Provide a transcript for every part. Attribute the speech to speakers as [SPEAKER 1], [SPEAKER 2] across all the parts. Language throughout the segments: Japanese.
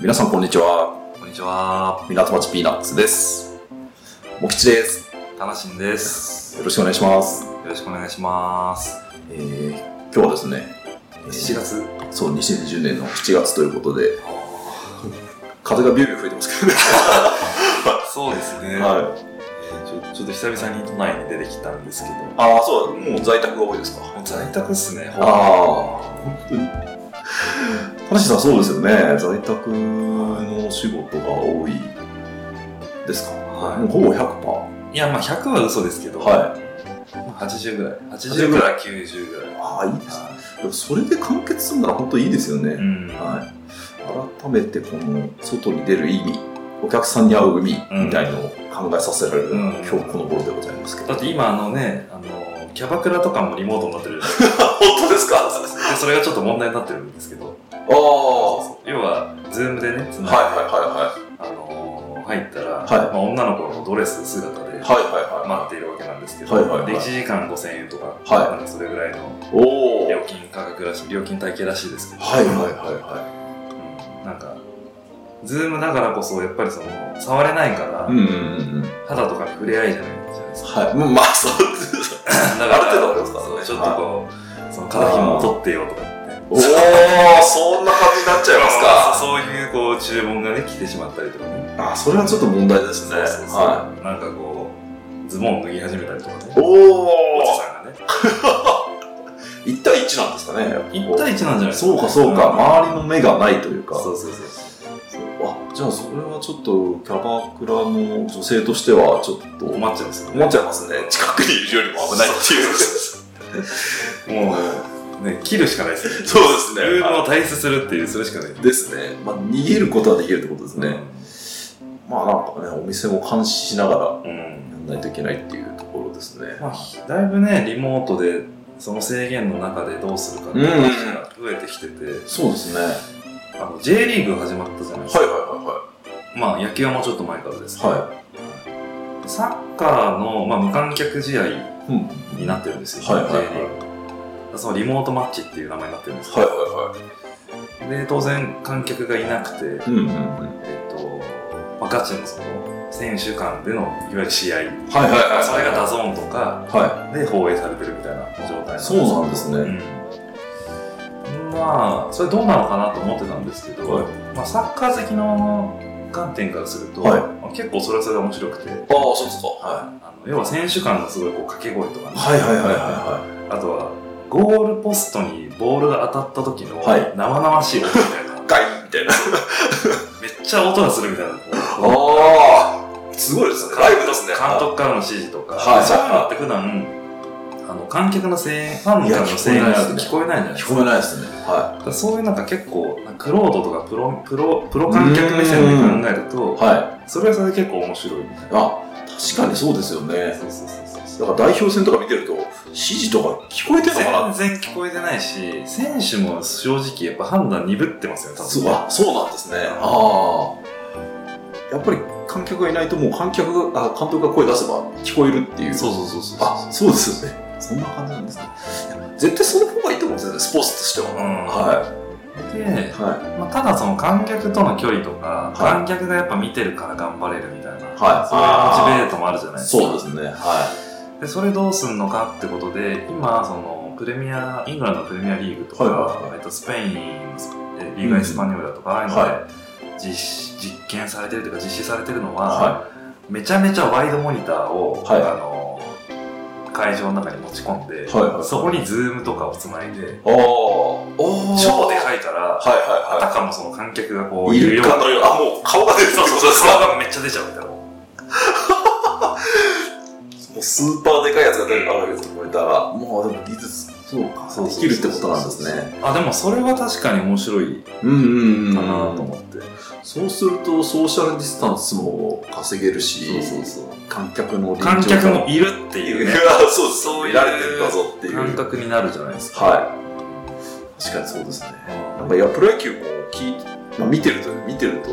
[SPEAKER 1] 皆さんこんにちは。
[SPEAKER 2] こんにちは。
[SPEAKER 1] 港町ピーナッツです。もきちです。
[SPEAKER 2] たなしんです。
[SPEAKER 1] よろしくお願いします。
[SPEAKER 2] よろしくお願いします。
[SPEAKER 1] えー、今日はですね、えー
[SPEAKER 2] 7月。
[SPEAKER 1] そう、2020年の7月ということで、風がビュービュー吹いてますけどね。
[SPEAKER 2] そうですね、
[SPEAKER 1] はい。
[SPEAKER 2] ちょ。ちょっと久々に都内に出てきたんですけど、
[SPEAKER 1] ああ、そう、もう在宅が多いですか。
[SPEAKER 2] もう在宅っすね。
[SPEAKER 1] あ田無さん、そうですよね。在宅の仕事が多いですか。もう
[SPEAKER 2] は
[SPEAKER 1] ほぼ100%。
[SPEAKER 2] い。いや、まあ100は嘘ですけど、
[SPEAKER 1] はい。
[SPEAKER 2] まあ80ぐらい。80ぐらい、90ぐらい。
[SPEAKER 1] ああ、いいですね。でもそれで完結するなら本当いいですよね。
[SPEAKER 2] うん。
[SPEAKER 1] はい、改めてこの外に出る意味お客さんに会う意味みたいのを考えさせられる、
[SPEAKER 2] うん
[SPEAKER 1] 今日この頃でございますけど
[SPEAKER 2] だって今あのね、あの、キャバクラとかもリモートになってるじゃないですか。
[SPEAKER 1] 本当ですかあ
[SPEAKER 2] でそれがちょっと問題になってるんですけど、
[SPEAKER 1] あは
[SPEAKER 2] 要は、ズームでね、つ
[SPEAKER 1] い
[SPEAKER 2] な
[SPEAKER 1] はい
[SPEAKER 2] あの入ったら、
[SPEAKER 1] はい
[SPEAKER 2] まあ、女の子のドレス姿で、
[SPEAKER 1] はいはいはいはい
[SPEAKER 2] 待っているわけなんですけど、
[SPEAKER 1] はいはいはい
[SPEAKER 2] で1時間5000円とか、
[SPEAKER 1] はい
[SPEAKER 2] なんかそれぐらいの
[SPEAKER 1] おおはい
[SPEAKER 2] 料金価格らしい料金体系らしいですけど、
[SPEAKER 1] はいは
[SPEAKER 2] うんなんかズームだからこそやっぱりその触れないから、
[SPEAKER 1] いはいうんうんうんうん
[SPEAKER 2] 肌とか触れ合いじゃないじゃないですか
[SPEAKER 1] はいまあまあそう です
[SPEAKER 2] だから
[SPEAKER 1] ある程度ありますからね
[SPEAKER 2] そうちょっとこう、その肩紐を取ってよとかって
[SPEAKER 1] おおそんな感じになっちゃいます
[SPEAKER 2] まあ
[SPEAKER 1] か
[SPEAKER 2] そういうこう注文がね来てしまったりとかね
[SPEAKER 1] あそれはちょっと問題ですね
[SPEAKER 2] そうそうそう
[SPEAKER 1] は
[SPEAKER 2] なんかこうズボンを脱ぎ始めたりとか
[SPEAKER 1] い
[SPEAKER 2] ねおじ
[SPEAKER 1] おお
[SPEAKER 2] さんがね
[SPEAKER 1] 1対1なんですかね
[SPEAKER 2] 1対1なんじゃないです
[SPEAKER 1] そうかそうか、周りの目がないというか
[SPEAKER 2] そうそうそう
[SPEAKER 1] あじゃあそれはちょっとキャバクラの女性としてはちょっと困
[SPEAKER 2] 困っちゃうんですよね
[SPEAKER 1] っちゃいますね近くにいるよりも危ないっていうそう
[SPEAKER 2] もうね切るしかないですね
[SPEAKER 1] そう
[SPEAKER 2] ルームを
[SPEAKER 1] ね
[SPEAKER 2] 退出するっていうそれしかない
[SPEAKER 1] ですね、まあ、逃げることはできるってことですね、
[SPEAKER 2] ね
[SPEAKER 1] まあなんかねお店も監視しながらや
[SPEAKER 2] うん
[SPEAKER 1] んないといけないっていうところですね
[SPEAKER 2] まあだいぶねリモートでその制限の中でどうするかっていう話が増えてきてて、
[SPEAKER 1] そうですねはい
[SPEAKER 2] あの J リーグ始まったじゃないですか、
[SPEAKER 1] は
[SPEAKER 2] まあ野球はもうちょっと前からですけど、
[SPEAKER 1] いはいはいは
[SPEAKER 2] サッカーの、まあ、無観客試合
[SPEAKER 1] いうん
[SPEAKER 2] になってるんですよ、
[SPEAKER 1] はいはいはい
[SPEAKER 2] J リーグがそのリモートマッチっていう名前になってるんですけ
[SPEAKER 1] はい
[SPEAKER 2] ど、
[SPEAKER 1] はいはい
[SPEAKER 2] で当然観客がいなくて、
[SPEAKER 1] うんうんうん
[SPEAKER 2] えっとまあ、ガチのその選手間でのいわゆる試合、
[SPEAKER 1] はいはいはい
[SPEAKER 2] それがダゾーンとか
[SPEAKER 1] は
[SPEAKER 2] で放映されてるみたいな状態なん
[SPEAKER 1] い
[SPEAKER 2] です
[SPEAKER 1] そうなんですね、
[SPEAKER 2] うんまあそれどうなのかなと思ってたんですけど、
[SPEAKER 1] はい
[SPEAKER 2] まあ、サッカー好きの観点からすると、
[SPEAKER 1] はい
[SPEAKER 2] まあ結構それはそれで面白くて、
[SPEAKER 1] ああそうですかは
[SPEAKER 2] あの要は選手間のすごいこう掛け声とか
[SPEAKER 1] い
[SPEAKER 2] ね、
[SPEAKER 1] はいはいはいは
[SPEAKER 2] あとはゴールポストにボールが当たった時の
[SPEAKER 1] はい
[SPEAKER 2] 生々しい音みたいな、
[SPEAKER 1] いガインみたいな
[SPEAKER 2] めっちゃ音がする みたいなこう
[SPEAKER 1] ああすごいですねライブですね
[SPEAKER 2] 監督からの指示とか、
[SPEAKER 1] はい
[SPEAKER 2] そういうのって普段あの観客の声援ファンからの声援が聞こえないじゃないで
[SPEAKER 1] 聞
[SPEAKER 2] すか
[SPEAKER 1] こえないですね。は
[SPEAKER 2] だからそういうなんか結構なんかクロードとかプロプロプロ観客目線で考える
[SPEAKER 1] い。
[SPEAKER 2] と
[SPEAKER 1] はい。
[SPEAKER 2] それはそれで結構面白いみたいな
[SPEAKER 1] あ、確かにそうですよね。
[SPEAKER 2] そうそうそうそう
[SPEAKER 1] だから代表戦とか見てると、指示とか聞こえてるのかな
[SPEAKER 2] 全然聞こえてないし選手も正直やっぱ判断鈍ってますよね多
[SPEAKER 1] そう
[SPEAKER 2] 分
[SPEAKER 1] あ、そうなんですね。ああ。やっぱり観客がいないと、もう観客が、あ、監督が声出せば聞こえるっていう。
[SPEAKER 2] そうそうそうそう
[SPEAKER 1] あ、そうですよね。そんな感じなんですね。いや絶対その方がいいと思うんですよね、スポーツとしては。
[SPEAKER 2] うん
[SPEAKER 1] は
[SPEAKER 2] で
[SPEAKER 1] い。、は
[SPEAKER 2] まあ、ただその観客との距離とか、
[SPEAKER 1] い
[SPEAKER 2] 観客がやっぱ見てるから頑張れるみたいな、
[SPEAKER 1] はい
[SPEAKER 2] そういうモチベートもあるじゃない
[SPEAKER 1] い。
[SPEAKER 2] ですか
[SPEAKER 1] そうですね。は
[SPEAKER 2] でそれどうすんのかってことで今そのプレミアイングランドのプレミアリーグとか、
[SPEAKER 1] はいはい
[SPEAKER 2] えっと、スペインえリーガ・エスパニョーラとかああいうので、実施実験されてるというか実施されてるの
[SPEAKER 1] い。
[SPEAKER 2] は、
[SPEAKER 1] は
[SPEAKER 2] めちゃめちゃワイドモニターを、
[SPEAKER 1] はい
[SPEAKER 2] あの会場の中に持ち込んで、
[SPEAKER 1] はいはい
[SPEAKER 2] そこにズームとかをつないで
[SPEAKER 1] い。ああ。お
[SPEAKER 2] 超で
[SPEAKER 1] い。
[SPEAKER 2] かいから
[SPEAKER 1] はいはいはい
[SPEAKER 2] あ。たかもその観客がこう
[SPEAKER 1] いる
[SPEAKER 2] よう
[SPEAKER 1] かのような、あ、もう顔が出てた、そうです
[SPEAKER 2] 顔がめっちゃ出ちゃうみたいな
[SPEAKER 1] もうスーパーでかいやつが出てあるわけですよ、これだから。もう、でも技術、そうか
[SPEAKER 2] そうそうそうそう
[SPEAKER 1] できるってことなんですね。
[SPEAKER 2] あでもそれは確かに面白いか
[SPEAKER 1] うんうん
[SPEAKER 2] なと思って、
[SPEAKER 1] そうすると、ソーシャルディスタンスも稼げるし、
[SPEAKER 2] そうそうそう
[SPEAKER 1] 観客の
[SPEAKER 2] 観客もいるっていうね
[SPEAKER 1] そうです
[SPEAKER 2] そういう
[SPEAKER 1] 見られてるんだぞっていう。
[SPEAKER 2] 感覚になるじゃないですか。
[SPEAKER 1] はい。確かにそうですね。なんか、いや、プロ野球も聞いまあ、見てると、見てると、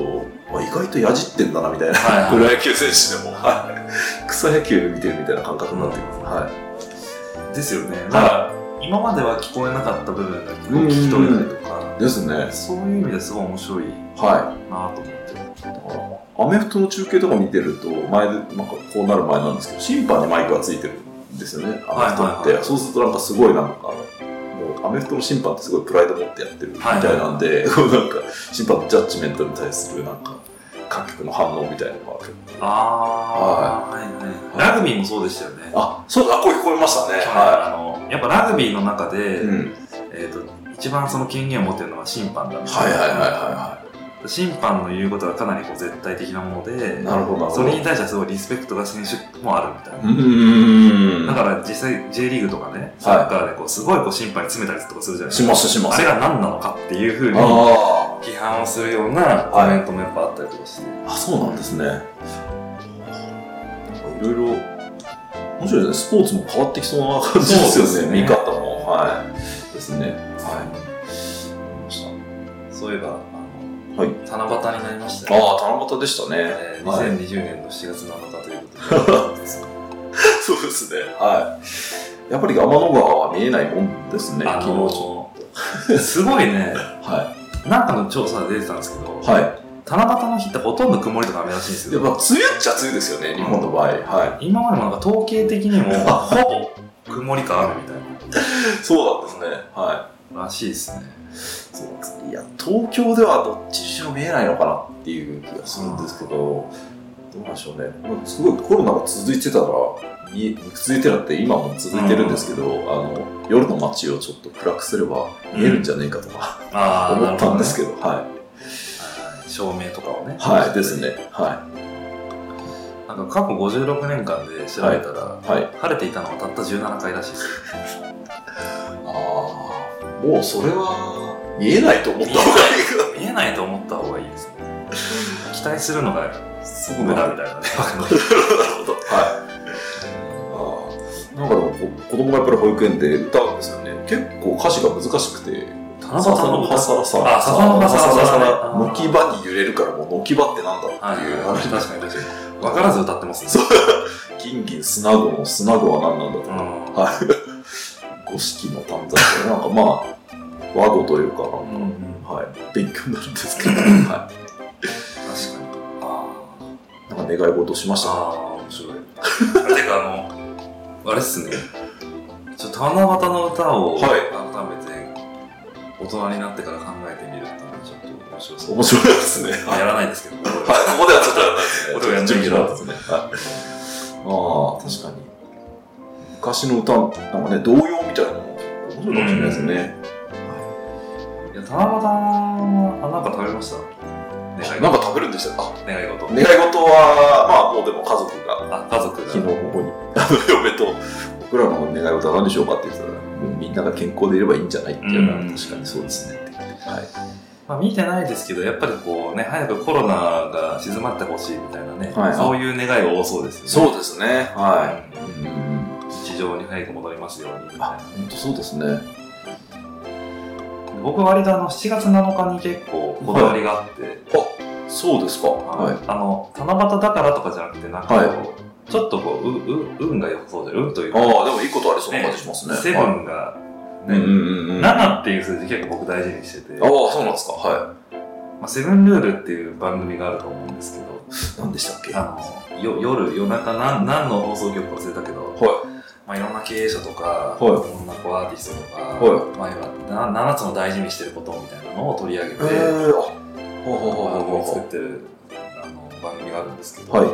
[SPEAKER 1] あ、意外とやじってんだな、みたいな。
[SPEAKER 2] はいはい
[SPEAKER 1] プロ野球選手でも、はい。草野球見てるみたいな感覚になってくる。はい。
[SPEAKER 2] ですよね。だから、今までは聞こえなかった部分が聞こ聞き取れたりとか、
[SPEAKER 1] ですね。
[SPEAKER 2] そういう意味ですごい面白い
[SPEAKER 1] は
[SPEAKER 2] なと思って。
[SPEAKER 1] い。だから、アメフトの中継とか見てると、前で、なんかこうなる前なんですけど、審判にマイクがついてるんですよね、アメフトって。
[SPEAKER 2] はいはいはい
[SPEAKER 1] そうするとなんかすごいなんか、もうアメフトの審判ってすごいプライド持ってやってるみたいなんで、こうなんか、審判のジャッジメントに対するなんか、各局の反応みたいなのが結構
[SPEAKER 2] あー、はいはい、ラグビーもそうでしたよね。
[SPEAKER 1] あ、そう、あ、声聞こえましたね。は
[SPEAKER 2] あのやっぱラグビーの中
[SPEAKER 1] い。
[SPEAKER 2] で、
[SPEAKER 1] うん。
[SPEAKER 2] えー、と一番その権限を持ってるのは審判だみた
[SPEAKER 1] はい
[SPEAKER 2] いな
[SPEAKER 1] はいはいは
[SPEAKER 2] 審判の言うことはかなりこう絶対的なもので
[SPEAKER 1] い。なるほど、なるほど。
[SPEAKER 2] それに対してはすごいリスペクトが選手もあるみたいな、
[SPEAKER 1] うーん。
[SPEAKER 2] だから実際 J リーグとかねサッカーでこうすごいこう審判に詰めたりとかするじゃない
[SPEAKER 1] し
[SPEAKER 2] ですか
[SPEAKER 1] ますしま
[SPEAKER 2] あ
[SPEAKER 1] す
[SPEAKER 2] れ。が何なのかっていうふうに
[SPEAKER 1] あ
[SPEAKER 2] 批判をするようなコメントもやっぱあったりとかして、
[SPEAKER 1] あ、あそうなんですね。いろいろ、面白いですね。スポーツも変わってきそうな感じですよね。
[SPEAKER 2] そうですね
[SPEAKER 1] 見方も。はい。ですね。はい。
[SPEAKER 2] そういえばあの、
[SPEAKER 1] はい
[SPEAKER 2] 七夕になりましたね、
[SPEAKER 1] ああ、七夕でしたね。
[SPEAKER 2] えー
[SPEAKER 1] はい
[SPEAKER 2] 2020年の7月7日ということで
[SPEAKER 1] そうですね。はい。やっぱり天の川は見えないもんですね。
[SPEAKER 2] あ
[SPEAKER 1] 昨日ちょ
[SPEAKER 2] のすごいね
[SPEAKER 1] っと。はい。
[SPEAKER 2] なんかの調査で出てたんですけど、
[SPEAKER 1] はい。
[SPEAKER 2] 七夕の日ってほとんど曇りとか雨らしいんです
[SPEAKER 1] やっ
[SPEAKER 2] よ。
[SPEAKER 1] ぱ梅雨っちゃ梅雨ですよね、日本の場合。はい。
[SPEAKER 2] 今までもなんか統計的 にも、ほぼ曇りか雨みたい
[SPEAKER 1] そうなんですね。は
[SPEAKER 2] な。らしいですね。
[SPEAKER 1] い。そうですいや、東京ではどっちにしろ見えないのかなっていう気がするんですけど、どうなんでしょうね。まあすごいコロナが続いてたら、見続いてるって今も続いてるんですけど、あの、夜の街をちょっと暗くすれば見えるんじゃないかとか、
[SPEAKER 2] あ
[SPEAKER 1] 思ったんですけ
[SPEAKER 2] ど。
[SPEAKER 1] ど、はい。
[SPEAKER 2] 照明とかをね。
[SPEAKER 1] はい、です。ね。は
[SPEAKER 2] なんか過去56年間で調べた
[SPEAKER 1] い。
[SPEAKER 2] ら、
[SPEAKER 1] はい。
[SPEAKER 2] 晴れていたのはたった17回らしいですよ。
[SPEAKER 1] ああ、もうそれは見えないと思った方がいいか
[SPEAKER 2] 見えないと思った方がいいですね。期待するのが
[SPEAKER 1] な。そ
[SPEAKER 2] 無駄みたいなね。わかんない
[SPEAKER 1] はい。なんかでもこ子供がやっぱり保育園で歌うんですよね。結構歌詞が難しくて。
[SPEAKER 2] 七
[SPEAKER 1] ササの
[SPEAKER 2] 夕
[SPEAKER 1] 葉サラサラ。
[SPEAKER 2] あ、笹の葉サラサラ。
[SPEAKER 1] のき場に揺れるからもうのき場ってなんだ
[SPEAKER 2] はい
[SPEAKER 1] って
[SPEAKER 2] はいいうはい。
[SPEAKER 1] 話
[SPEAKER 2] 確
[SPEAKER 1] だ
[SPEAKER 2] かに確かに。わからず歌ってますね。
[SPEAKER 1] 金銀砂子の砂子は何なんだと
[SPEAKER 2] う
[SPEAKER 1] か。
[SPEAKER 2] ん
[SPEAKER 1] はい。五色の短冊とかなんかまあ、和語というか、
[SPEAKER 2] うんうん、
[SPEAKER 1] はい。勉強になるんです けど、は
[SPEAKER 2] 確かに。あー
[SPEAKER 1] い。なんか願い事しましたね。
[SPEAKER 2] あー、面白い。てか、あの、あれっすね。ちょっと七夕の歌を改
[SPEAKER 1] は
[SPEAKER 2] めて大人になってから考えてみるっていうのはちょっと面白そう。
[SPEAKER 1] 面白いですね。
[SPEAKER 2] まあやらないですけど、これは
[SPEAKER 1] はい、ここではちょっとやらない
[SPEAKER 2] ここではやらない
[SPEAKER 1] 準
[SPEAKER 2] け
[SPEAKER 1] 備な
[SPEAKER 2] ど
[SPEAKER 1] んですね。はい、ああ、確かに。昔の歌、なんかね、童謡みたいなのも面白いかもしれないですね。
[SPEAKER 2] いや、七夕は、あ、なんか食べました願い
[SPEAKER 1] なん
[SPEAKER 2] 事。
[SPEAKER 1] か食べるんでしたあ、
[SPEAKER 2] 願い事。
[SPEAKER 1] 願い事は、まあもうでも家族が、
[SPEAKER 2] あ、家族が。
[SPEAKER 1] 昨日ここに、あの、嫁と、僕らの願い事は何でしょうかって言ってたら、もうみんなが健康でいればいいんじゃないっていうのは、
[SPEAKER 2] うん
[SPEAKER 1] 確かにそうですね。はい。
[SPEAKER 2] まあ、見てないですけど、やっぱりこうね、早くコロナが静まってほしいみたいなね、
[SPEAKER 1] はい
[SPEAKER 2] そういう願いが多そうですよね。
[SPEAKER 1] そうですね。はい。
[SPEAKER 2] うん
[SPEAKER 1] うん。
[SPEAKER 2] 日常に早く戻りますようにみたい
[SPEAKER 1] あ、
[SPEAKER 2] な。
[SPEAKER 1] 本当そうですね。
[SPEAKER 2] 僕割とあの7月7日に結構こだわりがあって、
[SPEAKER 1] あ、そうですか。はい。
[SPEAKER 2] あの七夕だからとかじゃなくてなんかこう、ちょっとこううう運が良さそうじゃん運というか、
[SPEAKER 1] ああ、でもいいことありそうな感じしますね。
[SPEAKER 2] セブンが、
[SPEAKER 1] う
[SPEAKER 2] ね
[SPEAKER 1] んうんうん。あ
[SPEAKER 2] 7っていう数字結構僕大事にしてて、
[SPEAKER 1] あ
[SPEAKER 2] ま、
[SPEAKER 1] そうなんですか。は
[SPEAKER 2] あ、セブンルールっていう番組があると思うんですけど
[SPEAKER 1] い。何でしたっけは
[SPEAKER 2] あのよ夜夜中なん何の放送局か忘れたけど、
[SPEAKER 1] い。
[SPEAKER 2] まあ、いろんな経営者とか、
[SPEAKER 1] はい
[SPEAKER 2] ろんなこうアーティストとか、
[SPEAKER 1] は
[SPEAKER 2] まあ、要はな7つの大事にしてることみたいなのを取り上げて、
[SPEAKER 1] えー、あ、ほうほうほう
[SPEAKER 2] 番組作
[SPEAKER 1] ほ
[SPEAKER 2] ってるあの番組があるんですけど、
[SPEAKER 1] はい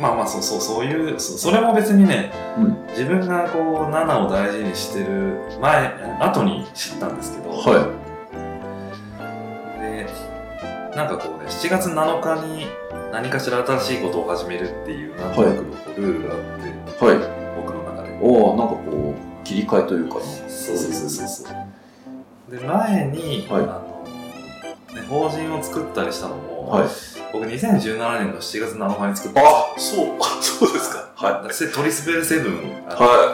[SPEAKER 2] まあまあそうそうそういうそそれも別にね、
[SPEAKER 1] うん
[SPEAKER 2] 自分がこう7を大事にしてる前後に知ったんですけど、
[SPEAKER 1] う。は
[SPEAKER 2] でなんかこうね7月7日に何かしら新しいことを始めるっていうなんとなくのこうルールがあって、
[SPEAKER 1] い。はい。
[SPEAKER 2] 僕の中で
[SPEAKER 1] おおなんかこう、切り替えというか。
[SPEAKER 2] そうそうそうそうそうで前に、
[SPEAKER 1] はい
[SPEAKER 2] あのね、法人を作ったりしたのも、
[SPEAKER 1] はい。
[SPEAKER 2] 僕2017年の7月7日に作ったんです
[SPEAKER 1] あ、
[SPEAKER 2] よ
[SPEAKER 1] そう、 あ、そうですか。はい。
[SPEAKER 2] だからトリスベルセブンあの
[SPEAKER 1] はい。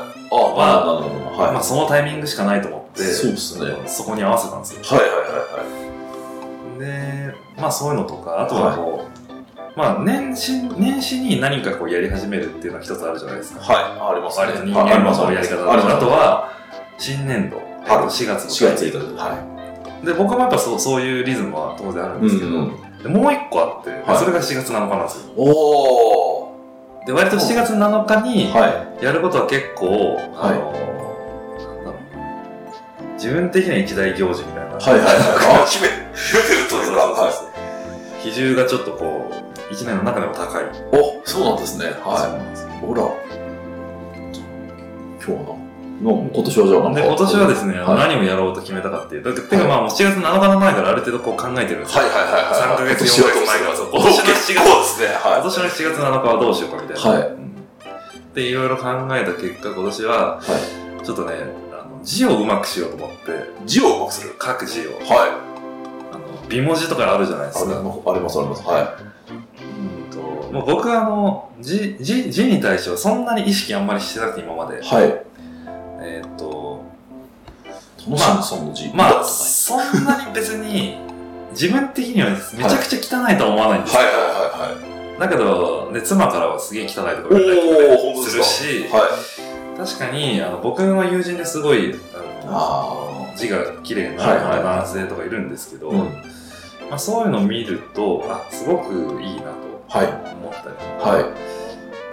[SPEAKER 1] あ、
[SPEAKER 2] まあ
[SPEAKER 1] なるほど。はい。
[SPEAKER 2] まあ、そのタイミングしかないと思って
[SPEAKER 1] そうっすね
[SPEAKER 2] そこに合わせたんですよ
[SPEAKER 1] はいはいはいはい。
[SPEAKER 2] でまあそういうのとかあとはこう、まあ年始年始に何かこうやり始めるっていうのは一つあるじゃないですか
[SPEAKER 1] はい。ありますね。
[SPEAKER 2] 割と人間の
[SPEAKER 1] あ
[SPEAKER 2] そう
[SPEAKER 1] りま
[SPEAKER 2] やり
[SPEAKER 1] す
[SPEAKER 2] 方
[SPEAKER 1] あります
[SPEAKER 2] あとは新年度、えっと
[SPEAKER 1] 春
[SPEAKER 2] 4月の
[SPEAKER 1] 4月1日。は
[SPEAKER 2] で僕もやっぱそうそういうリズムは当然あるんですけど、
[SPEAKER 1] うん
[SPEAKER 2] でもう一個あって、
[SPEAKER 1] はい
[SPEAKER 2] それが4月7日なんですよ
[SPEAKER 1] い。おー。
[SPEAKER 2] で割と4月7日に
[SPEAKER 1] は
[SPEAKER 2] やることは結構、
[SPEAKER 1] はい
[SPEAKER 2] あのなんだろう自分的には一大行事みたいな、
[SPEAKER 1] い。はいはいはい。あ、決め、決めてる
[SPEAKER 2] そうそうそうそう比重がちょっとこう1年の中でも高い、
[SPEAKER 1] お、そうなんですね。
[SPEAKER 2] そう
[SPEAKER 1] は
[SPEAKER 2] なんですよ
[SPEAKER 1] い。ほら。今日はな。な今年はじゃあなんか。
[SPEAKER 2] で今年はですね、
[SPEAKER 1] はい
[SPEAKER 2] 何をやろうと決めたかっていうと、てかまあもう4月7日の前からある程度こう考えてるんですよ。
[SPEAKER 1] はいはい
[SPEAKER 2] 3
[SPEAKER 1] はい
[SPEAKER 2] ヶ
[SPEAKER 1] はい。
[SPEAKER 2] 月、4ヶ月前から。そう今年の4月、
[SPEAKER 1] 結構ですね。
[SPEAKER 2] 今
[SPEAKER 1] は
[SPEAKER 2] 年の7月7日はどうしようかみたいな。
[SPEAKER 1] はい
[SPEAKER 2] うんで、いろいろ考えた結果、今年は、ちょっとね、あの字をうまくしようと思って、
[SPEAKER 1] い。字をうまくする。
[SPEAKER 2] 書く字を、
[SPEAKER 1] はい。
[SPEAKER 2] あの美文字とかあるじゃないです
[SPEAKER 1] あ
[SPEAKER 2] か。
[SPEAKER 1] ります、あります、あります。は
[SPEAKER 2] うんともう僕はあの字字字に対してはそんなに意識あんまりしてなくて今まで
[SPEAKER 1] い。。はい。
[SPEAKER 2] えーっと、
[SPEAKER 1] 楽しみさんの字。
[SPEAKER 2] まあ、
[SPEAKER 1] はい
[SPEAKER 2] そんなに別に、自分的にはめちゃくちゃ汚いとは思わないんですよ。
[SPEAKER 1] はいはいはい。
[SPEAKER 2] だけど、ね、妻からはすげえ汚いとか言われたり
[SPEAKER 1] おー、本当
[SPEAKER 2] す
[SPEAKER 1] で
[SPEAKER 2] る
[SPEAKER 1] す
[SPEAKER 2] し、
[SPEAKER 1] か。はい。
[SPEAKER 2] 確かにあの僕の友人ですごいあの
[SPEAKER 1] あ
[SPEAKER 2] 字が綺麗な
[SPEAKER 1] はいはい
[SPEAKER 2] 男性とかいるんですけど、
[SPEAKER 1] うん
[SPEAKER 2] まあ、そういうのを見るとあすごくいいなと
[SPEAKER 1] はい。
[SPEAKER 2] 思ったりとか、
[SPEAKER 1] は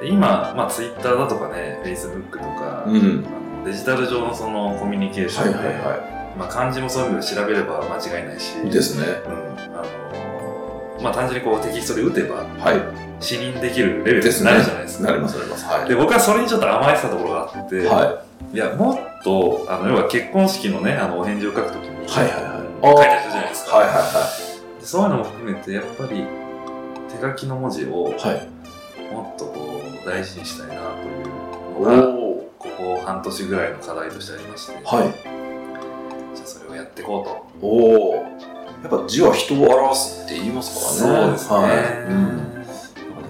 [SPEAKER 2] で今、まあ、Twitter だとかね Facebook とか、
[SPEAKER 1] い。うん。
[SPEAKER 2] あのデジタル上のそのコミュニケーシ
[SPEAKER 1] は
[SPEAKER 2] ョ
[SPEAKER 1] い
[SPEAKER 2] ンで、
[SPEAKER 1] はいは
[SPEAKER 2] まあ、漢字もそういうので調べれば間違いないし
[SPEAKER 1] い。ですね。
[SPEAKER 2] うんあのまあ、単純にこうテキストで打てば
[SPEAKER 1] は
[SPEAKER 2] 視認できるレベルになるじゃないです
[SPEAKER 1] い。
[SPEAKER 2] か。
[SPEAKER 1] なります、なります。は
[SPEAKER 2] で僕はそれにちょっと甘えてたところがあって、
[SPEAKER 1] い。はい。
[SPEAKER 2] いや、もっと、あの、要は結婚式のね、あの、お返事を書くときに、
[SPEAKER 1] はいはいはい
[SPEAKER 2] 書いた人じゃないですか。
[SPEAKER 1] はいは
[SPEAKER 2] でそういうのも含めて、やっぱり、手書きの文字を、
[SPEAKER 1] いはい。はい。
[SPEAKER 2] もっとこう、大事にしたいな、というのが、
[SPEAKER 1] お
[SPEAKER 2] ここ半年ぐらいの課題としてありまし
[SPEAKER 1] ー。
[SPEAKER 2] て、
[SPEAKER 1] はい。
[SPEAKER 2] じゃあそれをやっていこうと。
[SPEAKER 1] おお。やっぱ字は人を表すって言いますからね。はい。うん。なんかね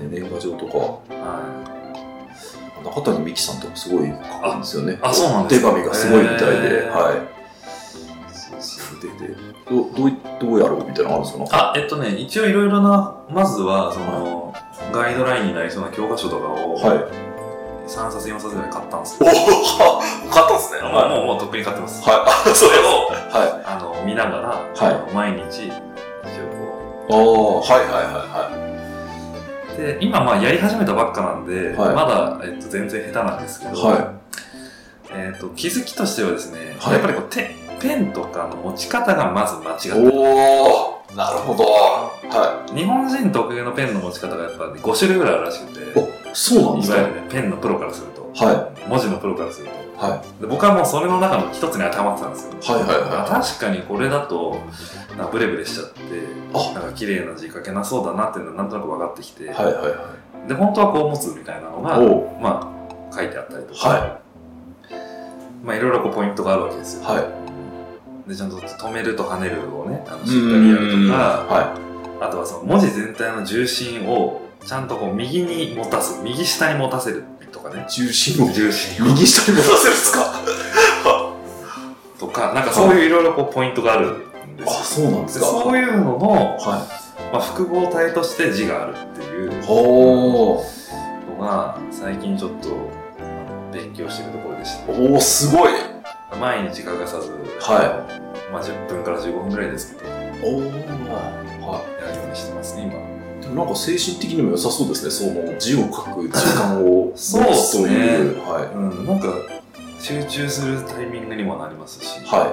[SPEAKER 1] 年賀状とか、
[SPEAKER 2] は
[SPEAKER 1] 中谷美紀さんとかすごい書くんですよね。
[SPEAKER 2] ああそうなん
[SPEAKER 1] お手
[SPEAKER 2] ですか
[SPEAKER 1] 紙がすごいみたい
[SPEAKER 2] へ
[SPEAKER 1] で、
[SPEAKER 2] ー
[SPEAKER 1] はい。
[SPEAKER 2] い。そうそう
[SPEAKER 1] 筆で。どどういどうやろうみたいなのあるんですか
[SPEAKER 2] あ、えっとね、一応いろいろな、まずは、その、ガイドラインになりそうな教科書とかを、
[SPEAKER 1] はい。
[SPEAKER 2] 3冊4冊ぐらい買ったんです
[SPEAKER 1] お
[SPEAKER 2] よ。
[SPEAKER 1] お、 買ったんすね。
[SPEAKER 2] も
[SPEAKER 1] は
[SPEAKER 2] う、もう、もうとっくに買ってます。
[SPEAKER 1] い。はい。あ、そ
[SPEAKER 2] そ
[SPEAKER 1] れ
[SPEAKER 2] れ
[SPEAKER 1] を。
[SPEAKER 2] を、
[SPEAKER 1] はい。
[SPEAKER 2] あの見ながら、
[SPEAKER 1] は
[SPEAKER 2] 毎日一応こ
[SPEAKER 1] おお。はいはいは
[SPEAKER 2] うで今まあやり始めたばっかなんで、
[SPEAKER 1] はい
[SPEAKER 2] まだ、えっと、全然下手なんですけど、
[SPEAKER 1] は
[SPEAKER 2] えっと気づきとしてはですね、
[SPEAKER 1] はい
[SPEAKER 2] やっぱりこう手ペンとかの持ち方がまず間
[SPEAKER 1] い
[SPEAKER 2] 違
[SPEAKER 1] はい。
[SPEAKER 2] ってる
[SPEAKER 1] おお。なるほど。は
[SPEAKER 2] 日本人特有のペンの持ち方がやっぱ、ね、5種類ぐらいあるらしくて
[SPEAKER 1] い。お、そうなんです
[SPEAKER 2] い
[SPEAKER 1] か
[SPEAKER 2] わ。ゆるねペンのプロからすると、
[SPEAKER 1] は
[SPEAKER 2] 文字のプロからすると
[SPEAKER 1] は
[SPEAKER 2] で僕はもうそれの中の一つに当てはまってたんですよ
[SPEAKER 1] はいはいはい
[SPEAKER 2] あ確かにこれだとなんかブレブレしちゃって
[SPEAKER 1] あ
[SPEAKER 2] なんか綺麗な字書けなそうだなっていうのはなんとなく分かってきて、
[SPEAKER 1] い。はいはいは
[SPEAKER 2] で本当はこう持つみたいなのが
[SPEAKER 1] い。おお。
[SPEAKER 2] まあ書いてあったりとか、
[SPEAKER 1] はい
[SPEAKER 2] まあいろいろこうポイントがあるわけですよ、
[SPEAKER 1] はい。
[SPEAKER 2] でちゃんと止めると跳ねるをねあのしっかりやるとか
[SPEAKER 1] は
[SPEAKER 2] あとはその文字全体の重心をちゃんとこう右に持たす右下に持たせるとかね
[SPEAKER 1] い。重心を
[SPEAKER 2] 重心を
[SPEAKER 1] 右下に持たせるんですか
[SPEAKER 2] とかなんかそういういろいろこうポイントがあるんです
[SPEAKER 1] あ、そ
[SPEAKER 2] よ
[SPEAKER 1] うなんで
[SPEAKER 2] です
[SPEAKER 1] か。
[SPEAKER 2] そういうのの、
[SPEAKER 1] は
[SPEAKER 2] まあ、複合体として字があるっていう
[SPEAKER 1] い。おー。
[SPEAKER 2] のが最近ちょっと勉強してるところでした
[SPEAKER 1] おー、すごい。
[SPEAKER 2] 毎日欠かさず、
[SPEAKER 1] は
[SPEAKER 2] まあ、10分から15分ぐらいですけど、や
[SPEAKER 1] おー。は
[SPEAKER 2] るようにしてますね、今。
[SPEAKER 1] い。でもなんか精神的にも良さそうですね。その字を書く時間を持
[SPEAKER 2] そうっ
[SPEAKER 1] つと
[SPEAKER 2] すね
[SPEAKER 1] いう。は
[SPEAKER 2] うん、なんか、集中するタイミングにもなりますし、
[SPEAKER 1] い。はい。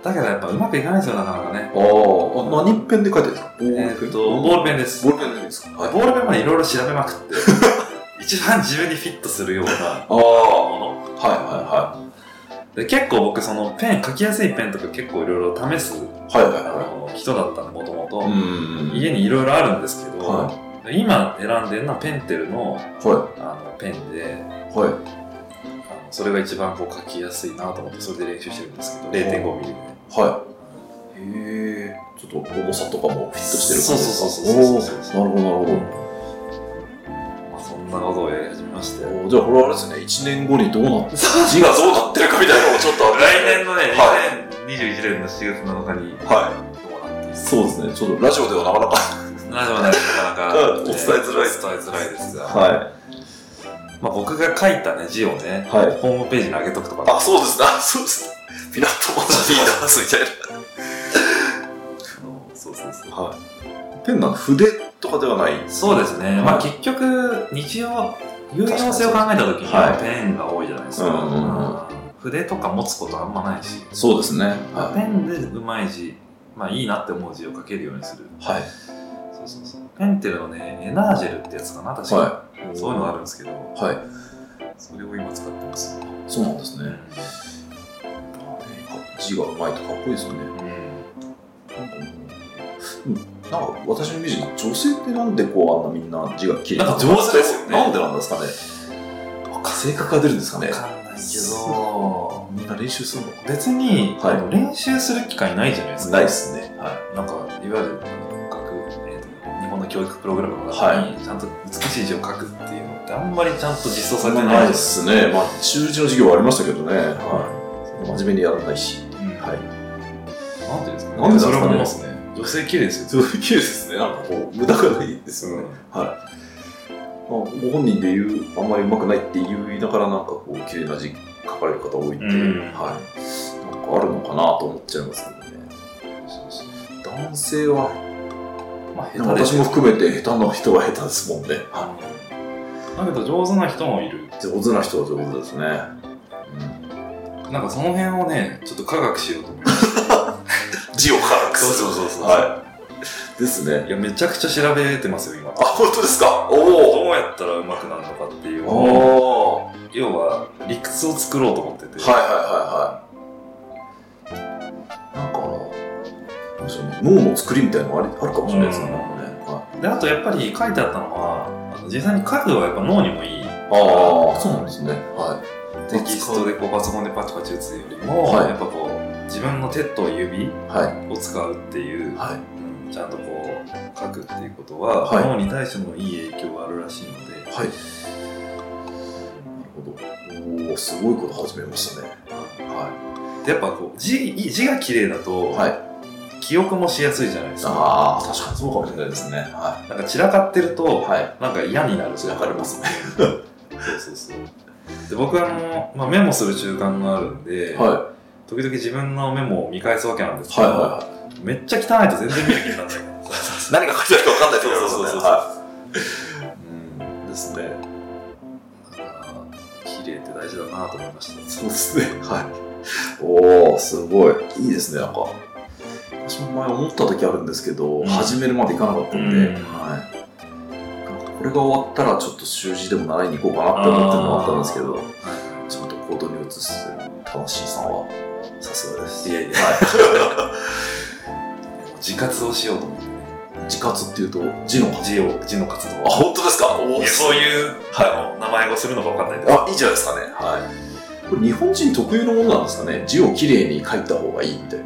[SPEAKER 2] だけどやっぱうまくいかないですよ、なかなかね。
[SPEAKER 1] あー。あ何ペンで書いてるんですかボール
[SPEAKER 2] え
[SPEAKER 1] ペ
[SPEAKER 2] ーっ
[SPEAKER 1] ン。
[SPEAKER 2] と、ボールペンです。
[SPEAKER 1] ボールペンでいいんですかはい。
[SPEAKER 2] ボールペンまでいろいろ調べま くって、一番自分にフィットするような
[SPEAKER 1] あー。は
[SPEAKER 2] もの。
[SPEAKER 1] いは
[SPEAKER 2] で結構僕、そのペン、書きやすいペンとか結構いろいろ試す
[SPEAKER 1] いはい。はい
[SPEAKER 2] あ
[SPEAKER 1] は
[SPEAKER 2] の人だったんで、もと
[SPEAKER 1] い
[SPEAKER 2] も
[SPEAKER 1] はい。う
[SPEAKER 2] と。
[SPEAKER 1] ん。
[SPEAKER 2] 家にいろいろあるんですけど、
[SPEAKER 1] は
[SPEAKER 2] 今選んでるのはペンテルの
[SPEAKER 1] い。は
[SPEAKER 2] あのペンで、
[SPEAKER 1] い。はい。
[SPEAKER 2] あのそれが一番こう書きやすいなと思ってそれで練習してるんですけど0.5ミリでね
[SPEAKER 1] はい。へー。ちょっと重さとかもフィットしてる
[SPEAKER 2] そう
[SPEAKER 1] 感じ
[SPEAKER 2] そうそうそうそう
[SPEAKER 1] おーなるほどなるほど。
[SPEAKER 2] まあ、そんなことをやり始めまして来
[SPEAKER 1] おーじゃあこれはあれですね、1年後にどうなって、字がどうなってるかみたいなのをちょっとあれ
[SPEAKER 2] 年のね
[SPEAKER 1] は
[SPEAKER 2] 2021年の7月7日に
[SPEAKER 1] は
[SPEAKER 2] どうなってい
[SPEAKER 1] い。
[SPEAKER 2] る
[SPEAKER 1] そうですね、ちょっとラジオではなかなか。
[SPEAKER 2] なかなか
[SPEAKER 1] うんお伝えづらい
[SPEAKER 2] お伝えづらいですが、
[SPEAKER 1] は
[SPEAKER 2] まあ、僕が書いたね、字をね、
[SPEAKER 1] はい。
[SPEAKER 2] ホームページに上げとくとかね、
[SPEAKER 1] あ、そうですね。あそうですね。ピラッと戻していいダンスみたい
[SPEAKER 2] うんそうそうそう。
[SPEAKER 1] な。はい。ペンなんで筆とかではない。
[SPEAKER 2] そうですね、
[SPEAKER 1] はい
[SPEAKER 2] まあ結局、日常、有用性を考えた時に
[SPEAKER 1] はい
[SPEAKER 2] ペンが多いじゃないですか。
[SPEAKER 1] うんうんうん
[SPEAKER 2] 筆とか持つことあんまないし、
[SPEAKER 1] そうですね。
[SPEAKER 2] ペンでうまい字、まあいいなって思う字を書けるようにする。
[SPEAKER 1] い。はい。
[SPEAKER 2] そうそうそう。ペンっていうのね、エナージェルってやつかな、確か、
[SPEAKER 1] は
[SPEAKER 2] そういうのがあるんですけど、
[SPEAKER 1] はい。
[SPEAKER 2] それを今使ってます。
[SPEAKER 1] そうなんですね。
[SPEAKER 2] う
[SPEAKER 1] 字がうまいとかっこいいですよね。
[SPEAKER 2] ん
[SPEAKER 1] なんかもううんなんか私のイメージ、女性ってなんでこうあんなみんな字が綺麗
[SPEAKER 2] なんか上手ですよね
[SPEAKER 1] なんでなんですかね。なんか性格が出るんですかね
[SPEAKER 2] わ。かんないけど、
[SPEAKER 1] みんな練習するのか
[SPEAKER 2] 別に、
[SPEAKER 1] はい
[SPEAKER 2] あの練習する機会ないじゃないですか。
[SPEAKER 1] ないですね。は
[SPEAKER 2] なんか、いわゆる、学、えーと日本の教育プログラムの中に、ちゃんと美しい字を書くっていうのって、あんまりちゃんと実装さ
[SPEAKER 1] い。
[SPEAKER 2] れて
[SPEAKER 1] な
[SPEAKER 2] ないい
[SPEAKER 1] で
[SPEAKER 2] です。
[SPEAKER 1] すね。まあ、中字の授業はありましたけどね。はい。真面目にやらないし。
[SPEAKER 2] う
[SPEAKER 1] は
[SPEAKER 2] ん
[SPEAKER 1] い。
[SPEAKER 2] なんていうんですかね。
[SPEAKER 1] なんで
[SPEAKER 2] それも思い
[SPEAKER 1] で
[SPEAKER 2] ますす
[SPEAKER 1] か
[SPEAKER 2] ね。女性綺麗ですよ。
[SPEAKER 1] そういう綺麗ですね。なんかこう、無駄がないですよね。はい。まあ、ご本人で言う、あんまり上手くないって言いながら、なんかこう、綺麗な字書かれる方多いんで、
[SPEAKER 2] うん
[SPEAKER 1] はい。なんかあるのかなと思っちゃいますけどね。男性は、
[SPEAKER 2] まあ、下手で
[SPEAKER 1] 私
[SPEAKER 2] し
[SPEAKER 1] も
[SPEAKER 2] ょ。
[SPEAKER 1] 含めて下手な人は下手ですもんね。は
[SPEAKER 2] だけど、上手な人もいる。
[SPEAKER 1] い。上手な人は上手ですね。
[SPEAKER 2] なんか、その辺をね、ちょっと科学しようと思います。
[SPEAKER 1] 字を書く
[SPEAKER 2] そうそうそうそう
[SPEAKER 1] はい。ですね。
[SPEAKER 2] いや、めちゃくちゃ調べてますよ、今。
[SPEAKER 1] あ、本当ですかおお
[SPEAKER 2] どうやったら上手くなるのかっていうのを
[SPEAKER 1] おー
[SPEAKER 2] 要は理屈を作ろうと思ってて、
[SPEAKER 1] はいはいはいはい。なんか、なんでしょうね、脳の作りみたいなのありあるかもしれないですよね。
[SPEAKER 2] う
[SPEAKER 1] な
[SPEAKER 2] ん
[SPEAKER 1] んかねはい
[SPEAKER 2] であとやっぱり書いてあったのはあの実際に書くはやっぱ脳にもいい
[SPEAKER 1] ああ、そうなんですね。は
[SPEAKER 2] テキストでこうパソコンでパチパチ打つよりも、
[SPEAKER 1] はい
[SPEAKER 2] やっぱこう自分の手と指
[SPEAKER 1] い。は
[SPEAKER 2] を使うっていう、
[SPEAKER 1] い。はい。
[SPEAKER 2] うんちゃんとこう書くっていうことは、
[SPEAKER 1] はい
[SPEAKER 2] 脳に対してもいい影響があるらしいので、
[SPEAKER 1] はい。なるほど。おおー、すごいこと始めましたね。は
[SPEAKER 2] でやっぱこう字字が綺麗だと、
[SPEAKER 1] い。はい。
[SPEAKER 2] 記憶もしやすいじゃないですか
[SPEAKER 1] ああ、確かにそうかもしれないですね。は
[SPEAKER 2] なんか散らかってると、
[SPEAKER 1] い。はい。
[SPEAKER 2] なんか嫌になる
[SPEAKER 1] わかります
[SPEAKER 2] ね。そうそうそう。で僕はあの、まあ、メモする習慣があるんで、
[SPEAKER 1] は
[SPEAKER 2] 時々自分のメモを見返すわけなんです
[SPEAKER 1] い。
[SPEAKER 2] けど、
[SPEAKER 1] は
[SPEAKER 2] めっちゃ汚いと全然見る気にならな
[SPEAKER 1] い。何が
[SPEAKER 2] いから。
[SPEAKER 1] 書いてあるか わかんない
[SPEAKER 2] ってことですよね
[SPEAKER 1] はい。ですね。
[SPEAKER 2] だから綺麗って大事だなと思いました。
[SPEAKER 1] そうですね。はい。おお、すごい。いいですね、なんか。私も前思った時あるんですけど、
[SPEAKER 2] ん
[SPEAKER 1] 始めるまでいかなかったんで、
[SPEAKER 2] うん
[SPEAKER 1] はい。なんかこれが終わったら、ちょっと習字でも習いに行こうかなって思ってもらったんですけど、ちゃんと行動に移す楽しいさんは、さすがです。
[SPEAKER 2] いやいや
[SPEAKER 1] は
[SPEAKER 2] 自活をしようと思ってね。
[SPEAKER 1] い、自活っていうと、字の活
[SPEAKER 2] 字を、字の活動
[SPEAKER 1] あ、本当ですかお
[SPEAKER 2] い
[SPEAKER 1] お、
[SPEAKER 2] や
[SPEAKER 1] す
[SPEAKER 2] そういう、あの名前をするのかわかんないけど、
[SPEAKER 1] あ、いいじゃないですかね。はい。これ、日本人特有のものなんですかね。字をきれいに書いた方がいいみたいな。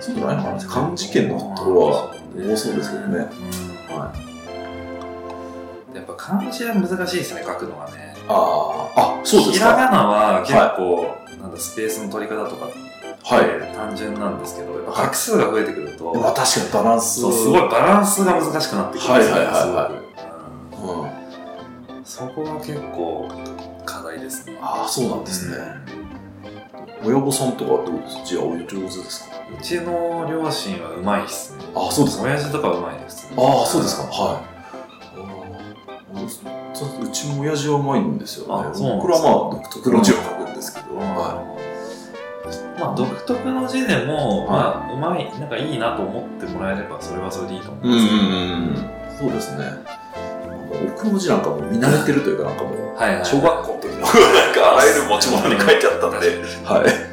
[SPEAKER 1] そうじゃないのかな。漢字圏のところは、多そうですけどね
[SPEAKER 2] うん
[SPEAKER 1] はい。
[SPEAKER 2] やっぱ漢字は難しいですね、書くのがね。
[SPEAKER 1] あーあ、そうです
[SPEAKER 2] ひら
[SPEAKER 1] か。
[SPEAKER 2] がなは結構、なんだスペースの取り方とかって
[SPEAKER 1] はい。
[SPEAKER 2] 単純なんですけど、やっぱ画数が増えてくると、
[SPEAKER 1] まあ、確かにバランス
[SPEAKER 2] そうすごいバランスが難しくなってくるんですよ
[SPEAKER 1] はいはいはいはい
[SPEAKER 2] すごく
[SPEAKER 1] うん、
[SPEAKER 2] うんそこが結構課題ですね。
[SPEAKER 1] ああ、そうなんですね。親御さんとかはどうですじゃあ、お上手ですか
[SPEAKER 2] うんうちの両親はうまいっすね。
[SPEAKER 1] ああ、そうですか。
[SPEAKER 2] 親父とかはうまいです。
[SPEAKER 1] ああ、そうですか。はい。あーうちの親父はうまいんですよね。
[SPEAKER 2] あそうなんですか
[SPEAKER 1] これはまあ、独特の字を書くんですけど。
[SPEAKER 2] うん
[SPEAKER 1] は
[SPEAKER 2] まあ、独特の字でも、
[SPEAKER 1] は
[SPEAKER 2] まあ、うまい、なんかいいなと思ってもらえれば、それはそれでいいと思
[SPEAKER 1] い。
[SPEAKER 2] うんですけ
[SPEAKER 1] ん。そ
[SPEAKER 2] ど、
[SPEAKER 1] うですね。もう奥の字なんかもう見慣れてるというか、なんかもう、
[SPEAKER 2] はいはい。
[SPEAKER 1] 小学校の時の、なんか、あらゆる持ち物に書いてあったんで。 はい。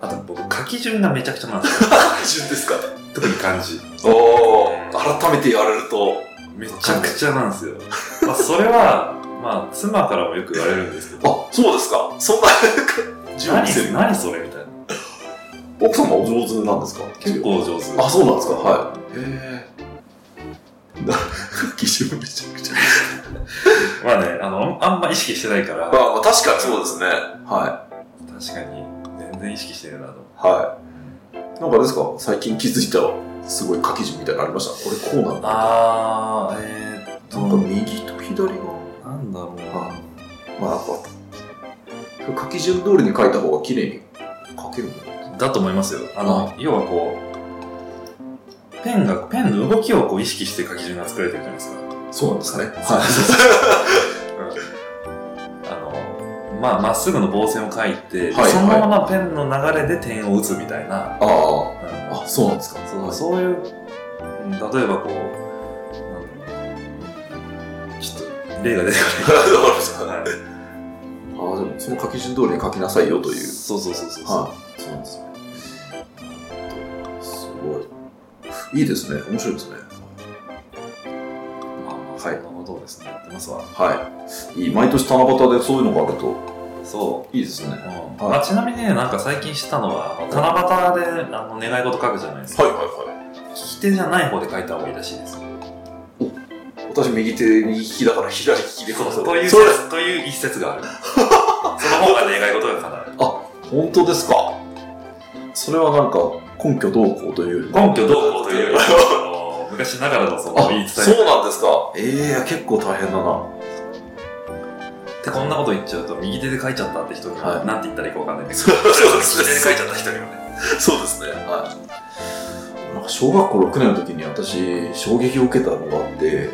[SPEAKER 2] あと僕書き順がめちゃくちゃなんで すよ
[SPEAKER 1] 順ですか。
[SPEAKER 2] 特に漢字
[SPEAKER 1] おお、改めて言われると。
[SPEAKER 2] めちゃくちゃなんですよ、まあ、それはまあ妻からもよく言われるんですけど
[SPEAKER 1] あ、そうですか。そんな、 なんか、字を見せる
[SPEAKER 2] 何。何それみたいな
[SPEAKER 1] 奥様お上手なんですか
[SPEAKER 2] 結構上手
[SPEAKER 1] あ、そうなんですか。はい。へえ。な、 基準めちゃくちゃ。
[SPEAKER 2] まあねあのあんま意識してないから確か
[SPEAKER 1] あ、まあ、確かにそうですね。は
[SPEAKER 2] に全然意識してるなと
[SPEAKER 1] い。はい。なんかあれですか、最近気づいた、すごい書き順みたいなのありました。これこうなんだ。
[SPEAKER 2] あーえーっ
[SPEAKER 1] なんか右と左が、
[SPEAKER 2] なんだろうな。
[SPEAKER 1] まあ、なんか、書き順通りに書いた方が綺麗に書けるんだよ。
[SPEAKER 2] だと思いますよ。あの、要はこう、ペンが、ペンの動きをこう意識して書き順が作られてるじゃないですか。
[SPEAKER 1] そうなんですかね。
[SPEAKER 2] あの、まあ、まっすぐの棒線を書いて、
[SPEAKER 1] はい
[SPEAKER 2] そのままのペンの流れで点を打つみたいな、
[SPEAKER 1] あ
[SPEAKER 2] うん
[SPEAKER 1] あ、あ、そうなんですか。
[SPEAKER 2] そう
[SPEAKER 1] はい
[SPEAKER 2] そういう、うん例えばこう、なんだろうちょっと例が出てこない。はい
[SPEAKER 1] ああ、でもその書き順通りに書きなさいよという。
[SPEAKER 2] そうそうそうそう。
[SPEAKER 1] はい。そうなんですよ。すごい。いいですね。面白いですね。
[SPEAKER 2] まあまあ、そんなことをですね、やってますわ。
[SPEAKER 1] はい。いい。毎年七夕でそういうのがあると、
[SPEAKER 2] そう。
[SPEAKER 1] いいですね。はい
[SPEAKER 2] うん
[SPEAKER 1] はい
[SPEAKER 2] まあ、ちなみにね、なんか最近知ったのは、あの七夕であの願い事書くじゃないですか。
[SPEAKER 1] は
[SPEAKER 2] 利き手じゃない方で書いた方がいいらしいです。
[SPEAKER 1] いはい。私、右手右利きだから左利きで
[SPEAKER 2] そう
[SPEAKER 1] そ
[SPEAKER 2] という
[SPEAKER 1] それ、
[SPEAKER 2] 説という一説がある。その方が願い事が叶う。
[SPEAKER 1] 本当ですか。それはなんか、根拠どうこうというより
[SPEAKER 2] 根拠どうこうというよりあの昔ながらのその
[SPEAKER 1] あ
[SPEAKER 2] 言い伝え、
[SPEAKER 1] そうなんですか。ええ結構大変だな。
[SPEAKER 2] でこんなこと言っちゃうと右手で書いちゃったって人には
[SPEAKER 1] はい
[SPEAKER 2] なんて言ったらいいかわかんないんですけ
[SPEAKER 1] そう
[SPEAKER 2] ど、
[SPEAKER 1] ですね
[SPEAKER 2] 右手で書いちゃった人にはね。
[SPEAKER 1] そうですね。はい。なんか小学校6年の時に私、衝撃を受けたのがあって、なんか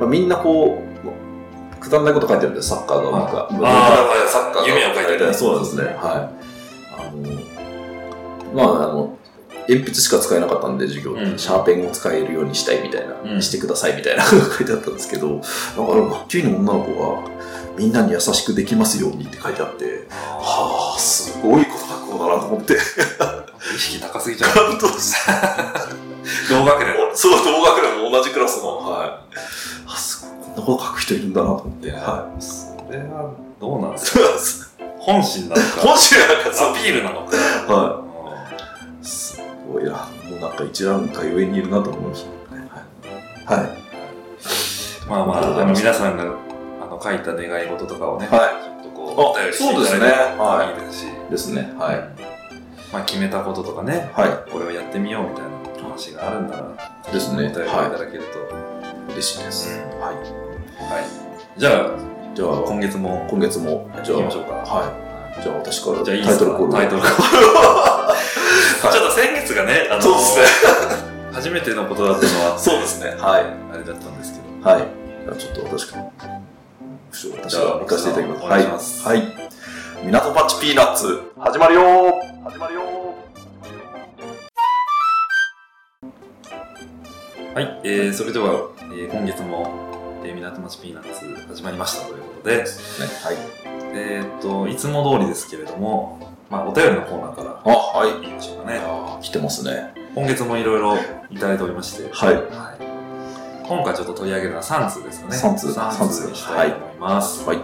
[SPEAKER 1] まあ、みんなこう、くだらないこと書いてるんで、サッカーのなんか、
[SPEAKER 2] はい
[SPEAKER 1] ま
[SPEAKER 2] あー
[SPEAKER 1] サッカーの
[SPEAKER 2] 夢を書いてる
[SPEAKER 1] そうなんですね。はい。あの、まあ、あの、鉛筆しか使えなかったんで、授業で、
[SPEAKER 2] うん
[SPEAKER 1] シャーペンを使えるようにしたいみたいな、
[SPEAKER 2] うん
[SPEAKER 1] してくださいみたいな 書いてあったんですけど、なんかあの、学級委員の女の子が、みんなに優しくできますようにって書いてあって、はあ、すごいこと書くのだなと思 って、
[SPEAKER 2] 意識高すぎちゃう。
[SPEAKER 1] 感動した。
[SPEAKER 2] 同学年の。
[SPEAKER 1] そう、同学年も同じクラスの。はい。あ、すごい。こんなこと書く人いるんだなと思って。は
[SPEAKER 2] それはどうなん
[SPEAKER 1] い。
[SPEAKER 2] ですか
[SPEAKER 1] そうなんです。
[SPEAKER 2] 本心なのか、
[SPEAKER 1] 本州なんか
[SPEAKER 2] ア
[SPEAKER 1] さ、
[SPEAKER 2] ピールなのか。
[SPEAKER 1] は
[SPEAKER 2] うん
[SPEAKER 1] い。すごいな。もうなんか一覧会上にいるなと思いましたね。はい。はい。
[SPEAKER 2] まあま
[SPEAKER 1] ありがとうご
[SPEAKER 2] あ、
[SPEAKER 1] ざい
[SPEAKER 2] あの
[SPEAKER 1] ます
[SPEAKER 2] 皆さんがあの書いた願い事とかをね、
[SPEAKER 1] は
[SPEAKER 2] ちょっとこう、
[SPEAKER 1] あ
[SPEAKER 2] お便りしていただいたらいいですし、
[SPEAKER 1] ですね。はい。
[SPEAKER 2] まあ決めたこととかね、
[SPEAKER 1] は
[SPEAKER 2] これをやってみようみたいな話があるんだら、
[SPEAKER 1] い。です
[SPEAKER 2] お
[SPEAKER 1] ね。
[SPEAKER 2] 便りをいた
[SPEAKER 1] は
[SPEAKER 2] だけると。
[SPEAKER 1] い。嬉しいです。は
[SPEAKER 2] はい。じゃあ、
[SPEAKER 1] い。じゃあ、
[SPEAKER 2] 今月も
[SPEAKER 1] 今月も、じゃ
[SPEAKER 2] 行
[SPEAKER 1] あ
[SPEAKER 2] きましょうか。
[SPEAKER 1] はい。じゃあ私から
[SPEAKER 2] じゃあいい
[SPEAKER 1] タ
[SPEAKER 2] で
[SPEAKER 1] イ
[SPEAKER 2] す
[SPEAKER 1] ト
[SPEAKER 2] か
[SPEAKER 1] ルコール。
[SPEAKER 2] タイトルコール。
[SPEAKER 1] はい
[SPEAKER 2] ちょっと先月がね、あの
[SPEAKER 1] そう ですね。
[SPEAKER 2] 初めてのことだったのは、
[SPEAKER 1] そうですね。はい。
[SPEAKER 2] あれだったんですけど。
[SPEAKER 1] はい。じゃあちょっと私から。私から行かせていただきます。
[SPEAKER 2] お願いします
[SPEAKER 1] はい。はい。港町ピーナッツ、始まるよー始まるよ
[SPEAKER 2] はい、えー、それでは、えー今月も、えー、港町ピーナッツ始まりましたということで、
[SPEAKER 1] ーね、はい。
[SPEAKER 2] えーっと、いつも通りですけれども、まあ、お便りのコーナーから
[SPEAKER 1] あ、はい。
[SPEAKER 2] 言いましょうかね。
[SPEAKER 1] 来てますね。
[SPEAKER 2] 今月もいろいろいただいておりまして、
[SPEAKER 1] はい
[SPEAKER 2] はい今回ちょっと取り上げるのは3通ですかね。
[SPEAKER 1] 三通
[SPEAKER 2] 3通にしたいと思います。
[SPEAKER 1] はい。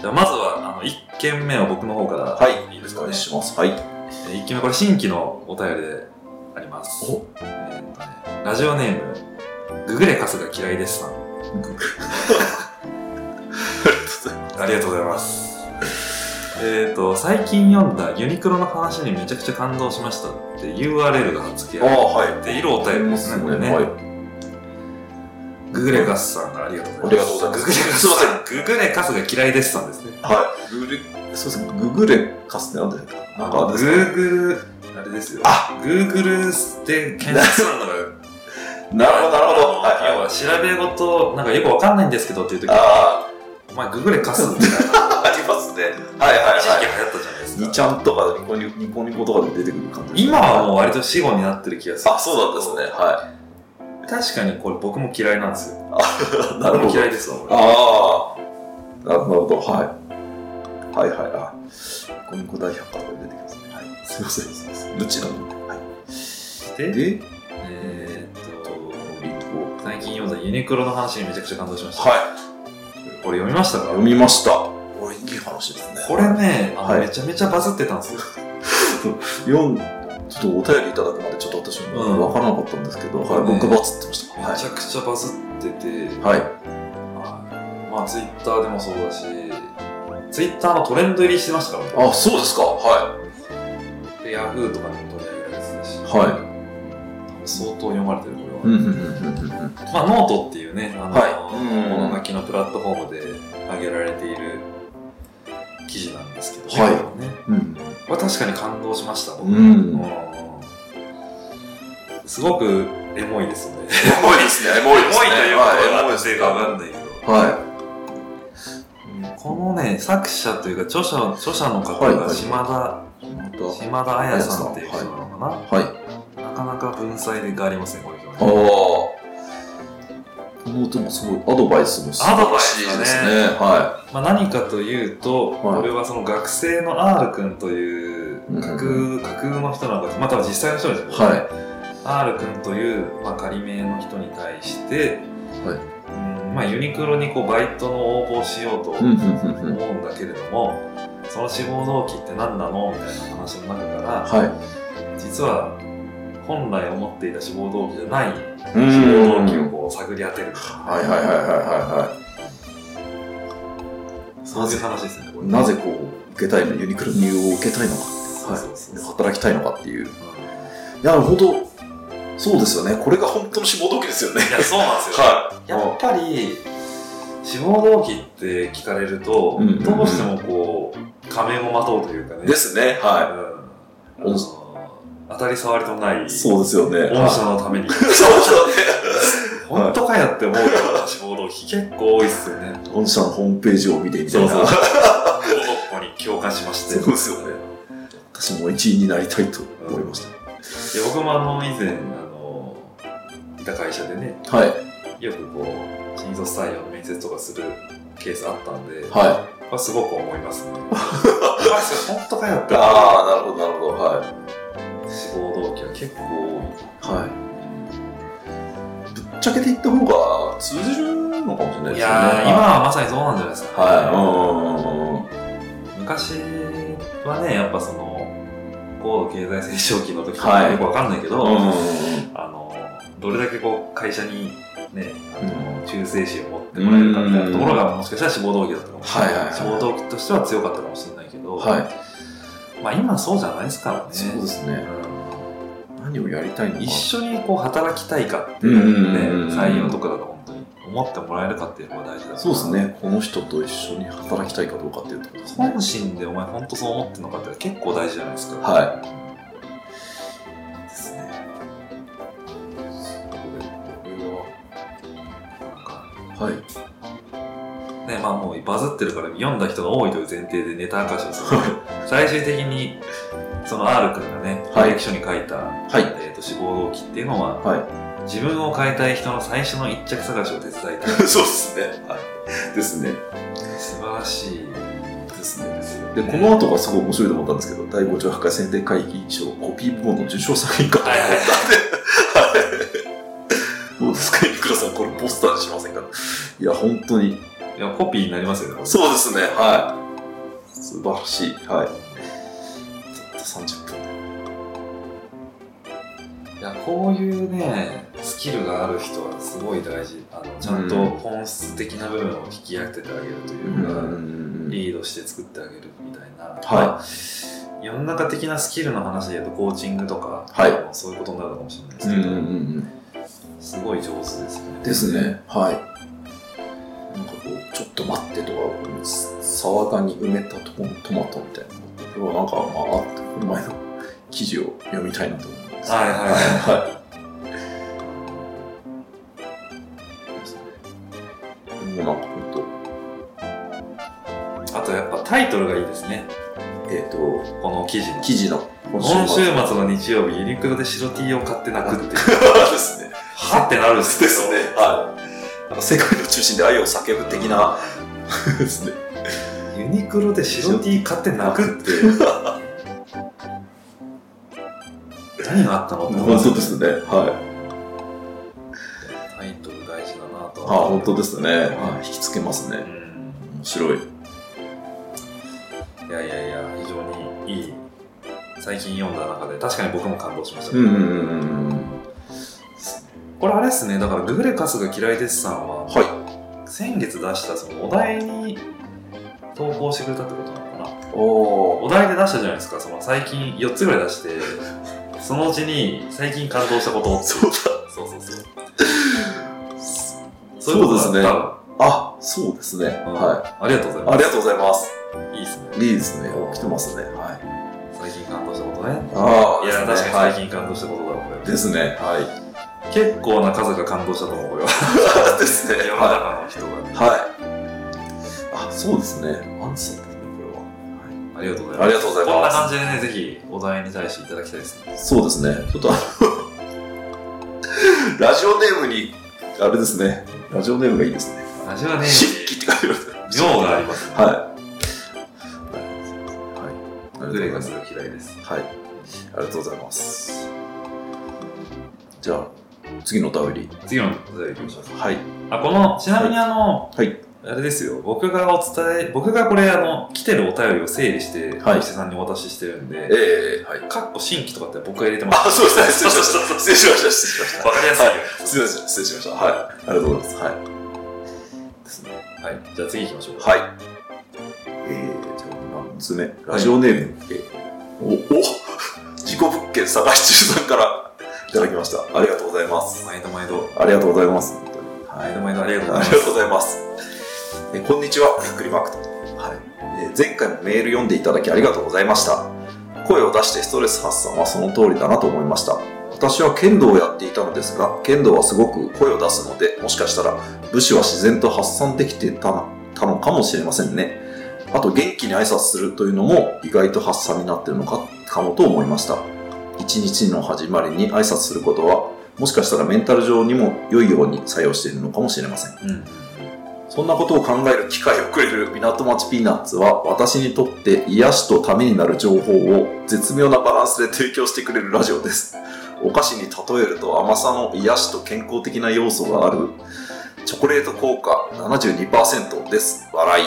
[SPEAKER 2] じゃあまずは、あの、1件目を僕の方から、
[SPEAKER 1] はい。
[SPEAKER 2] いいです
[SPEAKER 1] お
[SPEAKER 2] か
[SPEAKER 1] 願
[SPEAKER 2] ね
[SPEAKER 1] い。します。はい。
[SPEAKER 2] えー一件目、これ新規のお便りであります。
[SPEAKER 1] お
[SPEAKER 2] えーっとね、ラジオネーム、ググレカスが嫌いです さん。ありがとうございます。えっと、最近読んだユニクロの話にめちゃくちゃ感動しましたって URL が付け
[SPEAKER 1] あ、
[SPEAKER 2] られ
[SPEAKER 1] はい。
[SPEAKER 2] ているお便りですね、これね。
[SPEAKER 1] はい。
[SPEAKER 2] ググレカスさんがありがとうご
[SPEAKER 1] あ
[SPEAKER 2] ざ
[SPEAKER 1] り
[SPEAKER 2] い
[SPEAKER 1] が
[SPEAKER 2] ま
[SPEAKER 1] とう
[SPEAKER 2] す。
[SPEAKER 1] ございます
[SPEAKER 2] ググレカスさん、ググレカスが嫌いですさんですね。
[SPEAKER 1] はい。ググレ、そうですね。ググレカスってなんだよ。なんかあれ
[SPEAKER 2] グ
[SPEAKER 1] ですか
[SPEAKER 2] ーグル、あれですよ。あグーグル で検索するのが、
[SPEAKER 1] なるほど、なるほど。
[SPEAKER 2] あの
[SPEAKER 1] はい
[SPEAKER 2] 要
[SPEAKER 1] はい。
[SPEAKER 2] は調べ事、なんかよくわかんないんですけどっていう時
[SPEAKER 1] あ
[SPEAKER 2] お前ググレカス みたいな、
[SPEAKER 1] あ、ありますね。はいはい
[SPEAKER 2] 一時期
[SPEAKER 1] は
[SPEAKER 2] 流行ったじゃないです
[SPEAKER 1] い。
[SPEAKER 2] か。
[SPEAKER 1] にちゃんとかニコニコニコニコとかで出てくる感じ。
[SPEAKER 2] 今はもう割と死後になってる気がする。
[SPEAKER 1] あ、そうなんですね。は
[SPEAKER 2] 確かにこれ僕も嫌いなんですよ。
[SPEAKER 1] い。 なるほ
[SPEAKER 2] 僕も
[SPEAKER 1] ど。
[SPEAKER 2] 嫌いですわ、
[SPEAKER 1] あ
[SPEAKER 2] 俺
[SPEAKER 1] あ。なるほど、はい。はいはい、あ。ニコニコ大百科とか出てきますね。はい。すいません、すいません。無知なので。はい。
[SPEAKER 2] で
[SPEAKER 1] で、
[SPEAKER 2] えーっと、
[SPEAKER 1] リンゴ。
[SPEAKER 2] 最近読んだユニクロの話にめちゃくちゃ感動しました。
[SPEAKER 1] はい。
[SPEAKER 2] これ読みましたか
[SPEAKER 1] 読みました。これいい話ですね。
[SPEAKER 2] これね、あの
[SPEAKER 1] はい
[SPEAKER 2] めちゃめちゃバズってたんですよ。
[SPEAKER 1] 読ん、ちょっとお便りいただくまでちょっと私
[SPEAKER 2] うん
[SPEAKER 1] も分からなかったんですけど、はい、
[SPEAKER 2] ね
[SPEAKER 1] 僕バツってました。
[SPEAKER 2] めちゃくちゃバズってて、
[SPEAKER 1] はい。
[SPEAKER 2] はいまあツイッターでもそうだし、ツイッターのトレンド入りしてましたから
[SPEAKER 1] はい。あ、そうですか。は
[SPEAKER 2] ね。で、ヤフーとかにも取り上げられてたし。。
[SPEAKER 1] はい
[SPEAKER 2] 相当読まれてるこれは、
[SPEAKER 1] うんうんうんうんうんうん
[SPEAKER 2] まあ、ノートっていうね、あの、
[SPEAKER 1] はいうん
[SPEAKER 2] もの書きのプラットフォームで上げられている記事なんですけど、
[SPEAKER 1] はい
[SPEAKER 2] これね、
[SPEAKER 1] うん
[SPEAKER 2] これ確かに感動しました、僕
[SPEAKER 1] うん
[SPEAKER 2] うんすごくエモいですよね。
[SPEAKER 1] エモいですねエモいですね
[SPEAKER 2] は
[SPEAKER 1] はいエモいですね
[SPEAKER 2] んないけど。
[SPEAKER 1] は
[SPEAKER 2] このね、作者というか著者、著者の方
[SPEAKER 1] はいは
[SPEAKER 2] が
[SPEAKER 1] い
[SPEAKER 2] 島田、
[SPEAKER 1] いまた
[SPEAKER 2] 島田彩さんっていう人なのかな、
[SPEAKER 1] はい
[SPEAKER 2] なかなか文才がありますね、これ人はね
[SPEAKER 1] ああこのでもすごいアドバイスも素晴らしいですねは
[SPEAKER 2] まあ、何かというと、
[SPEAKER 1] はい
[SPEAKER 2] これはその学生の R 君という
[SPEAKER 1] うん
[SPEAKER 2] 架空,、架空の人なのか、または実際の人ですよ
[SPEAKER 1] い
[SPEAKER 2] ね、
[SPEAKER 1] は
[SPEAKER 2] R 君という、まあ、仮名の人に対して、
[SPEAKER 1] はい
[SPEAKER 2] うんまあ、ユニクロにこうバイトの応募をしようと
[SPEAKER 1] いうんううん
[SPEAKER 2] 思うん
[SPEAKER 1] うん
[SPEAKER 2] んだけれども、その志望動機って何なのみたいな話の中から、
[SPEAKER 1] は
[SPEAKER 2] 実は本来思っていた志望動機じゃない
[SPEAKER 1] いうん
[SPEAKER 2] 志望動機をこう探り当てる、
[SPEAKER 1] はいはいはいはいはいはい
[SPEAKER 2] そういう話ですね、これ
[SPEAKER 1] なぜこう受けたいのユニクロに入を受けたいのか
[SPEAKER 2] そうそうそうそう
[SPEAKER 1] 働きたいのかっていういや本当そうですよねこれが本当の志望動機ですよね
[SPEAKER 2] いや、そうなんです よ。
[SPEAKER 1] は
[SPEAKER 2] やっぱり、志望動機って聞かれると、
[SPEAKER 1] うん
[SPEAKER 2] どうしてもこう、仮面をまとうというかね。
[SPEAKER 1] ですね
[SPEAKER 2] うん
[SPEAKER 1] は
[SPEAKER 2] あの当たり障りとない、
[SPEAKER 1] いそうですよね
[SPEAKER 2] 御社のため に。
[SPEAKER 1] そうそうね
[SPEAKER 2] 本当かよって思うような志望動機結構多いっすよね。
[SPEAKER 1] 御社のホームページを見てみたいな
[SPEAKER 2] そうそごっこに共感しまして。
[SPEAKER 1] そうですよね私も一員になりたいと思いまし
[SPEAKER 2] で僕もあの、以前、あの、いた会社でね、
[SPEAKER 1] たはい
[SPEAKER 2] よくこう、新卒採用の面接とかするケースあったんで、
[SPEAKER 1] はい
[SPEAKER 2] はすごく思い ますね。あ、それ本当かよって。
[SPEAKER 1] ああなるほどなるほどはい
[SPEAKER 2] 志望動機は結構
[SPEAKER 1] は
[SPEAKER 2] 多
[SPEAKER 1] いぶっちゃけていった方が通じるのかもしれないですよね
[SPEAKER 2] い。いやー、今はまさにそうなんじゃないですか。
[SPEAKER 1] はいうん
[SPEAKER 2] い。昔はね、やっぱその、高度経済成長期の時と
[SPEAKER 1] は
[SPEAKER 2] か
[SPEAKER 1] い
[SPEAKER 2] よくわかんないけど、
[SPEAKER 1] うんうんうん
[SPEAKER 2] あの、どれだけこう、会社にね、あの、忠誠心を持って
[SPEAKER 1] うん
[SPEAKER 2] もらえるかみたいなところが、もしかしたら志望動機だったかもしれない。
[SPEAKER 1] はいはいはい
[SPEAKER 2] 志望動機としては強かったかもしれないけど、
[SPEAKER 1] うんはい
[SPEAKER 2] まあ今そうじゃないですからね。
[SPEAKER 1] そうですね
[SPEAKER 2] うん
[SPEAKER 1] 何をやりたいのか
[SPEAKER 2] 一緒にこう働きたいかって、ね
[SPEAKER 1] うんうんうんうん
[SPEAKER 2] 採用とかだと本当に思ってもらえるかっていうのが大事だから
[SPEAKER 1] そうですねこの人と一緒に働きたいかどうかっていうところですね
[SPEAKER 2] 本心でお前本当そう思ってるのかって結構大事じゃないですか
[SPEAKER 1] はい
[SPEAKER 2] ですね
[SPEAKER 1] これ
[SPEAKER 2] なんか
[SPEAKER 1] ははい
[SPEAKER 2] ねまあもうバズってるから読んだ人が多いという前提でネタ明かしをする最終的にその R 君がね
[SPEAKER 1] はい
[SPEAKER 2] 履歴書に書いた、
[SPEAKER 1] はい
[SPEAKER 2] えー、と志望動機っていうのは
[SPEAKER 1] はい
[SPEAKER 2] 自分を変えたい人の最初の一着探しを手伝いたい
[SPEAKER 1] そうですね。はい。ですね。
[SPEAKER 2] 素晴らしい
[SPEAKER 1] ですね。で、この後がすごい面白いと思ったんですけど、第50回宣伝会議賞コピー部門の受賞作品かと思ったんで、はい。どうですか、イクラさん、これポスターにしませんかいや、本当に。
[SPEAKER 2] いやコピーになりますよね
[SPEAKER 1] そうですね。はい。素晴らしい。はい。たった30分。
[SPEAKER 2] いやこういうねスキルがある人はすごい大事あのちゃん
[SPEAKER 1] う
[SPEAKER 2] と
[SPEAKER 1] ん
[SPEAKER 2] 本質的な部分を引き当ててあげるというか、リードして作ってあげるみたいな、い、世の中的なスキルの話で言うとコーチングとか、
[SPEAKER 1] は
[SPEAKER 2] そういうことになるのかもしれないで
[SPEAKER 1] うん
[SPEAKER 2] す
[SPEAKER 1] う
[SPEAKER 2] け
[SPEAKER 1] んうん
[SPEAKER 2] ど、すごい上手ですよ
[SPEAKER 1] う
[SPEAKER 2] ね
[SPEAKER 1] ん。ですね。はい。なんかこう、ちょっと待ってとか、沢田に埋めたとこのトマトみたいな。これはなんか、まあ、あっと前の記事を読みたいなと思います。
[SPEAKER 2] はいはい
[SPEAKER 1] はい。
[SPEAKER 2] は
[SPEAKER 1] もうなんか本
[SPEAKER 2] い、あとやっぱタイトルがいいですね
[SPEAKER 1] 当、えっ、と、
[SPEAKER 2] この記事の
[SPEAKER 1] 記事の
[SPEAKER 2] 今
[SPEAKER 1] 今
[SPEAKER 2] 週末
[SPEAKER 1] 末
[SPEAKER 2] の日曜日ユニクロで白 T を買って泣くってい う
[SPEAKER 1] ですね。
[SPEAKER 2] はってなるんですけ
[SPEAKER 1] で
[SPEAKER 2] ど
[SPEAKER 1] すね。はい。なんか世界の中心で愛を叫ぶ的 なですね。
[SPEAKER 2] ユニクロで白 T 買って泣く って。何があったのって
[SPEAKER 1] 本当ですね。はい。
[SPEAKER 2] タイトル大事だなと
[SPEAKER 1] あ、
[SPEAKER 2] は思
[SPEAKER 1] 本
[SPEAKER 2] う
[SPEAKER 1] 当ですね。はい。引きつけます
[SPEAKER 2] う
[SPEAKER 1] ね。
[SPEAKER 2] ん
[SPEAKER 1] 面白い。
[SPEAKER 2] いやいやいや、非常にいい。最近読んだ中で、確かに僕も感動しました。
[SPEAKER 1] うんうんうんうんうん。
[SPEAKER 2] これあれですね、だから、グレカスが嫌いですさんは、
[SPEAKER 1] はい。
[SPEAKER 2] 先月出したそのお題に投稿してくれたってことなのかな。
[SPEAKER 1] おお。
[SPEAKER 2] お題で出したじゃないですか、その最近4つぐらい出して、そのうちに最近感動したこと
[SPEAKER 1] そうだ。
[SPEAKER 2] そうそうそうそういう
[SPEAKER 1] そ
[SPEAKER 2] こ
[SPEAKER 1] うで
[SPEAKER 2] と
[SPEAKER 1] す
[SPEAKER 2] だ
[SPEAKER 1] ね
[SPEAKER 2] ったの
[SPEAKER 1] あ、そうですね。
[SPEAKER 2] うん
[SPEAKER 1] は
[SPEAKER 2] ありがとうご
[SPEAKER 1] い。
[SPEAKER 2] ざいます
[SPEAKER 1] ありがとうございます。
[SPEAKER 2] いいですね
[SPEAKER 1] いいですね。起きてますね。はい。
[SPEAKER 2] 最近感動したことね
[SPEAKER 1] ああ、
[SPEAKER 2] いや確か
[SPEAKER 1] は
[SPEAKER 2] に最
[SPEAKER 1] い。
[SPEAKER 2] 近感動したことだわこれ
[SPEAKER 1] ですね。は
[SPEAKER 2] 結構な数が感動したと思うこれは
[SPEAKER 1] い。ですね
[SPEAKER 2] 世の
[SPEAKER 1] は
[SPEAKER 2] 中の人が
[SPEAKER 1] い。は
[SPEAKER 2] ね
[SPEAKER 1] い。あ、そうですね。アンサーですね、こ
[SPEAKER 2] ありがとうござい
[SPEAKER 1] れは。ありが
[SPEAKER 2] ます
[SPEAKER 1] とうござい
[SPEAKER 2] こんな
[SPEAKER 1] ま
[SPEAKER 2] 感じでね、ぜひお題に対していただきたいですね。
[SPEAKER 1] す。そうですね。ちょっとあの、 ラジオネームに、あれですね。ラジオネームがいいですね。
[SPEAKER 2] ラジオネーム
[SPEAKER 1] 漆器って書いてある。
[SPEAKER 2] に妙があります。
[SPEAKER 1] はい。はい。
[SPEAKER 2] グレがする嫌いです。
[SPEAKER 1] はい。ありがとうございます。じゃあ、次のお便り。
[SPEAKER 2] 次のお題いきましょう。
[SPEAKER 1] はい。
[SPEAKER 2] あ、この、ちなみにあの、
[SPEAKER 1] はい。
[SPEAKER 2] あれですよ、僕がお伝え、僕がこれ、あの、来てるお便りを整理して、
[SPEAKER 1] はい
[SPEAKER 2] お店さんにお渡ししてるんで、
[SPEAKER 1] ええはい。
[SPEAKER 2] かっこ新規とかって僕が入れてま す。
[SPEAKER 1] あ、そうですね。失礼しました。失礼しました。
[SPEAKER 2] わかりやすい
[SPEAKER 1] 失礼
[SPEAKER 2] よ。
[SPEAKER 1] しました。失礼しました。はい。ありがとうございます。はい。ですね。
[SPEAKER 2] はい、じゃあ次行きましょう。
[SPEAKER 1] はい。えー、じゃあ、何つ目。ラジオネーム。えーお、お自己物件探し中さんからいただきました。ありがとうございます。
[SPEAKER 2] 毎度毎度、
[SPEAKER 1] ありがとうございます。本当にはい
[SPEAKER 2] 毎度毎度ありがとうご
[SPEAKER 1] あ
[SPEAKER 2] ざい
[SPEAKER 1] り
[SPEAKER 2] ます
[SPEAKER 1] が。とうございます。えこんにちは、びっくりマークと。はいえー前回もメール読んでいただきありがとうございました。声を出してストレス発散はその通りだなと思いました。私は剣道をやっていたのですが、剣道はすごく声を出すので、もしかしたら武士は自然と発散できてたなたのかもしれませんね。あと元気に挨拶するというのも意外と発散になってるのかかもと思いました。一日の始まりに挨拶することは、もしかしたらメンタル上にも良いように作用しているのかもしれません。
[SPEAKER 2] うん。
[SPEAKER 1] そんなことを考える機会をくれる港町ピーナッツは私にとって癒しとためになる情報を絶妙なバランスで提供してくれるラジオです。お菓子に例えると甘さの癒しと健康的な要素があるチョコレート効果72%です。笑い。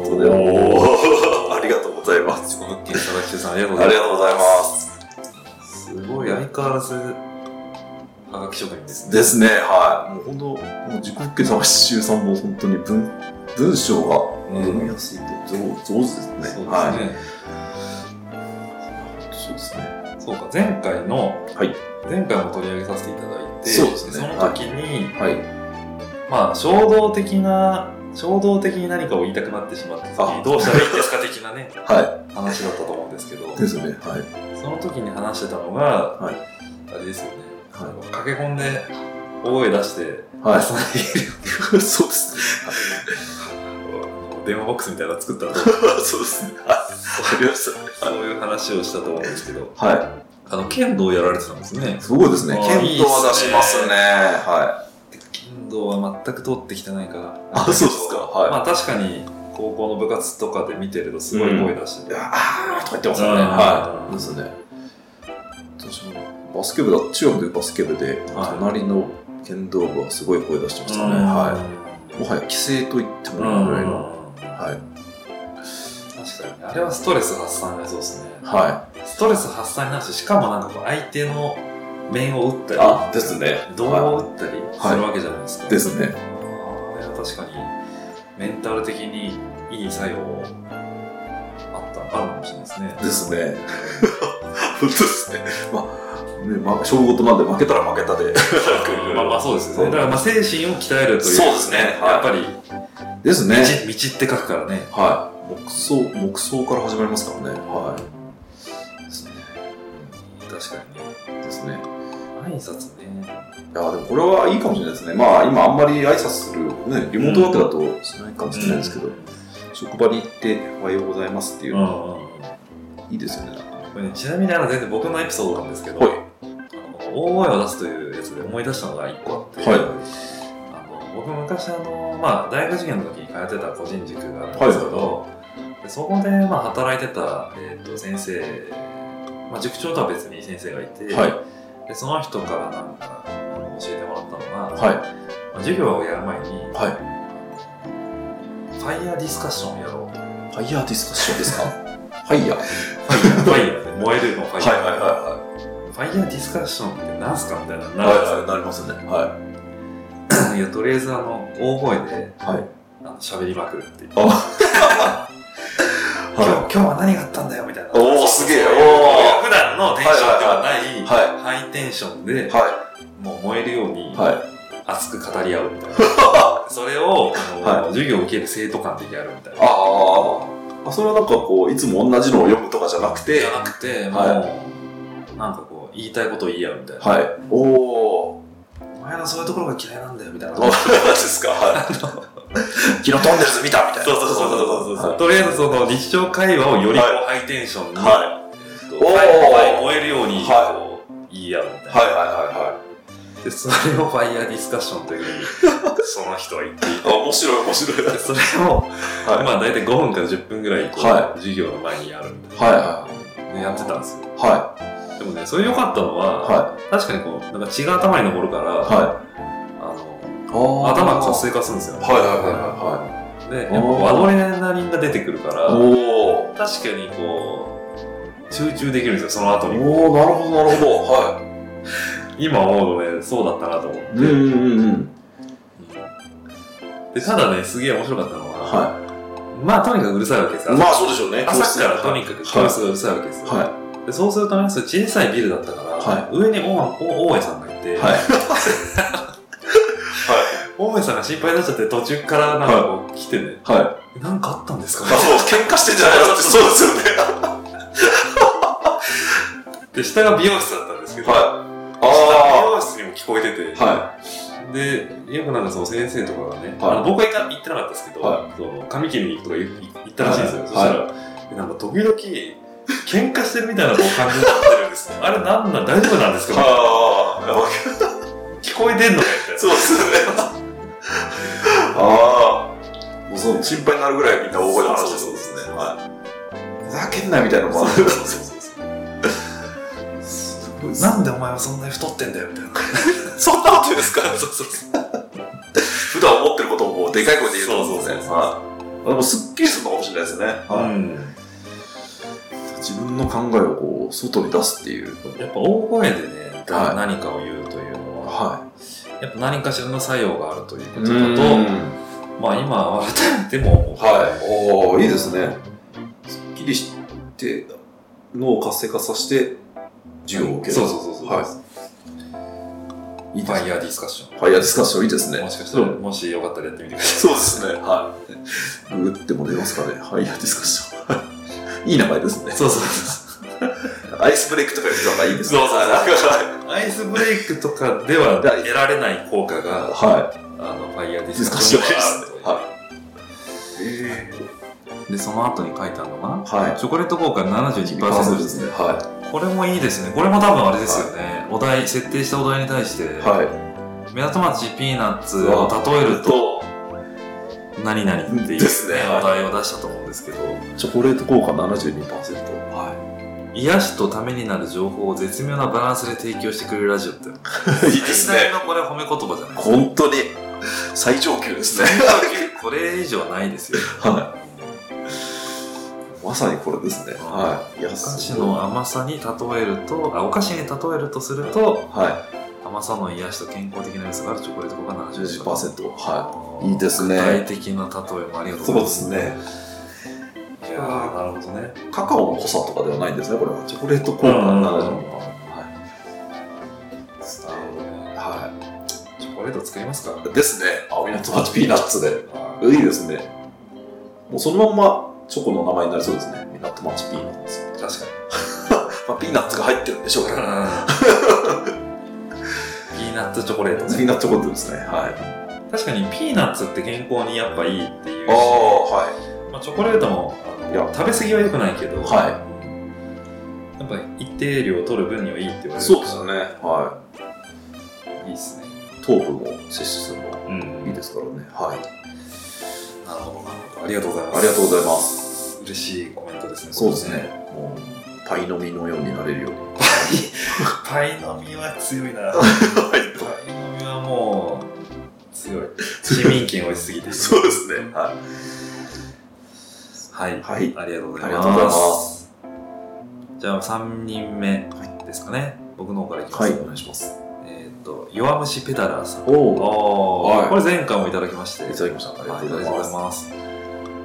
[SPEAKER 1] おー ありがとうございます。
[SPEAKER 2] 自己物件佐々木さん、ありがとうご
[SPEAKER 1] あ
[SPEAKER 2] ざい
[SPEAKER 1] りが。
[SPEAKER 2] ます
[SPEAKER 1] とうございます。
[SPEAKER 2] すごい、相変わらず、はがき職人ですね。
[SPEAKER 1] ですね、はい。もう本当、もう自己物件探し中さんも本当に文文章が読みやすいと上上手ですね。
[SPEAKER 2] そうですね。
[SPEAKER 1] はいそうですね。
[SPEAKER 2] そうか、前回の、
[SPEAKER 1] はい
[SPEAKER 2] 前回も取り上げさせていただいて、
[SPEAKER 1] そうですね
[SPEAKER 2] の時に、
[SPEAKER 1] はい。
[SPEAKER 2] まあ、衝動的な、衝動的に何かを言いたくなってしまった時
[SPEAKER 1] あ
[SPEAKER 2] に、どうしたらいいですか的 なね、
[SPEAKER 1] は
[SPEAKER 2] 話だったと思うんですけど
[SPEAKER 1] い。、ですよね。はい。
[SPEAKER 2] その時に話してたのが、
[SPEAKER 1] はい
[SPEAKER 2] あれですよね、
[SPEAKER 1] は
[SPEAKER 2] 駆け込んで、大声出して、
[SPEAKER 1] は
[SPEAKER 2] その
[SPEAKER 1] い。 そうですね。
[SPEAKER 2] 電話ボックスみたいなの作ったらど う
[SPEAKER 1] そうですね。はい。わかりまし
[SPEAKER 2] そういう話をしたと思うんですけど、
[SPEAKER 1] た。は
[SPEAKER 2] あの、剣道をやられてたんですね
[SPEAKER 1] い。。すごいですね。
[SPEAKER 2] あー
[SPEAKER 1] 剣道は出しますね。は
[SPEAKER 2] 剣道は全く通ってきてないから。
[SPEAKER 1] あそうですかはい
[SPEAKER 2] まあ確かに、高校の部活とかで見てるとすごい声出して
[SPEAKER 1] い。
[SPEAKER 2] て。
[SPEAKER 1] あーとか言ってますよね。はい。ですね。私もバスケ部だ、中学でバスケ部で、
[SPEAKER 2] はい
[SPEAKER 1] 隣の剣道部はすごい声出してましたね。
[SPEAKER 2] うん
[SPEAKER 1] は。い。もはや規制と言って
[SPEAKER 2] う
[SPEAKER 1] もいい
[SPEAKER 2] ん
[SPEAKER 1] ぐらいの。はい。
[SPEAKER 2] 確かにね。あれはストレス発散がそうですね。
[SPEAKER 1] は
[SPEAKER 2] ストレス発散になるし、しかもなんかこう相手の面を打ったり、
[SPEAKER 1] あですね
[SPEAKER 2] 動画を打ったりするわけじゃないですか。
[SPEAKER 1] い。ですね。
[SPEAKER 2] あれは確かに、メンタル的にいい作用あった、あるかもしれないですね。
[SPEAKER 1] ですね。 本当ですね。 まあ、ね、まあ、勝負事なんで負けたら負けた で。
[SPEAKER 2] まあまあそうですよね。だからまあ精神を鍛えるという。
[SPEAKER 1] そうですねはい
[SPEAKER 2] やっぱり、
[SPEAKER 1] です
[SPEAKER 2] 道
[SPEAKER 1] ね。
[SPEAKER 2] 道って書くからね。
[SPEAKER 1] はい。木葬、木葬から始まりますからね。はい。ですね。
[SPEAKER 2] 確かに
[SPEAKER 1] ですね。
[SPEAKER 2] ね。挨拶ね。
[SPEAKER 1] いや、でもこれはいいかもしれないですね。まあ、今あんまり挨拶する、ね、リモートワークだとしないかもしれないですけど、
[SPEAKER 2] うん
[SPEAKER 1] 職場に行って、おはようございますっていう
[SPEAKER 2] うん
[SPEAKER 1] の、
[SPEAKER 2] うんうん
[SPEAKER 1] いいですよね。
[SPEAKER 2] これねちなみにあの全然僕のエピソードなんですけど、
[SPEAKER 1] はい
[SPEAKER 2] あの大声を出すというやつで思い出したのが一個あって、
[SPEAKER 1] はい
[SPEAKER 2] あの僕昔あの、まあ、大学受験の時に通ってた個人塾があるんですけど、でそこで、まあ、働いてた、えー、と先生、まあ、塾長とは別に先生がいて、
[SPEAKER 1] はい
[SPEAKER 2] でその人からなんかあの教えてもらったのが、
[SPEAKER 1] はい。
[SPEAKER 2] まあ、授業をやる前に、
[SPEAKER 1] は
[SPEAKER 2] ファイヤーディスカッションをやろうと。
[SPEAKER 1] い。ファイヤーディスカッションですかファイヤー。
[SPEAKER 2] ファイヤーで燃えるのファイヤー。
[SPEAKER 1] は
[SPEAKER 2] ファイヤーディスカッションって何すかみたいなのに
[SPEAKER 1] い
[SPEAKER 2] なるんです
[SPEAKER 1] は
[SPEAKER 2] よ
[SPEAKER 1] い。なりますね。はい
[SPEAKER 2] や、とりあえず、あの、大声
[SPEAKER 1] い。
[SPEAKER 2] で、
[SPEAKER 1] はい。
[SPEAKER 2] あの、喋りまくるっていう。
[SPEAKER 1] あ、
[SPEAKER 2] 今日
[SPEAKER 1] は
[SPEAKER 2] 今日は何があったんだよみたいな。
[SPEAKER 1] おーすげえ
[SPEAKER 2] そういう
[SPEAKER 1] お
[SPEAKER 2] 普段のテンションではない、
[SPEAKER 1] い。は
[SPEAKER 2] ハイテンションで
[SPEAKER 1] い。、は
[SPEAKER 2] もう燃えるように
[SPEAKER 1] い。、は
[SPEAKER 2] 熱く語り合う みたいな。それを、あの
[SPEAKER 1] は
[SPEAKER 2] 授業を受ける生徒間でやるみたい
[SPEAKER 1] い。
[SPEAKER 2] な。
[SPEAKER 1] ああ。それはなんかこう、いつも同じのを読むとかじゃなくて
[SPEAKER 2] じゃ、なくて、もう、
[SPEAKER 1] は
[SPEAKER 2] なんかこう、言いたいことを言い合うみたいな。
[SPEAKER 1] はい。おお。
[SPEAKER 2] お前のそういうところが嫌いなんだよ みたいな。
[SPEAKER 1] ですか。はい。キノトンネルズ見たみたいな。
[SPEAKER 2] そうそうそうそうそう、
[SPEAKER 1] はい
[SPEAKER 2] とりあえずその日常会話をよりこう
[SPEAKER 1] は
[SPEAKER 2] ハイテンションに、
[SPEAKER 1] は
[SPEAKER 2] こ
[SPEAKER 1] おー
[SPEAKER 2] うはい燃えるようにこう、
[SPEAKER 1] は
[SPEAKER 2] 言い合うみたいな、
[SPEAKER 1] はいは
[SPEAKER 2] でそれをファイヤーディスカッションというその人は 言ってい
[SPEAKER 1] いはいはい。あ、面白い面白い。はい
[SPEAKER 2] てそれを、
[SPEAKER 1] はい
[SPEAKER 2] まあ大体5分から10分ぐらいこう、
[SPEAKER 1] は
[SPEAKER 2] 授業の前にやるみたいな、
[SPEAKER 1] は
[SPEAKER 2] でやってたんですよ
[SPEAKER 1] い。は
[SPEAKER 2] でもねそれ良かったの
[SPEAKER 1] い。
[SPEAKER 2] は、
[SPEAKER 1] は
[SPEAKER 2] 確かにこうなんか血が頭に残るから、
[SPEAKER 1] い。は
[SPEAKER 2] あの
[SPEAKER 1] い。あ
[SPEAKER 2] 頭が活性化するんですよ、
[SPEAKER 1] はいはいは
[SPEAKER 2] でやっぱアドレナリンが出てくるか
[SPEAKER 1] い
[SPEAKER 2] ら
[SPEAKER 1] はい。おお。
[SPEAKER 2] 確かにこう集中できるんですよその後に
[SPEAKER 1] おおなるほどなるほど。は
[SPEAKER 2] 今思うとねそうだったなと思って、
[SPEAKER 1] い。うんうんうん。
[SPEAKER 2] でただねすげえ面白かったのは、
[SPEAKER 1] は
[SPEAKER 2] まあとにかくうるさいわけです
[SPEAKER 1] い。
[SPEAKER 2] よ、
[SPEAKER 1] まあそうでしょうね。
[SPEAKER 2] 朝からとにかく教室がうるさいわけですよ、
[SPEAKER 1] は
[SPEAKER 2] でそうするとねそれ小さいビルだったから、
[SPEAKER 1] は
[SPEAKER 2] 上に大大大江さんがいて、
[SPEAKER 1] い。はい。
[SPEAKER 2] 大江さんが心配になっちゃって途中からなんかこう来てね
[SPEAKER 1] はい。
[SPEAKER 2] なんかあったんですかね
[SPEAKER 1] あ、そう、喧嘩してんじゃないだってそうですよね。
[SPEAKER 2] で下が美容室だったんですけど、
[SPEAKER 1] はい。
[SPEAKER 2] 下美
[SPEAKER 1] あ
[SPEAKER 2] 容室にも聞こえてて、
[SPEAKER 1] あ。は
[SPEAKER 2] で、よくなんかその先生とかがね、
[SPEAKER 1] はい
[SPEAKER 2] あの僕は行か行ってなかったですけど、
[SPEAKER 1] は
[SPEAKER 2] その髪切りに行くとか言う行ったらしいんですよ。
[SPEAKER 1] はい
[SPEAKER 2] そしたら、えなんか時々、喧嘩してるみたいなこう感じになってるん です。あれなんなん大丈夫なんです
[SPEAKER 1] い。
[SPEAKER 2] か
[SPEAKER 1] は
[SPEAKER 2] 聞こえてんのか
[SPEAKER 1] あ。
[SPEAKER 2] みたいな。
[SPEAKER 1] そうですよね。ああ。もうその心配になるぐらいみんな大声で話してそうですね。はい。ふざけんなみたいなのもある。
[SPEAKER 2] そうそうそう
[SPEAKER 1] すごい
[SPEAKER 2] そう
[SPEAKER 1] な
[SPEAKER 2] なんでお前はそんなに太ってんだよみたいな。
[SPEAKER 1] そんなこと言うんですか
[SPEAKER 2] そうそうそう。
[SPEAKER 1] 普段思ってることをもうでかい声で言うと思うんですね。
[SPEAKER 2] そうそうそう
[SPEAKER 1] はい。でもすっきりするのかもしれないですね。
[SPEAKER 2] う
[SPEAKER 1] は
[SPEAKER 2] ん
[SPEAKER 1] い。自分の考えをこう、外に出すっていう。
[SPEAKER 2] やっぱ大声でね、
[SPEAKER 1] はい
[SPEAKER 2] 何かを言うというのは、
[SPEAKER 1] は
[SPEAKER 2] やっぱ何かしらの作用があるというこ
[SPEAKER 1] い。
[SPEAKER 2] とだと、まあ今改めても、
[SPEAKER 1] はい。おおいいですね。すっきりして、脳を活性化させて、授業を受ける。
[SPEAKER 2] そうそうそうそう。
[SPEAKER 1] はいい
[SPEAKER 2] いい
[SPEAKER 1] い
[SPEAKER 2] フ
[SPEAKER 1] です
[SPEAKER 2] ァイ
[SPEAKER 1] ね。
[SPEAKER 2] ヤーディスカッション。
[SPEAKER 1] ファイヤーディスカッションいいですね
[SPEAKER 2] も。しかしたら、もしよかったらやってみてくださ
[SPEAKER 1] そうですね。はい。ググっても出ますかね。ファイヤーディスカッション。いい名前ですね
[SPEAKER 2] い。。そうそうそ
[SPEAKER 1] アイスブレイクとか言ってた方がいいですね。
[SPEAKER 2] そうそうそう
[SPEAKER 1] は
[SPEAKER 2] う。アイスブレイクとかでは
[SPEAKER 1] はい
[SPEAKER 2] 得られない効果が、
[SPEAKER 1] い。は
[SPEAKER 2] あの、ファイヤ
[SPEAKER 1] い。
[SPEAKER 2] ーディ
[SPEAKER 1] ディ
[SPEAKER 2] ス
[SPEAKER 1] ス
[SPEAKER 2] カ
[SPEAKER 1] カ
[SPEAKER 2] ッ
[SPEAKER 1] ッシ
[SPEAKER 2] シ
[SPEAKER 1] ョ
[SPEAKER 2] ョン
[SPEAKER 1] ン
[SPEAKER 2] にあ
[SPEAKER 1] です。
[SPEAKER 2] ると
[SPEAKER 1] はい。え
[SPEAKER 2] いう。で、その後に書いてあるのかな
[SPEAKER 1] ー、はい。
[SPEAKER 2] チョコレート効果
[SPEAKER 1] で
[SPEAKER 2] 72%。
[SPEAKER 1] すね。は
[SPEAKER 2] これもいいですね。これも多分あれですよね。お題、設定したお題に対して、
[SPEAKER 1] い。は
[SPEAKER 2] 目立たまちピーナッツを例える
[SPEAKER 1] い。
[SPEAKER 2] と、
[SPEAKER 1] と、
[SPEAKER 2] 何々ってい
[SPEAKER 1] で
[SPEAKER 2] う、
[SPEAKER 1] すねはい
[SPEAKER 2] お題を出したと思うんですけど、
[SPEAKER 1] チョコレート効果72%。は
[SPEAKER 2] 癒しとためになる情報を絶妙なバランスで提供してくれるラジオって。
[SPEAKER 1] い。いいです
[SPEAKER 2] 最大
[SPEAKER 1] ね。
[SPEAKER 2] のこれは褒め言葉じゃないですか。
[SPEAKER 1] 本当に、最上級ですね。
[SPEAKER 2] これ以上ないですよ。
[SPEAKER 1] はい。まさにこれですね。はい。いや、
[SPEAKER 2] お菓子
[SPEAKER 1] すごい
[SPEAKER 2] の甘さに例えると、あ、お菓子に例えるとすると、
[SPEAKER 1] は
[SPEAKER 2] 甘さの癒しと健康的な要素があるチョコレート効果
[SPEAKER 1] い。
[SPEAKER 2] 70%。
[SPEAKER 1] 10%。はい。いいですね
[SPEAKER 2] 具体的な例えもありがとうご
[SPEAKER 1] そう
[SPEAKER 2] ざい
[SPEAKER 1] で
[SPEAKER 2] ます。
[SPEAKER 1] すね。
[SPEAKER 2] いやー、なるほどね。
[SPEAKER 1] カカオの濃さとかではないんですね、これは。チョコレート効果
[SPEAKER 2] うん
[SPEAKER 1] なのかはい。は
[SPEAKER 2] チョコレート作りますか
[SPEAKER 1] い。ですね。青みのトマトピーナッツで。
[SPEAKER 2] あ
[SPEAKER 1] いいですね。もうそのまんまチョコの名前になりそうですね。ミナットマチピーナッツ。
[SPEAKER 2] ー確か
[SPEAKER 1] まあ、ピーナッツが入ってるんでしょうけど。ピ
[SPEAKER 2] に。ピーナッツチョコレート
[SPEAKER 1] ー
[SPEAKER 2] ね。
[SPEAKER 1] ナッツチョコレートですね。はい。
[SPEAKER 2] 確かにピーナッツって健康にやっぱいいっていうし
[SPEAKER 1] ああ、は
[SPEAKER 2] まあ、チョコレートもあの
[SPEAKER 1] いや
[SPEAKER 2] 食べ過ぎは良くないけど、
[SPEAKER 1] は
[SPEAKER 2] やっぱり一定量取る分にはいいって言われる
[SPEAKER 1] い。
[SPEAKER 2] から
[SPEAKER 1] ね。はい
[SPEAKER 2] いですね。
[SPEAKER 1] い。糖分を摂取するのも
[SPEAKER 2] うん、
[SPEAKER 1] いいですからね。はい。
[SPEAKER 2] なるほど、なるほど。ありがとうございます。。
[SPEAKER 1] ありがとうございます
[SPEAKER 2] 嬉しいコメントですね。
[SPEAKER 1] そうですね。。 もう、パイの実のようになれるように。
[SPEAKER 2] パイの実は強いな。パイの実はもう、強い。市民権を得すぎ ている。
[SPEAKER 1] そうですね。は
[SPEAKER 2] はい。
[SPEAKER 1] はい
[SPEAKER 2] ありがとうござい
[SPEAKER 1] ありが
[SPEAKER 2] ます。
[SPEAKER 1] とうございま
[SPEAKER 2] じゃあ、3人目ですかね。僕の方からいきます。
[SPEAKER 1] はいお願いします。
[SPEAKER 2] えーっと、弱虫ペダラーさん。
[SPEAKER 1] おお。
[SPEAKER 2] おー
[SPEAKER 1] はい
[SPEAKER 2] これ前回もいただきまして。
[SPEAKER 1] いただきました。あ
[SPEAKER 2] あ
[SPEAKER 1] りがとうございます。
[SPEAKER 2] ます。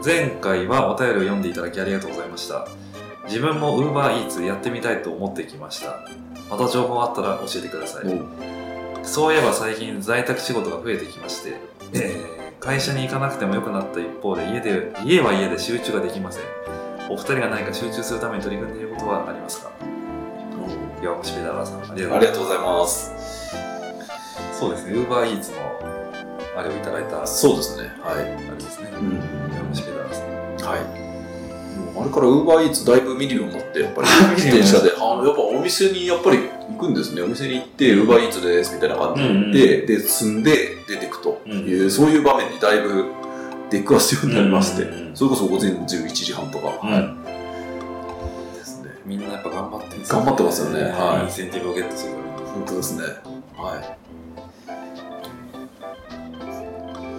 [SPEAKER 2] 前回はお便りを読んでいただきありがとうございました。自分も UberEats やってみたいと思ってきました。また情報あったら教えてください。そういえば最近在宅仕事が増えてきまして、えー会社に行かなくても良くなった一方で家で家は家で集中ができませんお二人が何か集中するために取り組んでいることはありますか岩越ペダラーさんありがとうござい
[SPEAKER 1] あ
[SPEAKER 2] ま
[SPEAKER 1] りが
[SPEAKER 2] す
[SPEAKER 1] とうございます。
[SPEAKER 2] そうですねウーバーイーツのあれをいただいたあ
[SPEAKER 1] そうですね。はい。
[SPEAKER 2] れですね
[SPEAKER 1] うん。
[SPEAKER 2] 岩越ペダラーさん
[SPEAKER 1] はい。もうあれからウーバーイーツだいぶ 見るようになって、やっぱり自転車で、あのやっぱお店にやっぱり行くんですね。お店に行って、ウーバーイーツですみたいな感じで、
[SPEAKER 2] うんうん
[SPEAKER 1] で、で、積んで出てくという、
[SPEAKER 2] うん
[SPEAKER 1] そういう場面にだいぶ出くわすようになりまして、
[SPEAKER 2] うんうんうん
[SPEAKER 1] それこそ午前11時半とか、
[SPEAKER 2] うん
[SPEAKER 1] い、ですね。
[SPEAKER 2] みんなやっぱ頑張ってるんです
[SPEAKER 1] 頑張ってますよねはい
[SPEAKER 2] インセンティブをゲットするのに
[SPEAKER 1] 本当ですね。は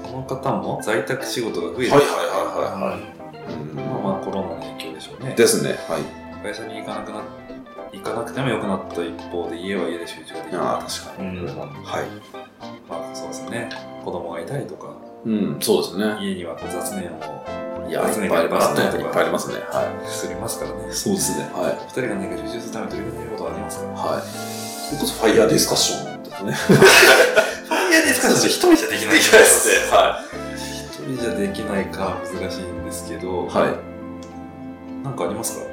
[SPEAKER 2] この方も在宅仕事が増えてきて
[SPEAKER 1] はいはいはいはい
[SPEAKER 2] まあまあコロナの影響でしょうね
[SPEAKER 1] ですね。はい。
[SPEAKER 2] 会社に行かなくな行かなくても良くなった一方で家は家で集中ができる、まあ、
[SPEAKER 1] 確
[SPEAKER 2] かに
[SPEAKER 1] うん、はい。
[SPEAKER 2] そうですね子供がいたりとか
[SPEAKER 1] うん、そうですね。
[SPEAKER 2] 家にはこう雑念を
[SPEAKER 1] いや、
[SPEAKER 2] 集
[SPEAKER 1] い
[SPEAKER 2] め
[SPEAKER 1] ってぱいありま
[SPEAKER 2] ありま
[SPEAKER 1] ね
[SPEAKER 2] すすね。
[SPEAKER 1] いっぱいありますね。は
[SPEAKER 2] すりますからね
[SPEAKER 1] い。そうですね。はい。
[SPEAKER 2] 二人が何か集中するために取り組んでいることはありますか
[SPEAKER 1] はい。それこそファイヤーディスカッションですね。
[SPEAKER 2] いやです
[SPEAKER 1] かに
[SPEAKER 2] 一人じゃでき
[SPEAKER 1] できないですね。は
[SPEAKER 2] 一人じゃできないから難しいんですけど、
[SPEAKER 1] い。はい。
[SPEAKER 2] なんかありますか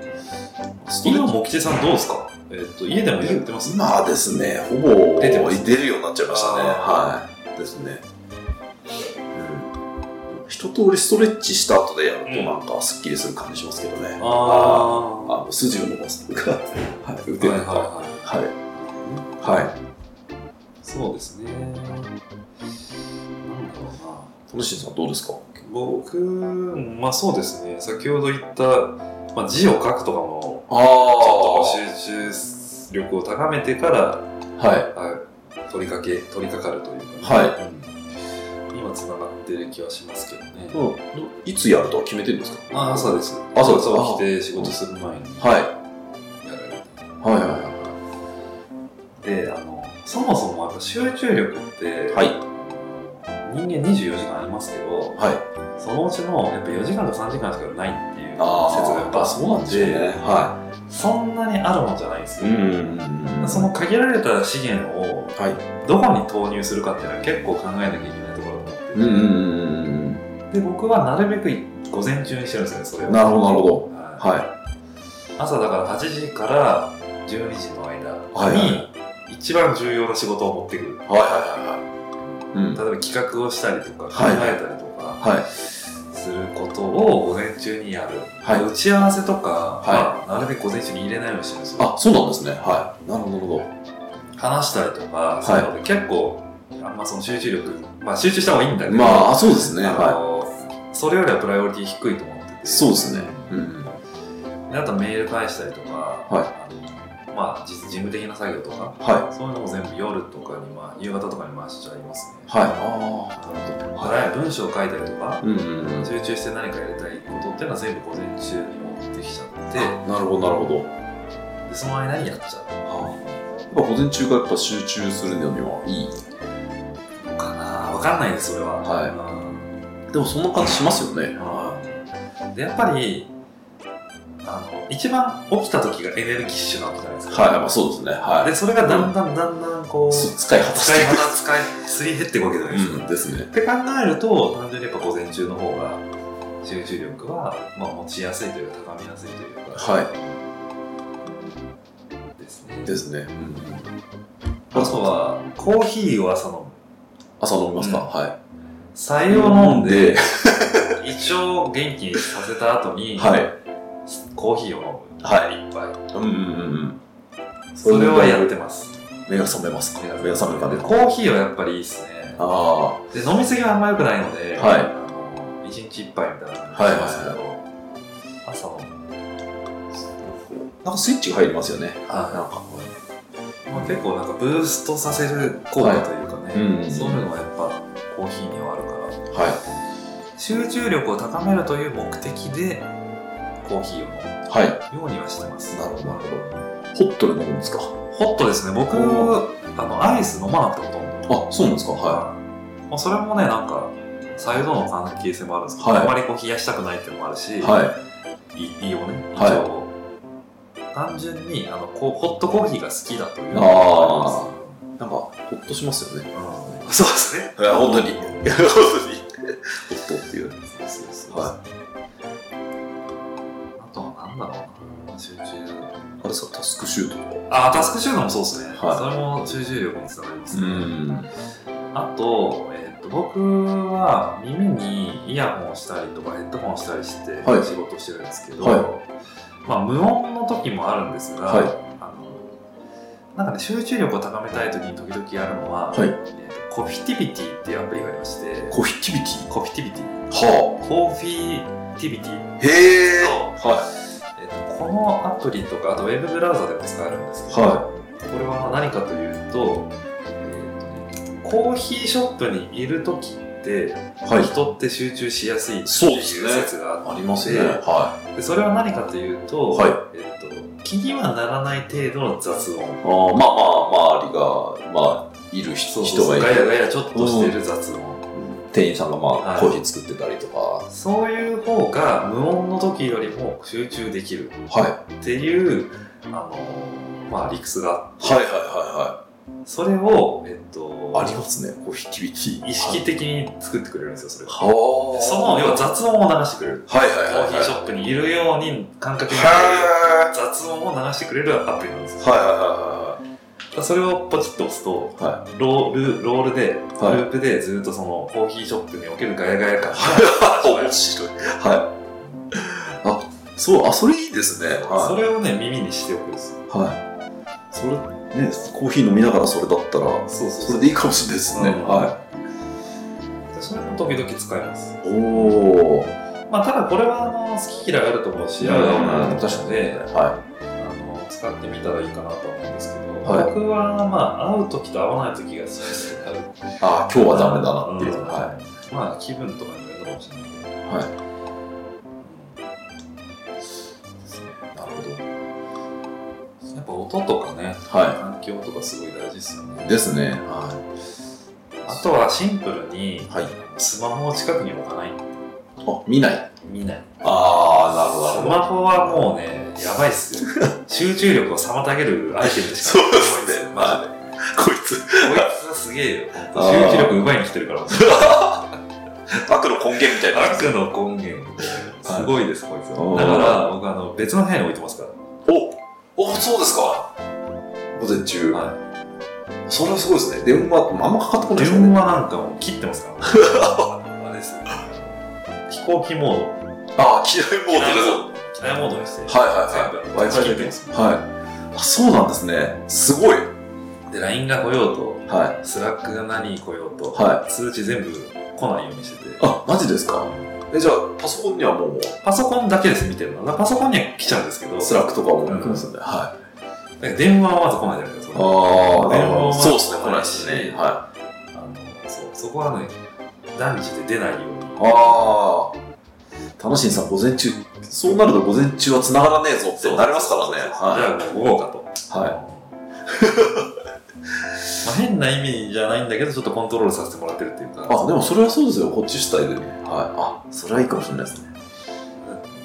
[SPEAKER 1] ス
[SPEAKER 2] 今も吉さんどうですかえっ、と家でもやってます
[SPEAKER 1] 今ですね、ほぼ
[SPEAKER 2] 出てます
[SPEAKER 1] 出るようになっちゃいましたね。
[SPEAKER 2] あ
[SPEAKER 1] はい。ですね。うん一通りストレッチした後でやると
[SPEAKER 2] うん
[SPEAKER 1] なんかすっきりする感じしますけどね。あ
[SPEAKER 2] あー
[SPEAKER 1] の筋を伸ばすとか、はい、腕
[SPEAKER 2] はい
[SPEAKER 1] と
[SPEAKER 2] はい
[SPEAKER 1] か。は
[SPEAKER 2] はい
[SPEAKER 1] い。はい。
[SPEAKER 2] そうですね。なんだろうな。
[SPEAKER 1] 楽しいさんどうですか
[SPEAKER 2] 僕、まあそうですね。先ほど言った、まあ、字を書くとかも、
[SPEAKER 1] ああ。
[SPEAKER 2] ちょっと集中力を高めてから、
[SPEAKER 1] はい。
[SPEAKER 2] あ取りかけ、取りかかるというか、
[SPEAKER 1] はい
[SPEAKER 2] うん今つながってる気はしますけどね。
[SPEAKER 1] うん。いつやるとは決めてるんですか
[SPEAKER 2] あ朝です。
[SPEAKER 1] 朝です
[SPEAKER 2] 朝
[SPEAKER 1] か
[SPEAKER 2] 起きて仕事する前に
[SPEAKER 1] はい。
[SPEAKER 2] やられて
[SPEAKER 1] はいは
[SPEAKER 2] であの、そもそもやっぱ集中力って、
[SPEAKER 1] はい
[SPEAKER 2] 人間24時間ありますけど、
[SPEAKER 1] いはい。はい。
[SPEAKER 2] そのうちのやっぱ4時間か3時間しかないっていう説がやっぱあ
[SPEAKER 1] あ
[SPEAKER 2] っ
[SPEAKER 1] あ、
[SPEAKER 2] て
[SPEAKER 1] そうなんですよね。は
[SPEAKER 2] そんなにあるもんじゃないんです
[SPEAKER 1] い。
[SPEAKER 2] よ、
[SPEAKER 1] ん
[SPEAKER 2] その限られた資源を
[SPEAKER 1] はい。
[SPEAKER 2] どこに投入するかっていうのは結構考えなきゃいけないところだと思ってて、
[SPEAKER 1] うんうん
[SPEAKER 2] で僕はなるべく午前中にしてるんですよねそれ
[SPEAKER 1] う
[SPEAKER 2] を
[SPEAKER 1] ん。なるほど、なるほど。
[SPEAKER 2] はい
[SPEAKER 1] は
[SPEAKER 2] 朝だから8時から12時の間に、
[SPEAKER 1] はい
[SPEAKER 2] 一番重要な仕事を持ってくる
[SPEAKER 1] い。はいはいはいはい。うん。
[SPEAKER 2] 例えば企画をしたりとか考
[SPEAKER 1] はい
[SPEAKER 2] えたりとか、
[SPEAKER 1] はい。
[SPEAKER 2] することを午前中にやる、
[SPEAKER 1] はい
[SPEAKER 2] 打ち合わせとか、
[SPEAKER 1] は
[SPEAKER 2] まあなるべく午前中に入れないようにしてるんですよ
[SPEAKER 1] あ、そうなんですね。はい。なるほど、なるほど。
[SPEAKER 2] 話したりとか、
[SPEAKER 1] い
[SPEAKER 2] そういうので結構あんまその集中力、まあ、集中した方がいいんだけど、
[SPEAKER 1] まああ、そうですね。
[SPEAKER 2] あ
[SPEAKER 1] は
[SPEAKER 2] のそれよりはプライオリティ低いと思ってて
[SPEAKER 1] い。そうですね。うん。
[SPEAKER 2] であとメール返したりとか、
[SPEAKER 1] は
[SPEAKER 2] あのまあ、事事務的な作業とか
[SPEAKER 1] は
[SPEAKER 2] そういうのも全部夜とかに、まあ、夕方とかに回しちゃいますね
[SPEAKER 1] い。はい。ああ、なるほど。
[SPEAKER 2] だから文章を書いたりとか
[SPEAKER 1] い。うんうんうん。
[SPEAKER 2] 集中して何かやりたいことっていうのは全部午前中に持ってきちゃって
[SPEAKER 1] なるほど、なるほど。
[SPEAKER 2] でその間にやっちゃう
[SPEAKER 1] あーやっぱ午前中がやっぱ集中するのにはいい。
[SPEAKER 2] のかな分かんないですそれは
[SPEAKER 1] はい
[SPEAKER 2] い、
[SPEAKER 1] でもそんな感じしますよね。
[SPEAKER 2] うんでやっぱりあの一番起きた時がエネルギッシュなわけじゃないですか、
[SPEAKER 1] はい、まあそうですね。は
[SPEAKER 2] でそれがだんだんだんだんこう、
[SPEAKER 1] い。す使い果たし
[SPEAKER 2] 使
[SPEAKER 1] て
[SPEAKER 2] い
[SPEAKER 1] いく
[SPEAKER 2] 方使いすり減っていくわけじゃないですか、
[SPEAKER 1] うん、ですね。
[SPEAKER 2] って考えると単純にやっぱ午前中の方が集中力は、まあ、持ちやすいというか高めやすいというか
[SPEAKER 1] は
[SPEAKER 2] ですね
[SPEAKER 1] ですね。
[SPEAKER 2] あとはコーヒーを朝飲む
[SPEAKER 1] 朝飲みますか、
[SPEAKER 2] うん
[SPEAKER 1] は
[SPEAKER 2] 白
[SPEAKER 1] い。
[SPEAKER 2] 湯を飲んで、胃腸を元気にさせた後に、
[SPEAKER 1] はい。
[SPEAKER 2] コーヒーを飲む、、
[SPEAKER 1] はい
[SPEAKER 2] っぱ
[SPEAKER 1] うんうんうん。
[SPEAKER 2] いそれはやってます
[SPEAKER 1] 目が覚めますか目が覚めるか
[SPEAKER 2] で
[SPEAKER 1] ね。
[SPEAKER 2] コーヒーはやっぱりいいっすね
[SPEAKER 1] ああ。は
[SPEAKER 2] で飲みすぎはあんま良くないので、
[SPEAKER 1] はい
[SPEAKER 2] あの一日一杯みたいなのにしますけど、朝飲む
[SPEAKER 1] なんかスイッチが入りますよね。
[SPEAKER 2] あ
[SPEAKER 1] んか。
[SPEAKER 2] まあ、結構なんかブーストさせる効果というかね、
[SPEAKER 1] はいうんうん
[SPEAKER 2] そういうのがやっぱコーヒーにはあるから
[SPEAKER 1] は
[SPEAKER 2] 集中力を高めるという目的でコーヒーを飲
[SPEAKER 1] い。はい。な
[SPEAKER 2] むようにはしてます
[SPEAKER 1] るほど、なるほど。ホットで飲むんですか
[SPEAKER 2] ホットですね僕
[SPEAKER 1] お
[SPEAKER 2] あのアイス飲まなくてほとんど
[SPEAKER 1] あ、そうなんですかは
[SPEAKER 2] まあ、それもねなんか左右との関係性もあるんですけど、
[SPEAKER 1] はい
[SPEAKER 2] あまりこう冷やしたくないっていうのもあるし、、
[SPEAKER 1] はい
[SPEAKER 2] い胃をね胃
[SPEAKER 1] はい
[SPEAKER 2] 腸を、単純にあのこうホットコーヒーが好きだという
[SPEAKER 1] い。
[SPEAKER 2] のも
[SPEAKER 1] あ
[SPEAKER 2] あ
[SPEAKER 1] あ。なんか、ほっとします よね。
[SPEAKER 2] ります、うん、そうですね
[SPEAKER 1] いや、本当に。本当に。ほっとっていう。
[SPEAKER 2] そうそうそう
[SPEAKER 1] は
[SPEAKER 2] あとはなんだろうな集中
[SPEAKER 1] あれさ、タスクシュートと
[SPEAKER 2] あタスク収納もそうですね、
[SPEAKER 1] はい
[SPEAKER 2] それも集中力につながります
[SPEAKER 1] か。
[SPEAKER 2] ね、あと,、えー、と僕は耳にイヤホンをしたりとかヘッドホンしたりして
[SPEAKER 1] はい
[SPEAKER 2] 仕事してるんですけど、
[SPEAKER 1] はい
[SPEAKER 2] まあ、無音の時もあるんですが、
[SPEAKER 1] はい
[SPEAKER 2] あのなんかね集中力を高めたい時に時々やるのは、
[SPEAKER 1] はい
[SPEAKER 2] えーとコフィティビティっていうアプリがありまして
[SPEAKER 1] コフィティビティ。
[SPEAKER 2] コフィティビティ
[SPEAKER 1] は
[SPEAKER 2] コフィティビティ
[SPEAKER 1] あ。へえ。
[SPEAKER 2] と,、
[SPEAKER 1] は
[SPEAKER 2] えーとこのアプリとかあとウェブブラウザでも使えるんですけど、
[SPEAKER 1] は
[SPEAKER 2] これはまあ何かというと,、えーとコーヒーショップにいる時って
[SPEAKER 1] い。はい。
[SPEAKER 2] 人って集中しやすいって
[SPEAKER 1] そう
[SPEAKER 2] い
[SPEAKER 1] で
[SPEAKER 2] う
[SPEAKER 1] すね
[SPEAKER 2] 説があ
[SPEAKER 1] あ
[SPEAKER 2] っ
[SPEAKER 1] り
[SPEAKER 2] て
[SPEAKER 1] ますね。は
[SPEAKER 2] でそれは何かというと,、
[SPEAKER 1] はい
[SPEAKER 2] えっと気にはならない程度の雑
[SPEAKER 1] い。
[SPEAKER 2] 音
[SPEAKER 1] あーまあまあ、周りが、まあ、いる人人がい
[SPEAKER 2] ガヤガ
[SPEAKER 1] る。
[SPEAKER 2] ヤちょっとしてる雑音、
[SPEAKER 1] 店員さんが、まあ、
[SPEAKER 2] はい
[SPEAKER 1] コーヒー作ってたりとか。は
[SPEAKER 2] そういう方が無音の時よりも集中できる
[SPEAKER 1] い。は
[SPEAKER 2] っていうあの、まあ、理屈があって
[SPEAKER 1] いはいは
[SPEAKER 2] それを、えっ
[SPEAKER 1] い
[SPEAKER 2] と
[SPEAKER 1] はい。ありますね、コフィティビティ。
[SPEAKER 2] 意識的に作ってくれるんですよそれ
[SPEAKER 1] はあ。
[SPEAKER 2] その要は雑音を流してくれる
[SPEAKER 1] はいは
[SPEAKER 2] コ
[SPEAKER 1] いはい
[SPEAKER 2] ー
[SPEAKER 1] はい。
[SPEAKER 2] ヒーショップにいるように感覚になる
[SPEAKER 1] は
[SPEAKER 2] 雑音を流してくれるアプリなんですよ
[SPEAKER 1] いは
[SPEAKER 2] それをポチッと押すと
[SPEAKER 1] いはいはい。は
[SPEAKER 2] ロールロールでル
[SPEAKER 1] はい
[SPEAKER 2] ープでずっとそのコーヒーショップにおけるガヤガ ヤ感が
[SPEAKER 1] い。面白い。はい。あ、そう、あ、それいいですね。
[SPEAKER 2] そ
[SPEAKER 1] は
[SPEAKER 2] れをね耳にしておくんです
[SPEAKER 1] い。はい。それ、ね、コーヒー飲みながらそれだったら、
[SPEAKER 2] そう
[SPEAKER 1] そ
[SPEAKER 2] そ
[SPEAKER 1] れ
[SPEAKER 2] う
[SPEAKER 1] でいいかもしれないですね。
[SPEAKER 2] うん
[SPEAKER 1] は
[SPEAKER 2] それも時々使います
[SPEAKER 1] い。おお。
[SPEAKER 2] まあただこれはあの好き嫌いあると思うし合う合うなと思うので
[SPEAKER 1] は
[SPEAKER 2] あの使ってみたらいいかなと思うんですけど
[SPEAKER 1] はい
[SPEAKER 2] 僕はまあ合う時と合わない時がそれぞれある
[SPEAKER 1] い。あー、今日はダメだなっていう。
[SPEAKER 2] ん
[SPEAKER 1] は
[SPEAKER 2] まあ気分とかにもよるかもしれないけど
[SPEAKER 1] い。はい。なるほど。
[SPEAKER 2] やっぱ音とかね
[SPEAKER 1] は
[SPEAKER 2] 環境とかすごい大事ですよね
[SPEAKER 1] い。ですね。は
[SPEAKER 2] あとはシンプルに
[SPEAKER 1] はい
[SPEAKER 2] スマホを近くに置かない
[SPEAKER 1] い。あ、見ない。
[SPEAKER 2] 見ない
[SPEAKER 1] あ
[SPEAKER 2] スマホはもうねやばいっすよ集中力を妨げるアイテムでし
[SPEAKER 1] そ
[SPEAKER 2] か
[SPEAKER 1] うっすね
[SPEAKER 2] マジで こ
[SPEAKER 1] こいつ、
[SPEAKER 2] いつはすげえよ集中力奪いに来てるから
[SPEAKER 1] 悪の根源みたい
[SPEAKER 2] 悪の根源すごいですこいつ
[SPEAKER 1] お
[SPEAKER 2] は
[SPEAKER 1] ー
[SPEAKER 2] だから僕あの別の部屋に置いてますか
[SPEAKER 1] おおそうですか午前中、
[SPEAKER 2] ら、は
[SPEAKER 1] それはすごいですね電話あんまかかってこ
[SPEAKER 2] い、
[SPEAKER 1] ないです
[SPEAKER 2] 電
[SPEAKER 1] よ
[SPEAKER 2] 話
[SPEAKER 1] ね
[SPEAKER 2] なんかもう切ってます からあれですね飛行機モード
[SPEAKER 1] ああ機内モード
[SPEAKER 2] 機内
[SPEAKER 1] で
[SPEAKER 2] モード機内モードにして
[SPEAKER 1] すはいはいはい Wi-Fi
[SPEAKER 2] 全部
[SPEAKER 1] できますはいあそうなんですねすごい
[SPEAKER 2] で LINE が来ようと
[SPEAKER 1] は
[SPEAKER 2] スラックが何来ようと、
[SPEAKER 1] は
[SPEAKER 2] 通知全部来ないようにしてて
[SPEAKER 1] あマジですかえじゃあパソコンにはもう
[SPEAKER 2] パソコンだけです見てるのだからパソコンには来ちゃうんですけど
[SPEAKER 1] スラックとかも来ますんで、はい
[SPEAKER 2] だから電話はまず来ないじゃないですか
[SPEAKER 1] あ
[SPEAKER 2] 電話は
[SPEAKER 1] そうですね来ないですね
[SPEAKER 2] 来ないし
[SPEAKER 1] は
[SPEAKER 2] あのそうそこはね断じて出ないように
[SPEAKER 1] いああ楽しんさん午前中そうなると午前中は繋がらねえぞってなりますからね
[SPEAKER 2] そうそうそう
[SPEAKER 1] は
[SPEAKER 2] じゃあもう午後かと
[SPEAKER 1] い、はい、
[SPEAKER 2] まあ変な意味じゃないんだけどちょっとコントロールさせてもらってるっていうか
[SPEAKER 1] あでもそれはそうですよこっち主体でねはいあそれはいいかもしれないですね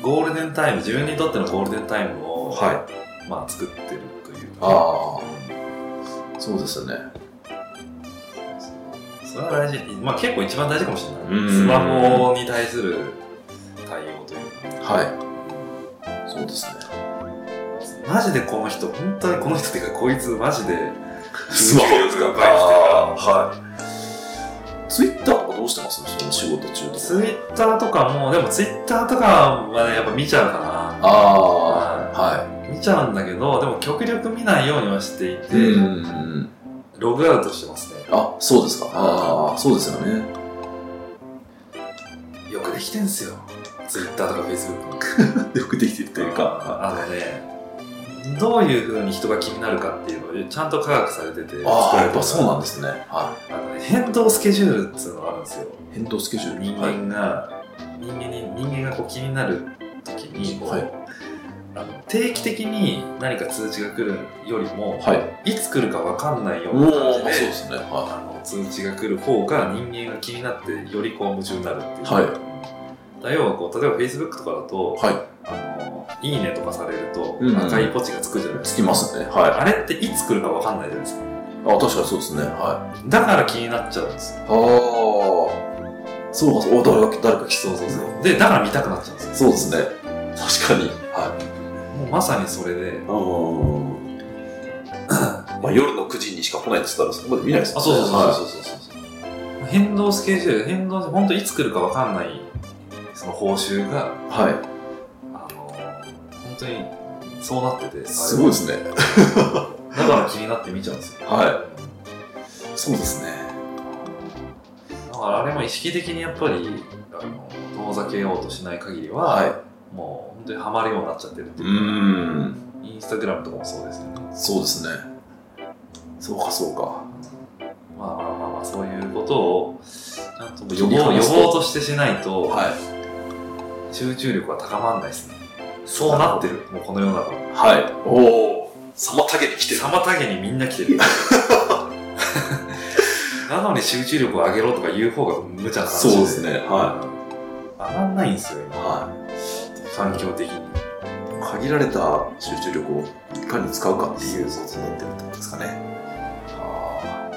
[SPEAKER 2] ゴールデンタイム自分にとってのゴールデンタイムを、
[SPEAKER 1] はい
[SPEAKER 2] まあ、作ってるというか
[SPEAKER 1] ああそうですよね
[SPEAKER 2] それは大事、まあ、結構一番大事かもしれない、
[SPEAKER 1] うん
[SPEAKER 2] スマホに対する対応というか
[SPEAKER 1] はいそうですね
[SPEAKER 2] マジでこの人本当にこの人っていうかこいつマジで
[SPEAKER 1] はいツイッターとかどうしてますその仕事中と
[SPEAKER 2] ツ
[SPEAKER 1] か
[SPEAKER 2] イッターとかもでもツイッターとかはねやっぱ見ちゃうか
[SPEAKER 1] ああは
[SPEAKER 2] な見ちゃうんだけどでも極力見ないようにはしていて、
[SPEAKER 1] いうん
[SPEAKER 2] ログアウトしてますね
[SPEAKER 1] あそうですかああそうですよね
[SPEAKER 2] よくできてんすよツイッターとかフェイスブック
[SPEAKER 1] よくできてるというか
[SPEAKER 2] あのねどういうふうに人が気になるかっていうのをちゃんと科学されてて
[SPEAKER 1] ああやっぱそうなん
[SPEAKER 2] ん
[SPEAKER 1] ですねは
[SPEAKER 2] あのね変動スケジュールっていうのがあるんですよ
[SPEAKER 1] い変動スケジュール
[SPEAKER 2] 人間が、人間に人間がこう気になる時にこう、
[SPEAKER 1] はい
[SPEAKER 2] えあの定期的に何か通知が来るよりも、
[SPEAKER 1] はい
[SPEAKER 2] い、つ来るか分かんないよう
[SPEAKER 1] お
[SPEAKER 2] な
[SPEAKER 1] おそ
[SPEAKER 2] 感じ
[SPEAKER 1] うで
[SPEAKER 2] です
[SPEAKER 1] ねは
[SPEAKER 2] あの通知が来る方が人間が気になってよりこう夢中になるっていう、だ要はこう例えば Facebook とかだと、
[SPEAKER 1] いは
[SPEAKER 2] あの「いいね」とかされると
[SPEAKER 1] うんうん
[SPEAKER 2] 赤いポチがつくじゃない
[SPEAKER 1] い
[SPEAKER 2] で
[SPEAKER 1] つ
[SPEAKER 2] す
[SPEAKER 1] き
[SPEAKER 2] か、
[SPEAKER 1] ますねは
[SPEAKER 2] あれっていつ来るか分かんないじゃないですか
[SPEAKER 1] いあ確かにそうですねは
[SPEAKER 2] だから気になっちゃうんです
[SPEAKER 1] い
[SPEAKER 2] よ
[SPEAKER 1] ああそうかそうお誰か誰か来
[SPEAKER 2] そうそうそうでだから見たくなっちゃうんです
[SPEAKER 1] そう
[SPEAKER 2] よ
[SPEAKER 1] ですね確かにはい
[SPEAKER 2] もうまさにそれで
[SPEAKER 1] うんまあ夜の9時にしか来ないって言ったらそこまで見ないです
[SPEAKER 2] あそうそうそうそう
[SPEAKER 1] そうそう
[SPEAKER 2] 変動スケジュール変動本当いつ来るか分かんないその報酬が
[SPEAKER 1] はい、
[SPEAKER 2] あの本当にそうなってて
[SPEAKER 1] すごいですね
[SPEAKER 2] だから気になって見ちゃうんですよ
[SPEAKER 1] はいそうですね
[SPEAKER 2] だからあれも意識的にやっぱりあの遠ざけようとしない限りは、
[SPEAKER 1] は
[SPEAKER 2] もう本当にハマるようになっちゃってるって
[SPEAKER 1] い
[SPEAKER 2] いううか
[SPEAKER 1] ん
[SPEAKER 2] インスタグラムとかもそうですよね
[SPEAKER 1] そうですね。そうか、そうか。
[SPEAKER 2] まあまあまあまあそういうことをちゃんと予
[SPEAKER 1] 気に
[SPEAKER 2] 防
[SPEAKER 1] 話
[SPEAKER 2] 予
[SPEAKER 1] す
[SPEAKER 2] 防としてしないと、
[SPEAKER 1] はい。
[SPEAKER 2] 集中力は高まらないですねそうなってるもうこの世の 中は
[SPEAKER 1] はい。おお。妨げに来てる。
[SPEAKER 2] 妨げにみんな来てるなのに集中力を上げろとか言う方が無茶な話
[SPEAKER 1] そうですね
[SPEAKER 2] 上がんないんですよ今
[SPEAKER 1] は
[SPEAKER 2] 環境的に
[SPEAKER 1] い。限られた集中力をいかに使うかっていうことになってるってことですかね。
[SPEAKER 2] あ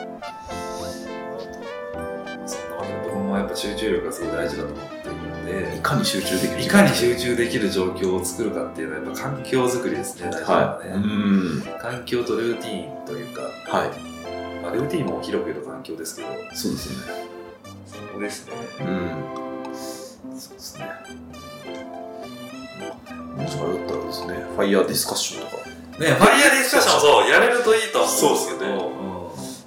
[SPEAKER 2] あそんなわけで僕もやっぱ集中力がすごい大事だと思っているので
[SPEAKER 1] いかに集中できる
[SPEAKER 2] いかに集中できる状況を作るかっていうのはやっぱ環境づくりですね大事なの
[SPEAKER 1] は。
[SPEAKER 2] はいね、
[SPEAKER 1] うん。
[SPEAKER 2] 環境とルーティーンというか、
[SPEAKER 1] は
[SPEAKER 2] まあ、ルーティーンも広く言うと環境ですけど
[SPEAKER 1] い。そうですね。
[SPEAKER 2] そこですね
[SPEAKER 1] うん。そうですね。もしあれだったらですね、ファイヤーディスカッションとか。
[SPEAKER 2] ねファイヤーディスカッションもそうやれるといいと思
[SPEAKER 1] そううんですよね
[SPEAKER 2] ね、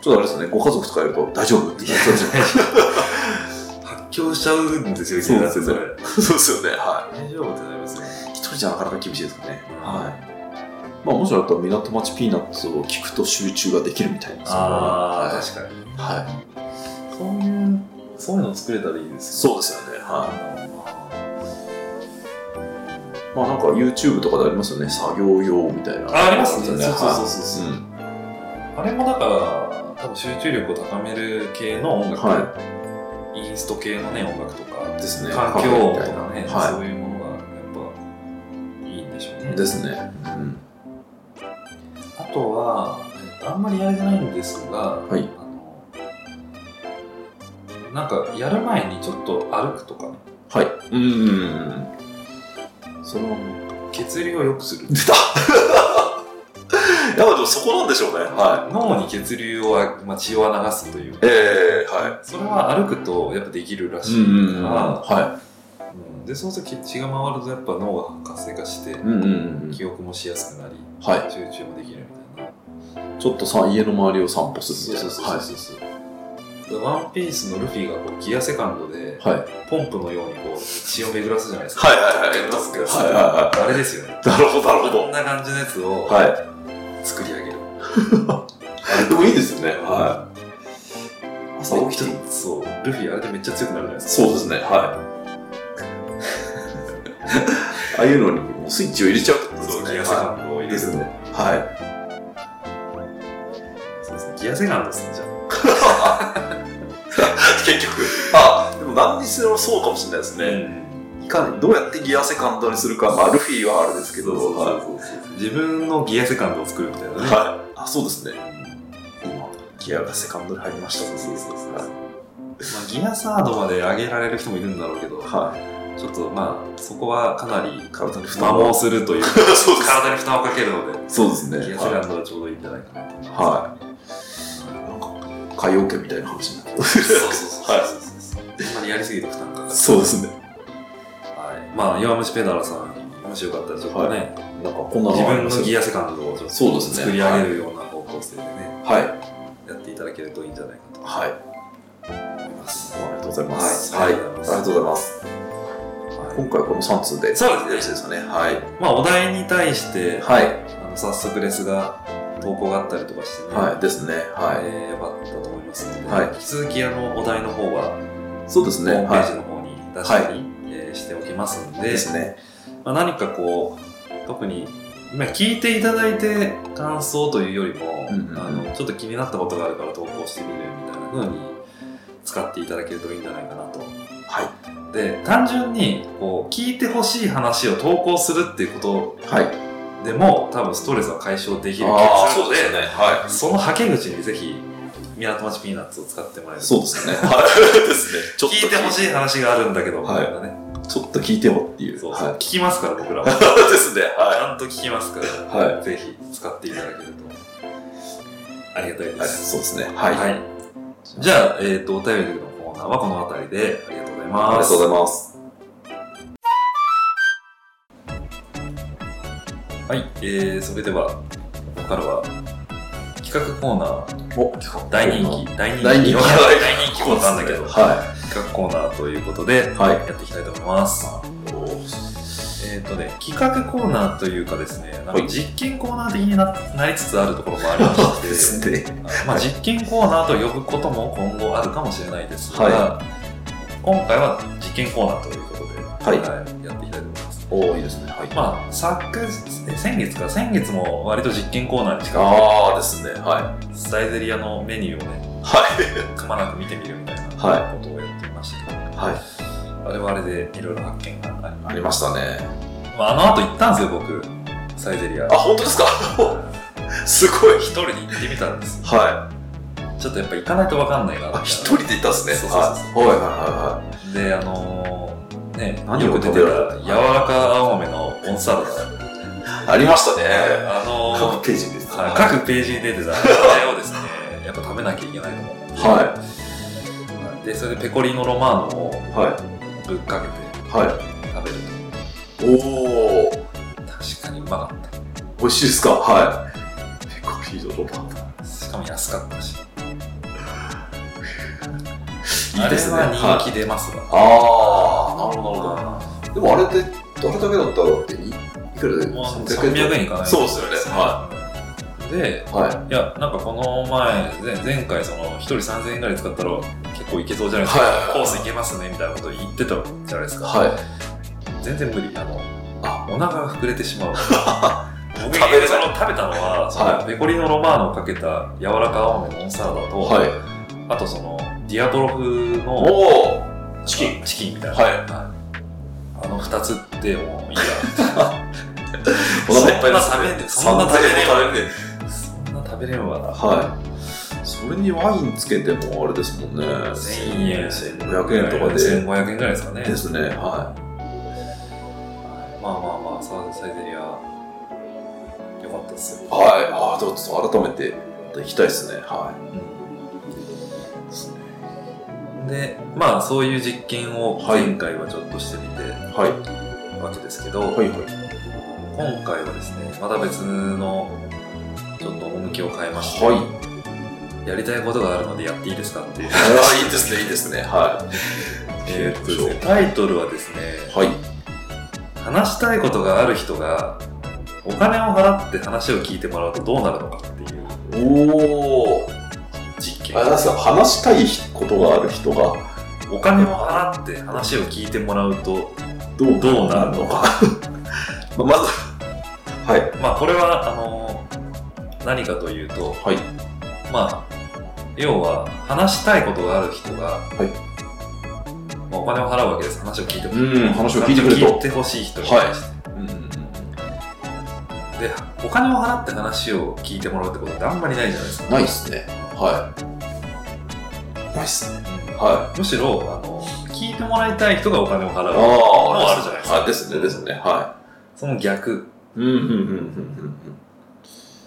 [SPEAKER 1] ちょっとあれですね、ご家族とかいると大丈 夫ってなっちゃうじゃないですか。
[SPEAKER 2] うん、発狂しちゃうんですよいきなり
[SPEAKER 1] そうですね
[SPEAKER 2] れ
[SPEAKER 1] そうですよね。はい。
[SPEAKER 2] 大丈夫ってなりますよ
[SPEAKER 1] 一人じゃなかなか厳しいですかね。。
[SPEAKER 2] はい
[SPEAKER 1] まあ、もしあったら港町ピーナッツを聞くと集中ができるみたいな。
[SPEAKER 2] ああ、
[SPEAKER 1] はい
[SPEAKER 2] 確かに
[SPEAKER 1] はい。
[SPEAKER 2] そういうそういうの作れたらいいです
[SPEAKER 1] そうですよね。はいい。まあ、なんか YouTube とかでありますよね。作業用みたいな。
[SPEAKER 2] あありますね
[SPEAKER 1] よ
[SPEAKER 2] そうそう
[SPEAKER 1] はい
[SPEAKER 2] そうそう
[SPEAKER 1] うん
[SPEAKER 2] あれもだから多分集中力を高める系の音楽、
[SPEAKER 1] は
[SPEAKER 2] インスト系のね音楽とか
[SPEAKER 1] ですね。
[SPEAKER 2] 環境音
[SPEAKER 1] カフェみた
[SPEAKER 2] と
[SPEAKER 1] いな
[SPEAKER 2] かね、
[SPEAKER 1] は
[SPEAKER 2] そういうものがやっぱいいんでしょうね
[SPEAKER 1] い。ですね。うん。
[SPEAKER 2] あとは、えっとあんまりやれてないんですが、
[SPEAKER 1] い
[SPEAKER 2] あのなんかやる前にちょっと歩くとかね
[SPEAKER 1] はい。うん。それはもう。
[SPEAKER 2] 血流を良くする
[SPEAKER 1] 出たやっぱでもそこなんでしょうね。は
[SPEAKER 2] 脳に血流を、まあ、血を流すという
[SPEAKER 1] い。ええは
[SPEAKER 2] それは歩くとやっぱできるら
[SPEAKER 1] う
[SPEAKER 2] しい
[SPEAKER 1] んうん。
[SPEAKER 2] か
[SPEAKER 1] は
[SPEAKER 2] ら、うんでそうすると血が回るとやっぱ脳が活性化して
[SPEAKER 1] い。うんうんうん。
[SPEAKER 2] 記憶もしやすくなり
[SPEAKER 1] は。
[SPEAKER 2] 集中もできるみたいない
[SPEAKER 1] ちょっとさ、家の周りを散歩
[SPEAKER 2] そう
[SPEAKER 1] す
[SPEAKER 2] そう
[SPEAKER 1] るみた
[SPEAKER 2] そ
[SPEAKER 1] いうな。
[SPEAKER 2] そうそうそうでワンピースのルフィがこうギアセカンドで
[SPEAKER 1] はい。はい。
[SPEAKER 2] ポンプのようにこう血を巡らすじゃないですか
[SPEAKER 1] はいはいはい。
[SPEAKER 2] 巡らす巡らす
[SPEAKER 1] はいはいは
[SPEAKER 2] あれですよね
[SPEAKER 1] い。 なるほど、なる
[SPEAKER 2] こん
[SPEAKER 1] ほ
[SPEAKER 2] な感じのやつ
[SPEAKER 1] ど。
[SPEAKER 2] を
[SPEAKER 1] は
[SPEAKER 2] 作り上げ
[SPEAKER 1] い。
[SPEAKER 2] る、
[SPEAKER 1] でもいいですよね。い。朝起きて。
[SPEAKER 2] でそうルフィあれでめっちゃ強くなるじゃないですか
[SPEAKER 1] そうですね。 はい。ああいうのにもうスイッチを入れちゃうってことです
[SPEAKER 2] そ
[SPEAKER 1] よ
[SPEAKER 2] う
[SPEAKER 1] ね。
[SPEAKER 2] ギアセカンドを入れる
[SPEAKER 1] ですね。は
[SPEAKER 2] そうですねギアセカンドすんじゃん
[SPEAKER 1] い。 結局。あ、でも何にせよそうかもしれないですね。いかに、どうやってギアセカンドにするか。まあ、ルフィはあれですけど。
[SPEAKER 2] そうそうそう
[SPEAKER 1] はい
[SPEAKER 2] 自分のギアセカンドを作るみたいなね、
[SPEAKER 1] はい。あ、そうですね。今、ギアがセカンドに入りました。そうそうそう。
[SPEAKER 2] まあ、ギアサードまで上げられる人もいるんだろうけど
[SPEAKER 1] はい。
[SPEAKER 2] ちょっとまあそこはかなり
[SPEAKER 1] 体に負
[SPEAKER 2] 負
[SPEAKER 1] 担
[SPEAKER 2] 担
[SPEAKER 1] を。
[SPEAKER 2] をするというか
[SPEAKER 1] そうです。
[SPEAKER 2] 体に負担をかけるので
[SPEAKER 1] そうですね。
[SPEAKER 2] ギアセカンドはちょうどいいんじゃないかなと思います
[SPEAKER 1] はい。なんか、海洋圏みたいな話になって
[SPEAKER 2] そうそうそうそうそうそうあんまりやりすぎると負担かかる
[SPEAKER 1] そうですね。
[SPEAKER 2] はい、まあ弱虫ペダルさんもしよかったらちょっとね、
[SPEAKER 1] なんか、こんな
[SPEAKER 2] 自分
[SPEAKER 1] あります
[SPEAKER 2] の
[SPEAKER 1] よ
[SPEAKER 2] ギアセカンドをちょっ
[SPEAKER 1] そうで
[SPEAKER 2] と
[SPEAKER 1] すね
[SPEAKER 2] 作り上げるような方向性でね
[SPEAKER 1] はい。
[SPEAKER 2] やっていただけるといいんじゃないかと思
[SPEAKER 1] はい。
[SPEAKER 2] います。
[SPEAKER 1] ありがとうございます。
[SPEAKER 2] はい
[SPEAKER 1] ありがとうございます。
[SPEAKER 2] はい
[SPEAKER 1] 今回はこの3通で。
[SPEAKER 2] そう
[SPEAKER 1] よろ
[SPEAKER 2] で
[SPEAKER 1] しい
[SPEAKER 2] す
[SPEAKER 1] で
[SPEAKER 2] ね。
[SPEAKER 1] すかね。はい。
[SPEAKER 2] まあお題に対して、
[SPEAKER 1] はい。
[SPEAKER 2] あの早速ですが投稿があったりとかしてね、
[SPEAKER 1] はい。ですね。は
[SPEAKER 2] えーよかったと思いますので、
[SPEAKER 1] はい
[SPEAKER 2] 引き続きあのお題の方は、
[SPEAKER 1] い。そうです
[SPEAKER 2] ホ
[SPEAKER 1] ね。
[SPEAKER 2] ームページ
[SPEAKER 1] は
[SPEAKER 2] の方に出したり、えーしておきますの
[SPEAKER 1] い。
[SPEAKER 2] で
[SPEAKER 1] ですね。
[SPEAKER 2] まあ、何かこう特に今聞いていただいて感想というよりも、
[SPEAKER 1] うんうんうん
[SPEAKER 2] あのちょっと気になったことがあるから投稿してみるみたいな風に使っていただけるといいんじゃないかなと。
[SPEAKER 1] は
[SPEAKER 2] で単純にこう聞いてほしい話を投稿するっていうこ
[SPEAKER 1] い。はい。で
[SPEAKER 2] とでも多分ストレスは解消でき
[SPEAKER 1] き
[SPEAKER 2] る気
[SPEAKER 1] る
[SPEAKER 2] がする
[SPEAKER 1] そ
[SPEAKER 2] の
[SPEAKER 1] う
[SPEAKER 2] で
[SPEAKER 1] ですね。は
[SPEAKER 2] そのはけ口にぜひ港町ピーナッツを使ってもらえ
[SPEAKER 1] い。
[SPEAKER 2] る
[SPEAKER 1] そうですね。 はい。ですね。ちょっと
[SPEAKER 2] 聞いてほしい話があるんだけど、
[SPEAKER 1] はい
[SPEAKER 2] みたいなね、
[SPEAKER 1] ちょっと聞いてよっていう。
[SPEAKER 2] そうそう
[SPEAKER 1] はい
[SPEAKER 2] 聞きますから僕らもち
[SPEAKER 1] そうですね。は
[SPEAKER 2] ゃんと聞きますから
[SPEAKER 1] い。はい。
[SPEAKER 2] ぜひ使っていただけるとありがたいで
[SPEAKER 1] はい
[SPEAKER 2] す。
[SPEAKER 1] そうですね。はい。あり
[SPEAKER 2] じゃあ、えっ、と、お便りのコーナーはこの辺りでありがとうございます。
[SPEAKER 1] がとうございます。
[SPEAKER 2] はい、えー、それでは、ここからは、企画コーナー、
[SPEAKER 1] お、
[SPEAKER 2] 大人気、大人気、
[SPEAKER 1] 大人気
[SPEAKER 2] わかんない大人気コーナーなんだけど、
[SPEAKER 1] は
[SPEAKER 2] 企画コーナーということで
[SPEAKER 1] い。、はい。
[SPEAKER 2] やっていきたいと思います。えっ、とね、企画コーナーというかですね、なん
[SPEAKER 1] は
[SPEAKER 2] か
[SPEAKER 1] い
[SPEAKER 2] 実験コーナー的にななりつつあるところもありま
[SPEAKER 1] そう
[SPEAKER 2] し
[SPEAKER 1] で
[SPEAKER 2] て、
[SPEAKER 1] すね。
[SPEAKER 2] まあ、実験コーナーと呼ぶことも今後あるかもしれないですが、
[SPEAKER 1] は
[SPEAKER 2] 今回は実験コーナーということで、
[SPEAKER 1] い
[SPEAKER 2] はいやっていきたいと思います。
[SPEAKER 1] おいいですね。はい。
[SPEAKER 2] まあ、昨え先月か先月も割と実験コーナーに近く
[SPEAKER 1] ああですね。は
[SPEAKER 2] サイゼリアのメニューをね
[SPEAKER 1] い。は
[SPEAKER 2] くまなく見てみるみたいな
[SPEAKER 1] は
[SPEAKER 2] ことをやっていましたけど、
[SPEAKER 1] い。はい。
[SPEAKER 2] あれはあれでいろいろ発見がありま
[SPEAKER 1] ありましたね。
[SPEAKER 2] す、まあ、あの後行ったんですよ僕サイゼリア
[SPEAKER 1] あ、本当ですか すごい。
[SPEAKER 2] 一人で行ってみたんですよ
[SPEAKER 1] はい。
[SPEAKER 2] ちょっとやっぱ行かないと分かんないな
[SPEAKER 1] あ、一人で行ったんですね。
[SPEAKER 2] そうそうそう
[SPEAKER 1] はい。はいは
[SPEAKER 2] であのーね
[SPEAKER 1] 何を
[SPEAKER 2] よく出て
[SPEAKER 1] 食べられ
[SPEAKER 2] た
[SPEAKER 1] た
[SPEAKER 2] 柔らか青豆のオンサラダ
[SPEAKER 1] いはい。ありましたね。
[SPEAKER 2] あの
[SPEAKER 1] 各
[SPEAKER 2] ー
[SPEAKER 1] ページです。
[SPEAKER 2] はい各ページに出てたあれをですねやっぱ食べなきゃいけないと思って
[SPEAKER 1] は
[SPEAKER 2] でそれでペコリーノ・ロマーノを
[SPEAKER 1] い。は
[SPEAKER 2] ぶっかけて
[SPEAKER 1] い。は
[SPEAKER 2] 食べる
[SPEAKER 1] い。おお。
[SPEAKER 2] と確かにうまかっ
[SPEAKER 1] 美味しいですかはい。ペコリーノロマン
[SPEAKER 2] たしかも安かったし
[SPEAKER 1] いいですね。
[SPEAKER 2] あれは
[SPEAKER 1] はい
[SPEAKER 2] 人気出ますわ、
[SPEAKER 1] ああ、なるほど、なるほ
[SPEAKER 2] あ
[SPEAKER 1] ど。でもあれで、あれだけだったら、だってい、いくらで
[SPEAKER 2] ーもう
[SPEAKER 1] 300
[SPEAKER 2] 300
[SPEAKER 1] 円
[SPEAKER 2] 円いかない
[SPEAKER 1] そうですよねはい
[SPEAKER 2] で
[SPEAKER 1] とはい。
[SPEAKER 2] いやなんかこの前前前回その1人3000円ぐらい使ったら結構いけそうじゃないですか、
[SPEAKER 1] はい
[SPEAKER 2] コースいけますねみたいなこと言ってたじゃないですか、
[SPEAKER 1] はい。
[SPEAKER 2] 全然無理あの
[SPEAKER 1] あ、
[SPEAKER 2] お腹が膨れ てしまう僕
[SPEAKER 1] 食べれない
[SPEAKER 2] その食べたのは、その
[SPEAKER 1] は
[SPEAKER 2] ペコリーノ・ロマーノをかけた柔らか青豆のオンサラダと、
[SPEAKER 1] はい。
[SPEAKER 2] あとそのディアトロフの
[SPEAKER 1] おおチキン。
[SPEAKER 2] チキンみたいな、
[SPEAKER 1] はい
[SPEAKER 2] あの2つってもういいや
[SPEAKER 1] お腹いっぱいです、
[SPEAKER 2] そんな食べれん
[SPEAKER 1] 3000円も食べれね
[SPEAKER 2] そんな食べれんわな
[SPEAKER 1] え。はい。それにワインつけてもあれですもんね。
[SPEAKER 2] 1000円
[SPEAKER 1] 1500円とかで。
[SPEAKER 2] 1500円ぐらいですかね
[SPEAKER 1] ですね。は
[SPEAKER 2] まあまあまあササイゼリアよかったっす
[SPEAKER 1] い。
[SPEAKER 2] よ
[SPEAKER 1] はい。ああ、でもちょっと改めて、また行きたいですね。はい。
[SPEAKER 2] でまあそういう実験を
[SPEAKER 1] はい
[SPEAKER 2] 前回はちょっとしてみて
[SPEAKER 1] はい。
[SPEAKER 2] わけですけど、
[SPEAKER 1] はいはい。
[SPEAKER 2] 今回はですねまた別のちょっと趣を変えまして、
[SPEAKER 1] はい。
[SPEAKER 2] やりたいことがあるのでやっていいですかっていう、
[SPEAKER 1] ああ、いいですね、いいですね。は
[SPEAKER 2] えーっとですねタイトルはですね
[SPEAKER 1] い。はい。
[SPEAKER 2] 話したいことがある人がお金を払って話を聞いてもらうとどうなるのかっていう
[SPEAKER 1] おお。
[SPEAKER 2] 実験
[SPEAKER 1] あれなんですか話したいことがある人が
[SPEAKER 2] お金を払って話を聞いてもらうと
[SPEAKER 1] どう
[SPEAKER 2] どうなるのか
[SPEAKER 1] ままずはい
[SPEAKER 2] まあこれはあの何かというと
[SPEAKER 1] はい
[SPEAKER 2] まあ要は話したいことがある人が、まあ、お金を払うわけです話を聞いてほしい
[SPEAKER 1] うん話を聞いてくれと
[SPEAKER 2] 聞いてほしい人に対して、
[SPEAKER 1] うんうん
[SPEAKER 2] でお金を払って話を聞いてもらうってことってあんまりないじゃないですか
[SPEAKER 1] ないっすねはいないっすねはい
[SPEAKER 2] むしろあの聞いてもらいたい人がお金を払
[SPEAKER 1] あ
[SPEAKER 2] う
[SPEAKER 1] あ
[SPEAKER 2] あるじゃないですか
[SPEAKER 1] はいですねですねは
[SPEAKER 2] その逆
[SPEAKER 1] いうんうんうんうん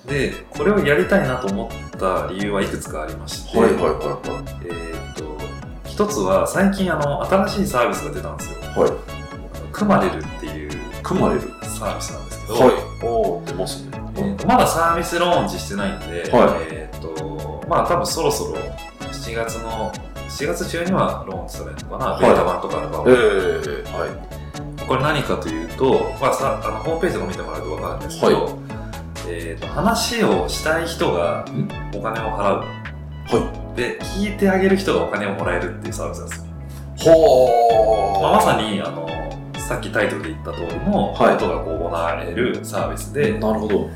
[SPEAKER 2] でこれをやりたいなと思った理由はいくつかありまして、
[SPEAKER 1] はいはいは
[SPEAKER 2] えーっと一つは最近あの新しいサービスが出たんですよ
[SPEAKER 1] いはいは
[SPEAKER 2] クマレルっていう
[SPEAKER 1] い組まれる
[SPEAKER 2] サービスなんですけど、
[SPEAKER 1] はいおお出ますね
[SPEAKER 2] えーとまだサービスローンチしてないんで、
[SPEAKER 1] は
[SPEAKER 2] えーっとまあ多分そろそろ7月の7月中にはローンチされるのかな、
[SPEAKER 1] はい
[SPEAKER 2] ベータ版とかの場
[SPEAKER 1] え
[SPEAKER 2] 合、
[SPEAKER 1] えはい
[SPEAKER 2] これ何かというと、まあ、さあのホームページとか見てもらうと分かるんですけど、えー、と話をしたい人が
[SPEAKER 1] ん
[SPEAKER 2] お金を払う
[SPEAKER 1] は
[SPEAKER 2] で聞いてあげる人がお金をもらえるっていうサービスなんですよ、
[SPEAKER 1] いほ
[SPEAKER 2] まあ、
[SPEAKER 1] ー
[SPEAKER 2] まさにあのさっきタイトルで言った通りのこ
[SPEAKER 1] はい
[SPEAKER 2] とがこう行われるサービスで、
[SPEAKER 1] なるほど。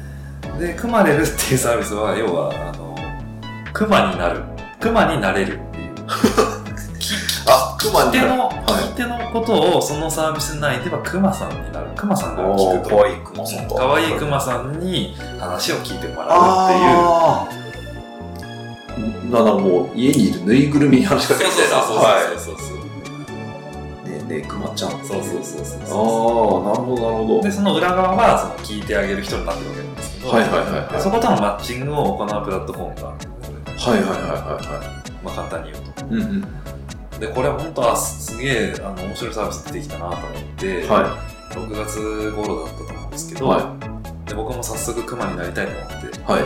[SPEAKER 2] で、クマレルっていうサービスは、要は、あの、クマになる、クマになれるっていう、
[SPEAKER 1] あ、クマ
[SPEAKER 2] 聞き手
[SPEAKER 1] になる。い
[SPEAKER 2] の、聞き手のことをそのサービス内ではクマさんになる。クマさんから聞くと。
[SPEAKER 1] 可愛いクマさんか。
[SPEAKER 2] 可愛いクマさんに話を聞いてもらうっ
[SPEAKER 1] ああー。なんかもう家にいるぬいぐるみに話しか
[SPEAKER 2] て
[SPEAKER 1] け
[SPEAKER 2] い
[SPEAKER 1] て
[SPEAKER 2] う。
[SPEAKER 1] みたいな。は
[SPEAKER 2] そうそうそうそうそう。
[SPEAKER 1] い。ねえねえ、クマちゃん。
[SPEAKER 2] そうそうそうそう
[SPEAKER 1] ああ、なるほど、なるほ
[SPEAKER 2] で、その裏側はその聞いてあげる人になってるわけなんですけど、
[SPEAKER 1] ど。はいはいはいはい。
[SPEAKER 2] でそことのマッチングを行うプラットフォームがあるんですね
[SPEAKER 1] はいはいは
[SPEAKER 2] まあ簡単に言うと。
[SPEAKER 1] いはい。うんうん。
[SPEAKER 2] で、これは本当はすすげえあの面白いサービス出てきたなと思って、
[SPEAKER 1] は
[SPEAKER 2] 6月頃だったと思うんですけ
[SPEAKER 1] い。
[SPEAKER 2] ど、
[SPEAKER 1] は
[SPEAKER 2] で僕も早速クマになりたいと思って、
[SPEAKER 1] い。は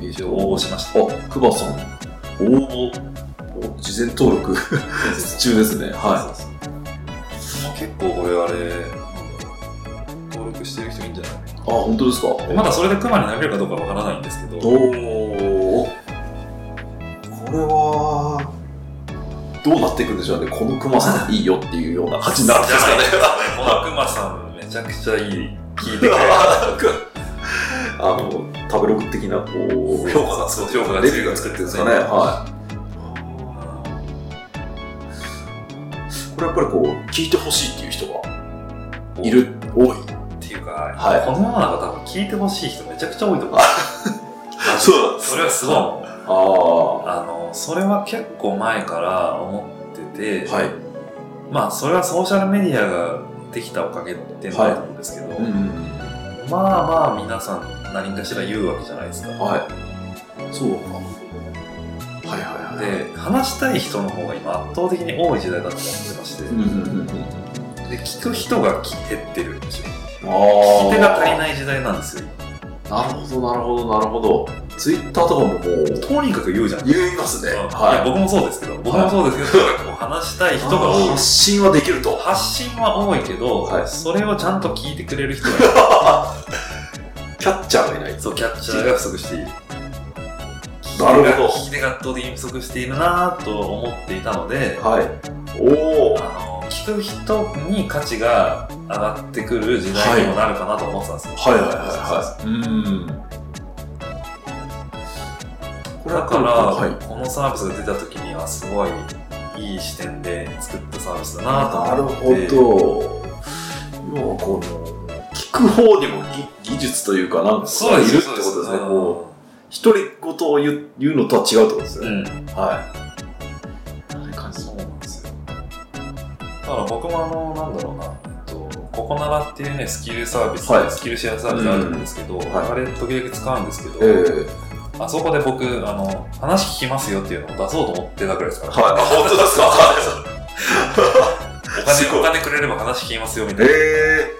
[SPEAKER 1] い。
[SPEAKER 2] 一応応募しました。
[SPEAKER 1] あ、クマさん、応募、お事前登録 中ですね。は
[SPEAKER 2] そうそうそうまあ結構これあれ、なんだろう登録してる人いいんじゃない
[SPEAKER 1] い。あ、本当ですか。
[SPEAKER 2] まだそれでクマになれるかどうかわからないんですけど、
[SPEAKER 1] おお。これは、どうなっていくんでしょうね。このクマさんいいよっていうような感じになるんです かね。
[SPEAKER 2] このクマさんめちゃくちゃいい、聞いてくれる。
[SPEAKER 1] あの、食べログ的な、こう、
[SPEAKER 2] 評価がそう評価が
[SPEAKER 1] レビューが作ってるんですかね。はい。これやっぱりこう、聞いてほしいっていう人が いる、多い。
[SPEAKER 2] っていうか、
[SPEAKER 1] はい
[SPEAKER 2] この世の中多分聞いてほしい人めちゃくちゃ多いと 思う。
[SPEAKER 1] そうなんで
[SPEAKER 2] それはすごい思う。
[SPEAKER 1] ああ。は
[SPEAKER 2] あの、それは結構前から思ってて、
[SPEAKER 1] い。
[SPEAKER 2] まあそれはソーシャルメディアができたおかげっていうのだと思うんですけど、
[SPEAKER 1] ん。
[SPEAKER 2] まあまあ皆さん何かしら言うわけじゃないですか。
[SPEAKER 1] はい。そうか。はいはいはい。
[SPEAKER 2] で、話したい人の方が今圧倒的に多い時代だと思ってまして、
[SPEAKER 1] うんうんうんうん。
[SPEAKER 2] で、聞く人が減ってるんですよ。
[SPEAKER 1] あ
[SPEAKER 2] 聞き手が足り
[SPEAKER 1] い。
[SPEAKER 2] ない時代なんですよ。
[SPEAKER 1] なるほど、なるほど、なるほど。ツイッターとかももう、
[SPEAKER 2] とにかく言うじゃん。
[SPEAKER 1] 言いますね。
[SPEAKER 2] うんいや
[SPEAKER 1] は
[SPEAKER 2] 僕もそうですけど、僕もそうですけど、こう話したい
[SPEAKER 1] い。
[SPEAKER 2] 人が多い
[SPEAKER 1] 発。信はできると。
[SPEAKER 2] 発信は多いけど、
[SPEAKER 1] はい
[SPEAKER 2] それをちゃんと聞いてくれる人がいる
[SPEAKER 1] キャッチャーがいない。
[SPEAKER 2] そう、キャッチャーが不足している。
[SPEAKER 1] なるほど
[SPEAKER 2] 聞き手が圧倒的に不足しているなぁと思っていたので、
[SPEAKER 1] はい。おー。
[SPEAKER 2] あの聞く人に価値が上がってくる時代にもなるかなと思ってたんですよ。
[SPEAKER 1] はいはいはいはい。うん。こ
[SPEAKER 2] だから、
[SPEAKER 1] はい。
[SPEAKER 2] このサービスが出た時にはすごいいい視点で作ったサービスだな
[SPEAKER 1] なる
[SPEAKER 2] と思
[SPEAKER 1] ほ
[SPEAKER 2] って。
[SPEAKER 1] ど。要はこの、聞く方にも技技術というか、なんか
[SPEAKER 2] そう
[SPEAKER 1] い
[SPEAKER 2] で
[SPEAKER 1] るっ
[SPEAKER 2] す
[SPEAKER 1] てことですね。こう独り言を言う言うのとは違うってことです
[SPEAKER 2] う
[SPEAKER 1] よね。
[SPEAKER 2] ん。
[SPEAKER 1] はい。はい、感じ
[SPEAKER 2] そうなんですよ。だから僕もあの、なんだろうな、えっと、ココナラっていうね、スキルサービス、
[SPEAKER 1] はい
[SPEAKER 2] スキルシェアサービスがあるんですけど、
[SPEAKER 1] んはい
[SPEAKER 2] あれ時々使うんですけど、
[SPEAKER 1] ええ
[SPEAKER 2] あそこで僕、あの、話聞きますよっていうのを出そうと思ってたくらいですから、
[SPEAKER 1] はい。本当ですか
[SPEAKER 2] お金
[SPEAKER 1] すごい
[SPEAKER 2] お金くれれば話聞きますよみたいな。
[SPEAKER 1] え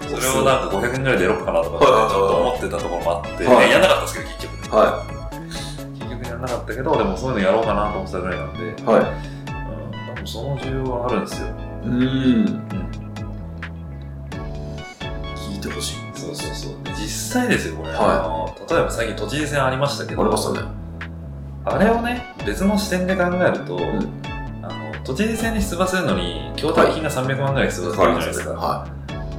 [SPEAKER 1] え
[SPEAKER 2] それをなんか500円ぐらいでやろうかなとかって、ち
[SPEAKER 1] はいはいはい
[SPEAKER 2] ょっと思ってたところもあって、
[SPEAKER 1] はい
[SPEAKER 2] ねやんなかったんですけど、結局。
[SPEAKER 1] は
[SPEAKER 2] 結局やんなかったけど、でもそういうのやろうかなと思ってたぐらいなんで、うん、
[SPEAKER 1] い。は
[SPEAKER 2] 多分その需要はあるんですよ。
[SPEAKER 1] い。うん。
[SPEAKER 2] うん
[SPEAKER 1] 聞いてほしい。
[SPEAKER 2] そうそうそう。実際ですよ、これ。
[SPEAKER 1] はい
[SPEAKER 2] あの例えば最近都知事選ありましたけど、
[SPEAKER 1] ありましたね。
[SPEAKER 2] あれをね、別の視点で考えると、
[SPEAKER 1] ん
[SPEAKER 2] あの都知事選に出馬するのに、供託金が300万ぐらい必要だったじゃないですか。
[SPEAKER 1] は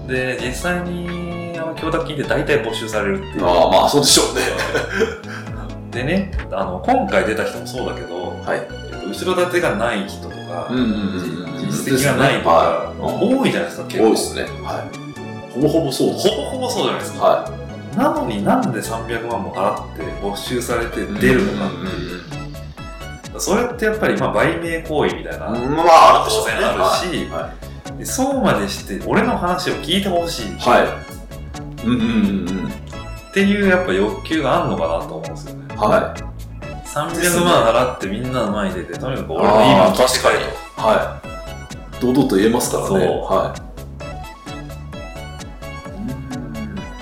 [SPEAKER 1] い。
[SPEAKER 2] で、実際に、あの、供託金って大体募集されるっていう。
[SPEAKER 1] ああ、まあ、そうでしょうね。
[SPEAKER 2] でね、あの、今回出た人もそうだけど、
[SPEAKER 1] はい。
[SPEAKER 2] えっと後ろ盾がない人とか、
[SPEAKER 1] うんうんうんうん。
[SPEAKER 2] 実績がないとか、
[SPEAKER 1] はいうん
[SPEAKER 2] 多いじゃないですか、
[SPEAKER 1] 多
[SPEAKER 2] 結
[SPEAKER 1] い
[SPEAKER 2] 構。
[SPEAKER 1] ですね。はい。ほぼほぼそうです。
[SPEAKER 2] ほぼほぼそうじゃないですか。
[SPEAKER 1] は
[SPEAKER 2] なのになんで300万も払って募集されて
[SPEAKER 1] い。
[SPEAKER 2] 出るのかって
[SPEAKER 1] うんうん
[SPEAKER 2] いう
[SPEAKER 1] うん
[SPEAKER 2] それってやっぱりまあ売名行為みたいな、
[SPEAKER 1] うんまあ、あるでしょ
[SPEAKER 2] 当
[SPEAKER 1] うね。
[SPEAKER 2] 然あるし、
[SPEAKER 1] はい。はい
[SPEAKER 2] でそうまでして俺の話を聞いてほしいっ
[SPEAKER 1] はい。うんうんうんうん。
[SPEAKER 2] ていうやっぱ欲求があるのかなと思うんですよね
[SPEAKER 1] はい。
[SPEAKER 2] 300万払ってみんなの前に出てとにかく俺の今聞いてくれと
[SPEAKER 1] はい。堂々と言えますからね。
[SPEAKER 2] そう
[SPEAKER 1] は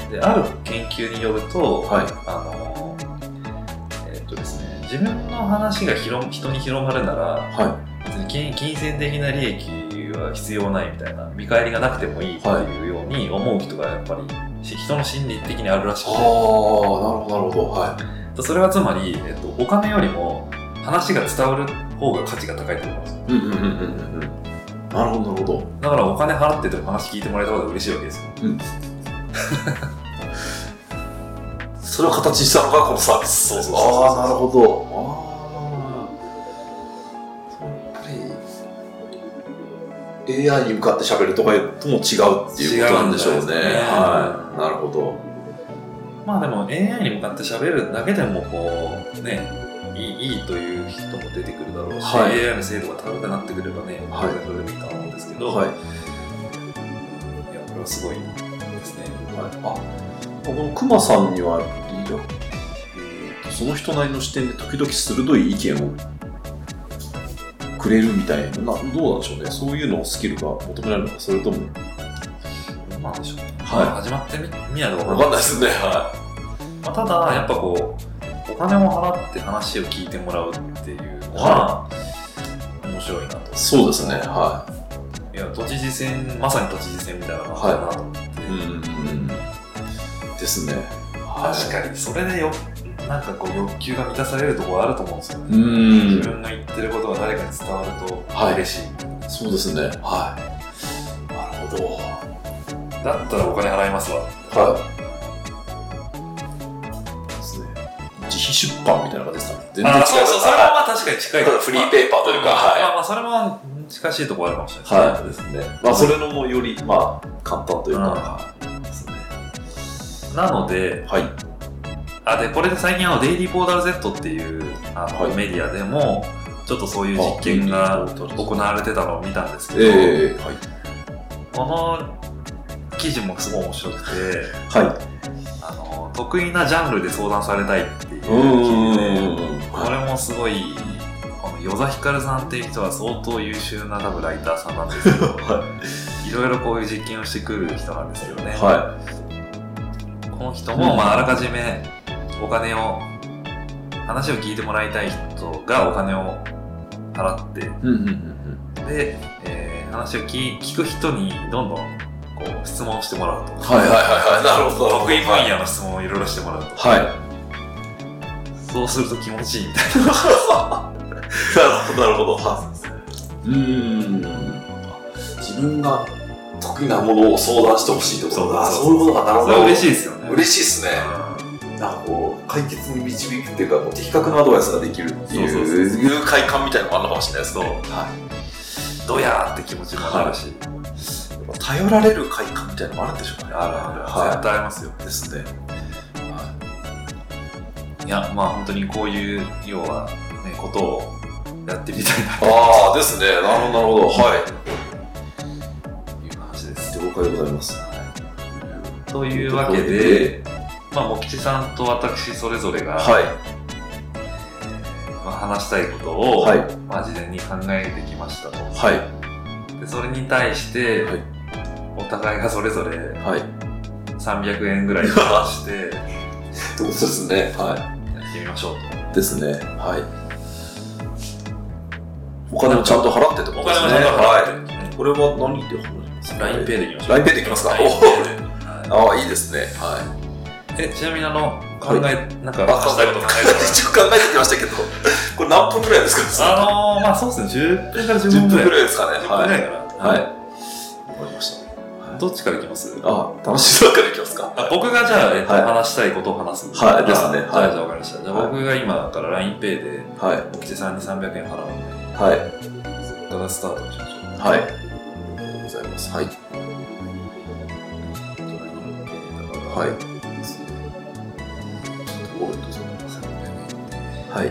[SPEAKER 1] い。
[SPEAKER 2] である研究によると、
[SPEAKER 1] はい。
[SPEAKER 2] あのえっとですね自分の話が広人に広まるなら
[SPEAKER 1] は
[SPEAKER 2] 別に金金銭的な利益は必要ないみたいな見返りがなくてもいいっていうように思う人がやっぱりし人の心理的にあるらし
[SPEAKER 1] い。
[SPEAKER 2] く
[SPEAKER 1] あ
[SPEAKER 2] て
[SPEAKER 1] あ、なるほど、なるほど。はい。
[SPEAKER 2] それはつまり、えっと、お金よりも話が伝わる方が価値が高いと思います。
[SPEAKER 1] うんうんうんうんうん。なるほど、なるほど。
[SPEAKER 2] だからお金払ってても話聞いてもらえたことが嬉しいわけですよ。
[SPEAKER 1] それを形にしたのがこのサービス。
[SPEAKER 2] そうそうそうそう
[SPEAKER 1] ああ、なるほど。ああ。やっぱり、AI に向かって喋るとかとも違うっていうことなんでしょうね。
[SPEAKER 2] 違うんじゃないですかね
[SPEAKER 1] はい。なるほど。
[SPEAKER 2] まあでも AI に向かって喋るだけでもこう、ね、いいいいという人も出てくるだろうし、
[SPEAKER 1] はい
[SPEAKER 2] AI の精度が高くなってくればね、
[SPEAKER 1] はい
[SPEAKER 2] 当然それでもいいとは思うんですけど、
[SPEAKER 1] はい
[SPEAKER 2] い、。や、これはすごいですね。
[SPEAKER 1] あこの熊さんには、いやえーとその人なりの視点で時々鋭い意見をくれるみたいな、などうなんでしょうね、そういうのをスキルが求められるのか、それとも。
[SPEAKER 2] どうなんでしょうね。
[SPEAKER 1] は
[SPEAKER 2] 始まってみみない
[SPEAKER 1] い。
[SPEAKER 2] とわ
[SPEAKER 1] わ
[SPEAKER 2] か
[SPEAKER 1] か
[SPEAKER 2] ん
[SPEAKER 1] んないい
[SPEAKER 2] なで。
[SPEAKER 1] ですすね、は
[SPEAKER 2] まあ、ただ、やっぱこう、お金を払って話を聞いてもらうっていうのは、面白いな
[SPEAKER 1] い。。
[SPEAKER 2] と
[SPEAKER 1] そうですね、はい
[SPEAKER 2] や、都知事選、まさに都知事選みたいな感じだなと思って。
[SPEAKER 1] い。うん。ですね。
[SPEAKER 2] 確かにそれでよなんかこう欲求が満たされるところあると思うんですよね、
[SPEAKER 1] うん
[SPEAKER 2] 自分が言ってることが誰かに伝わると嬉しい、
[SPEAKER 1] に。そうですね、はい。なるほど。
[SPEAKER 2] だったらお金払いますわ
[SPEAKER 1] はい。ですね。自費出版みたいな感じですかね。全
[SPEAKER 2] あそうそうそれもまあ確かに近いところ
[SPEAKER 1] フリーペーパーというか、
[SPEAKER 2] まあ
[SPEAKER 1] はい。
[SPEAKER 2] まあまあそれも近しいところあるかもしれない
[SPEAKER 1] はい、ですね。まあ、それのもより、まあ、簡単というか、ですね。
[SPEAKER 2] ですねなので
[SPEAKER 1] はい。
[SPEAKER 2] あでこれで最近あのデイリーポータル Z っていうあの、
[SPEAKER 1] はい
[SPEAKER 2] メディアでもちょっとそういう実験
[SPEAKER 1] あ
[SPEAKER 2] が
[SPEAKER 1] デイリーポータル Z
[SPEAKER 2] 行われてたのを見たんですけど、
[SPEAKER 1] ええはい。
[SPEAKER 2] この記事もすごい面白くて
[SPEAKER 1] はい。
[SPEAKER 2] あの得意なジャンルで相談されたいっていう記
[SPEAKER 1] うん
[SPEAKER 2] 事で、こ
[SPEAKER 1] は
[SPEAKER 2] れもすごいこの与座ひかるさんっていう人は相当優秀な多分ライターさんなんですけどいろいろこういう実験をしてくる人なんですよね、
[SPEAKER 1] い。は
[SPEAKER 2] この人も、まあ、あらかじめお金を話を聞いてもらいたい人がお金を払って
[SPEAKER 1] い。うんうんうん
[SPEAKER 2] で、えー話を聞聞く人にどんどんこう質問をしてもらうと
[SPEAKER 1] はいはいはいはい。なるほど。
[SPEAKER 2] 得意分野の質問をいろいろしてもらうと
[SPEAKER 1] はい。な
[SPEAKER 2] そうすると気持ちいいみたいな
[SPEAKER 1] るほど、なるほど。はい。うーん。自分が得意なものを相談してほしいってことだ。
[SPEAKER 2] そう
[SPEAKER 1] そういうことがなるほ
[SPEAKER 2] そ
[SPEAKER 1] ど
[SPEAKER 2] れ。は嬉しいですよね
[SPEAKER 1] 嬉しいですね。なんかこう、解決に導くっていうか、もう的確なアドバイスができるっていう
[SPEAKER 2] そうそうそう
[SPEAKER 1] いう快感みたいなのもあるのかもしれないですね。
[SPEAKER 2] そう
[SPEAKER 1] はい。
[SPEAKER 2] ドヤーって気持ちもあるし、
[SPEAKER 1] 頼られる快感みたいなのもあるんでしょうかね。
[SPEAKER 2] はい絶対ありますよ
[SPEAKER 1] い。ですね。
[SPEAKER 2] いやまあ本当にこういう要はねことをやってみたいな
[SPEAKER 1] ああ、ですね。なるほど、なるほど。はい。
[SPEAKER 2] という話です
[SPEAKER 1] 了解でございます。
[SPEAKER 2] というわけで、まあ、もきちさんと私それぞれが、
[SPEAKER 1] はい。
[SPEAKER 2] まあ、話したいことを、
[SPEAKER 1] はい。
[SPEAKER 2] まあ、事前に考えてきましたと
[SPEAKER 1] はい。
[SPEAKER 2] でそれに対して、
[SPEAKER 1] はい
[SPEAKER 2] お互いがそれぞれ
[SPEAKER 1] はい。
[SPEAKER 2] 300円ぐらい出して
[SPEAKER 1] ってことですね。は
[SPEAKER 2] やってみましょう
[SPEAKER 1] い。ですね。はい。お金をちゃんと払ってって
[SPEAKER 2] と
[SPEAKER 1] こ
[SPEAKER 2] お
[SPEAKER 1] とです
[SPEAKER 2] 金
[SPEAKER 1] ね。
[SPEAKER 2] もちゃんと払
[SPEAKER 1] は
[SPEAKER 2] って、ね
[SPEAKER 1] い。これは何で払いますか
[SPEAKER 2] LINEPay でいきましょう
[SPEAKER 1] LINE ペイでいきますか
[SPEAKER 2] LINE ペイでは
[SPEAKER 1] ああ、
[SPEAKER 2] い
[SPEAKER 1] いいですね。はい。
[SPEAKER 2] えちなみにあの考え、なんか
[SPEAKER 1] あ
[SPEAKER 2] 話したいこと考えてま す
[SPEAKER 1] 一応考えてきましたけど、これ何分くらいですか
[SPEAKER 2] あのー、まあそうですね、10分から15
[SPEAKER 1] 10
[SPEAKER 2] 分ぐ
[SPEAKER 1] 分く
[SPEAKER 2] らい。
[SPEAKER 1] らいですかね。
[SPEAKER 2] 10分
[SPEAKER 1] は
[SPEAKER 2] ぐ
[SPEAKER 1] い
[SPEAKER 2] ら。いかな。
[SPEAKER 1] はい。わかりました。
[SPEAKER 2] いどっちからいきます
[SPEAKER 1] あ、楽しい中からいきますか。
[SPEAKER 2] あ僕がじゃあ、えっと
[SPEAKER 1] はい
[SPEAKER 2] 話したいことを話すん
[SPEAKER 1] はいですね
[SPEAKER 2] じゃあ、
[SPEAKER 1] はい
[SPEAKER 2] じゃあ分かりました。じゃあ、
[SPEAKER 1] はい
[SPEAKER 2] 僕が今から LINEPay で、
[SPEAKER 1] はい。
[SPEAKER 2] おきてさんに300円払うんで、
[SPEAKER 1] はい。
[SPEAKER 2] そこからスタートしましょう。
[SPEAKER 1] はい。ありがとうございます。はい。
[SPEAKER 2] は
[SPEAKER 1] はい
[SPEAKER 2] い。。
[SPEAKER 1] はい。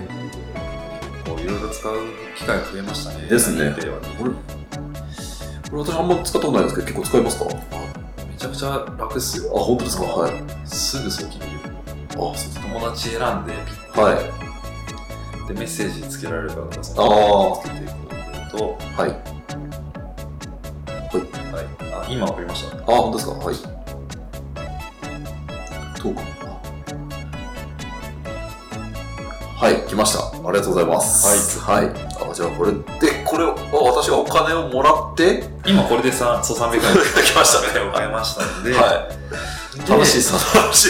[SPEAKER 2] こういろいろ使う機会が増えましたね。
[SPEAKER 1] ですね
[SPEAKER 2] LINEPay はね
[SPEAKER 1] これ、これ私あんま使ったことないんですけど、結構使いますか
[SPEAKER 2] めちゃくちゃ楽っす
[SPEAKER 1] あ、
[SPEAKER 2] よ。
[SPEAKER 1] 本当ですかはい。あ、
[SPEAKER 2] すぐ送金できる。
[SPEAKER 1] そうです
[SPEAKER 2] 友達選んで、ピッ
[SPEAKER 1] か。はい。
[SPEAKER 2] てメッセージつけられるからとか、そ
[SPEAKER 1] あ
[SPEAKER 2] つけていくと、
[SPEAKER 1] あ。はい。
[SPEAKER 2] はい、あ今わかりました。
[SPEAKER 1] あ、本当ですかはい。どうか。はい、来ました。ありがとうございます。はい。はい。あ、じゃあこれで、これを、あ私がお金をもらって、い
[SPEAKER 2] 今これでさ、そう300円
[SPEAKER 1] ただきましたね。
[SPEAKER 2] を買いましたんで、
[SPEAKER 1] は
[SPEAKER 2] で
[SPEAKER 1] い。楽しいです、楽しい。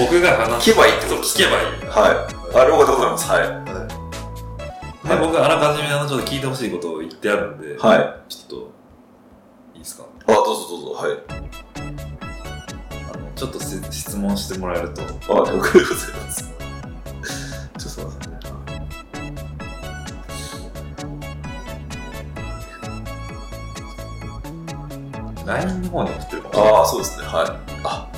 [SPEAKER 2] 僕が話
[SPEAKER 1] 聞けばいいってこ
[SPEAKER 2] そ
[SPEAKER 1] と
[SPEAKER 2] う
[SPEAKER 1] です
[SPEAKER 2] 聞
[SPEAKER 1] ね
[SPEAKER 2] けばい
[SPEAKER 1] は
[SPEAKER 2] い。
[SPEAKER 1] い。あ、了解でございます。はい。はい
[SPEAKER 2] 僕あらかじめあのちょっと聞いてほしいことを言ってあるんで、
[SPEAKER 1] はい。あ、
[SPEAKER 2] ちょっといいですか
[SPEAKER 1] どうぞどうぞ。はい。
[SPEAKER 2] あのちょっとせ質問してもらえると
[SPEAKER 1] あ、了解でございます。ちょっとすいませんね。
[SPEAKER 2] LINE の方に送ってるかもしれない
[SPEAKER 1] ああ、そうですね。はい。あ。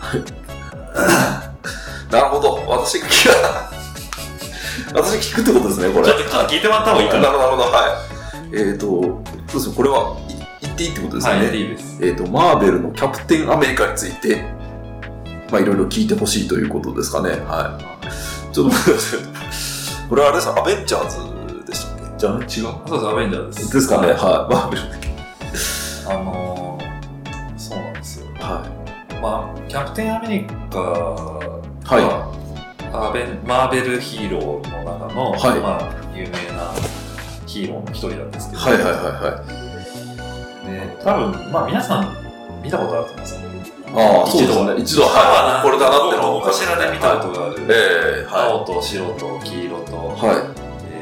[SPEAKER 1] はい。 なるほど。私が聞く。 私が聞くってことですね、これ。
[SPEAKER 2] ちょっとちょっと聞いてもらった方がいいか
[SPEAKER 1] な
[SPEAKER 2] な
[SPEAKER 1] るほど、なるほど。はい。えっ、ー、と、そうですね。これは、い言っていいってことですよね。
[SPEAKER 2] はい、いいです
[SPEAKER 1] えっ、と、マーベルのキャプテンアメリカについて、まあ、いろいろ聞いてほしいということですかね。はい。ちょっと待ってください。これはあれですか、アベンジャーズでしたっけじゃあ、違う。
[SPEAKER 2] そうですアベンジャーです
[SPEAKER 1] ですかね、はい。マーベルだけ。
[SPEAKER 2] あのー、そうなんですよ
[SPEAKER 1] は
[SPEAKER 2] まあキャプテンアメリカは、
[SPEAKER 1] はい
[SPEAKER 2] アベンマーベルヒーローの中の、
[SPEAKER 1] はい
[SPEAKER 2] まあ、有名なヒーローの一人なんですけ
[SPEAKER 1] い。
[SPEAKER 2] ど、
[SPEAKER 1] はいはいはいはい。
[SPEAKER 2] で多分まあ皆さん見たことあると思うんですよ
[SPEAKER 1] ああ、
[SPEAKER 2] 一
[SPEAKER 1] そうです
[SPEAKER 2] 度
[SPEAKER 1] ね。一度、
[SPEAKER 2] ま
[SPEAKER 1] は
[SPEAKER 2] あ
[SPEAKER 1] い。これだなっての
[SPEAKER 2] どこかしらで見たことがある、
[SPEAKER 1] はいええは
[SPEAKER 2] 青と白と黄色と、
[SPEAKER 1] い。はい。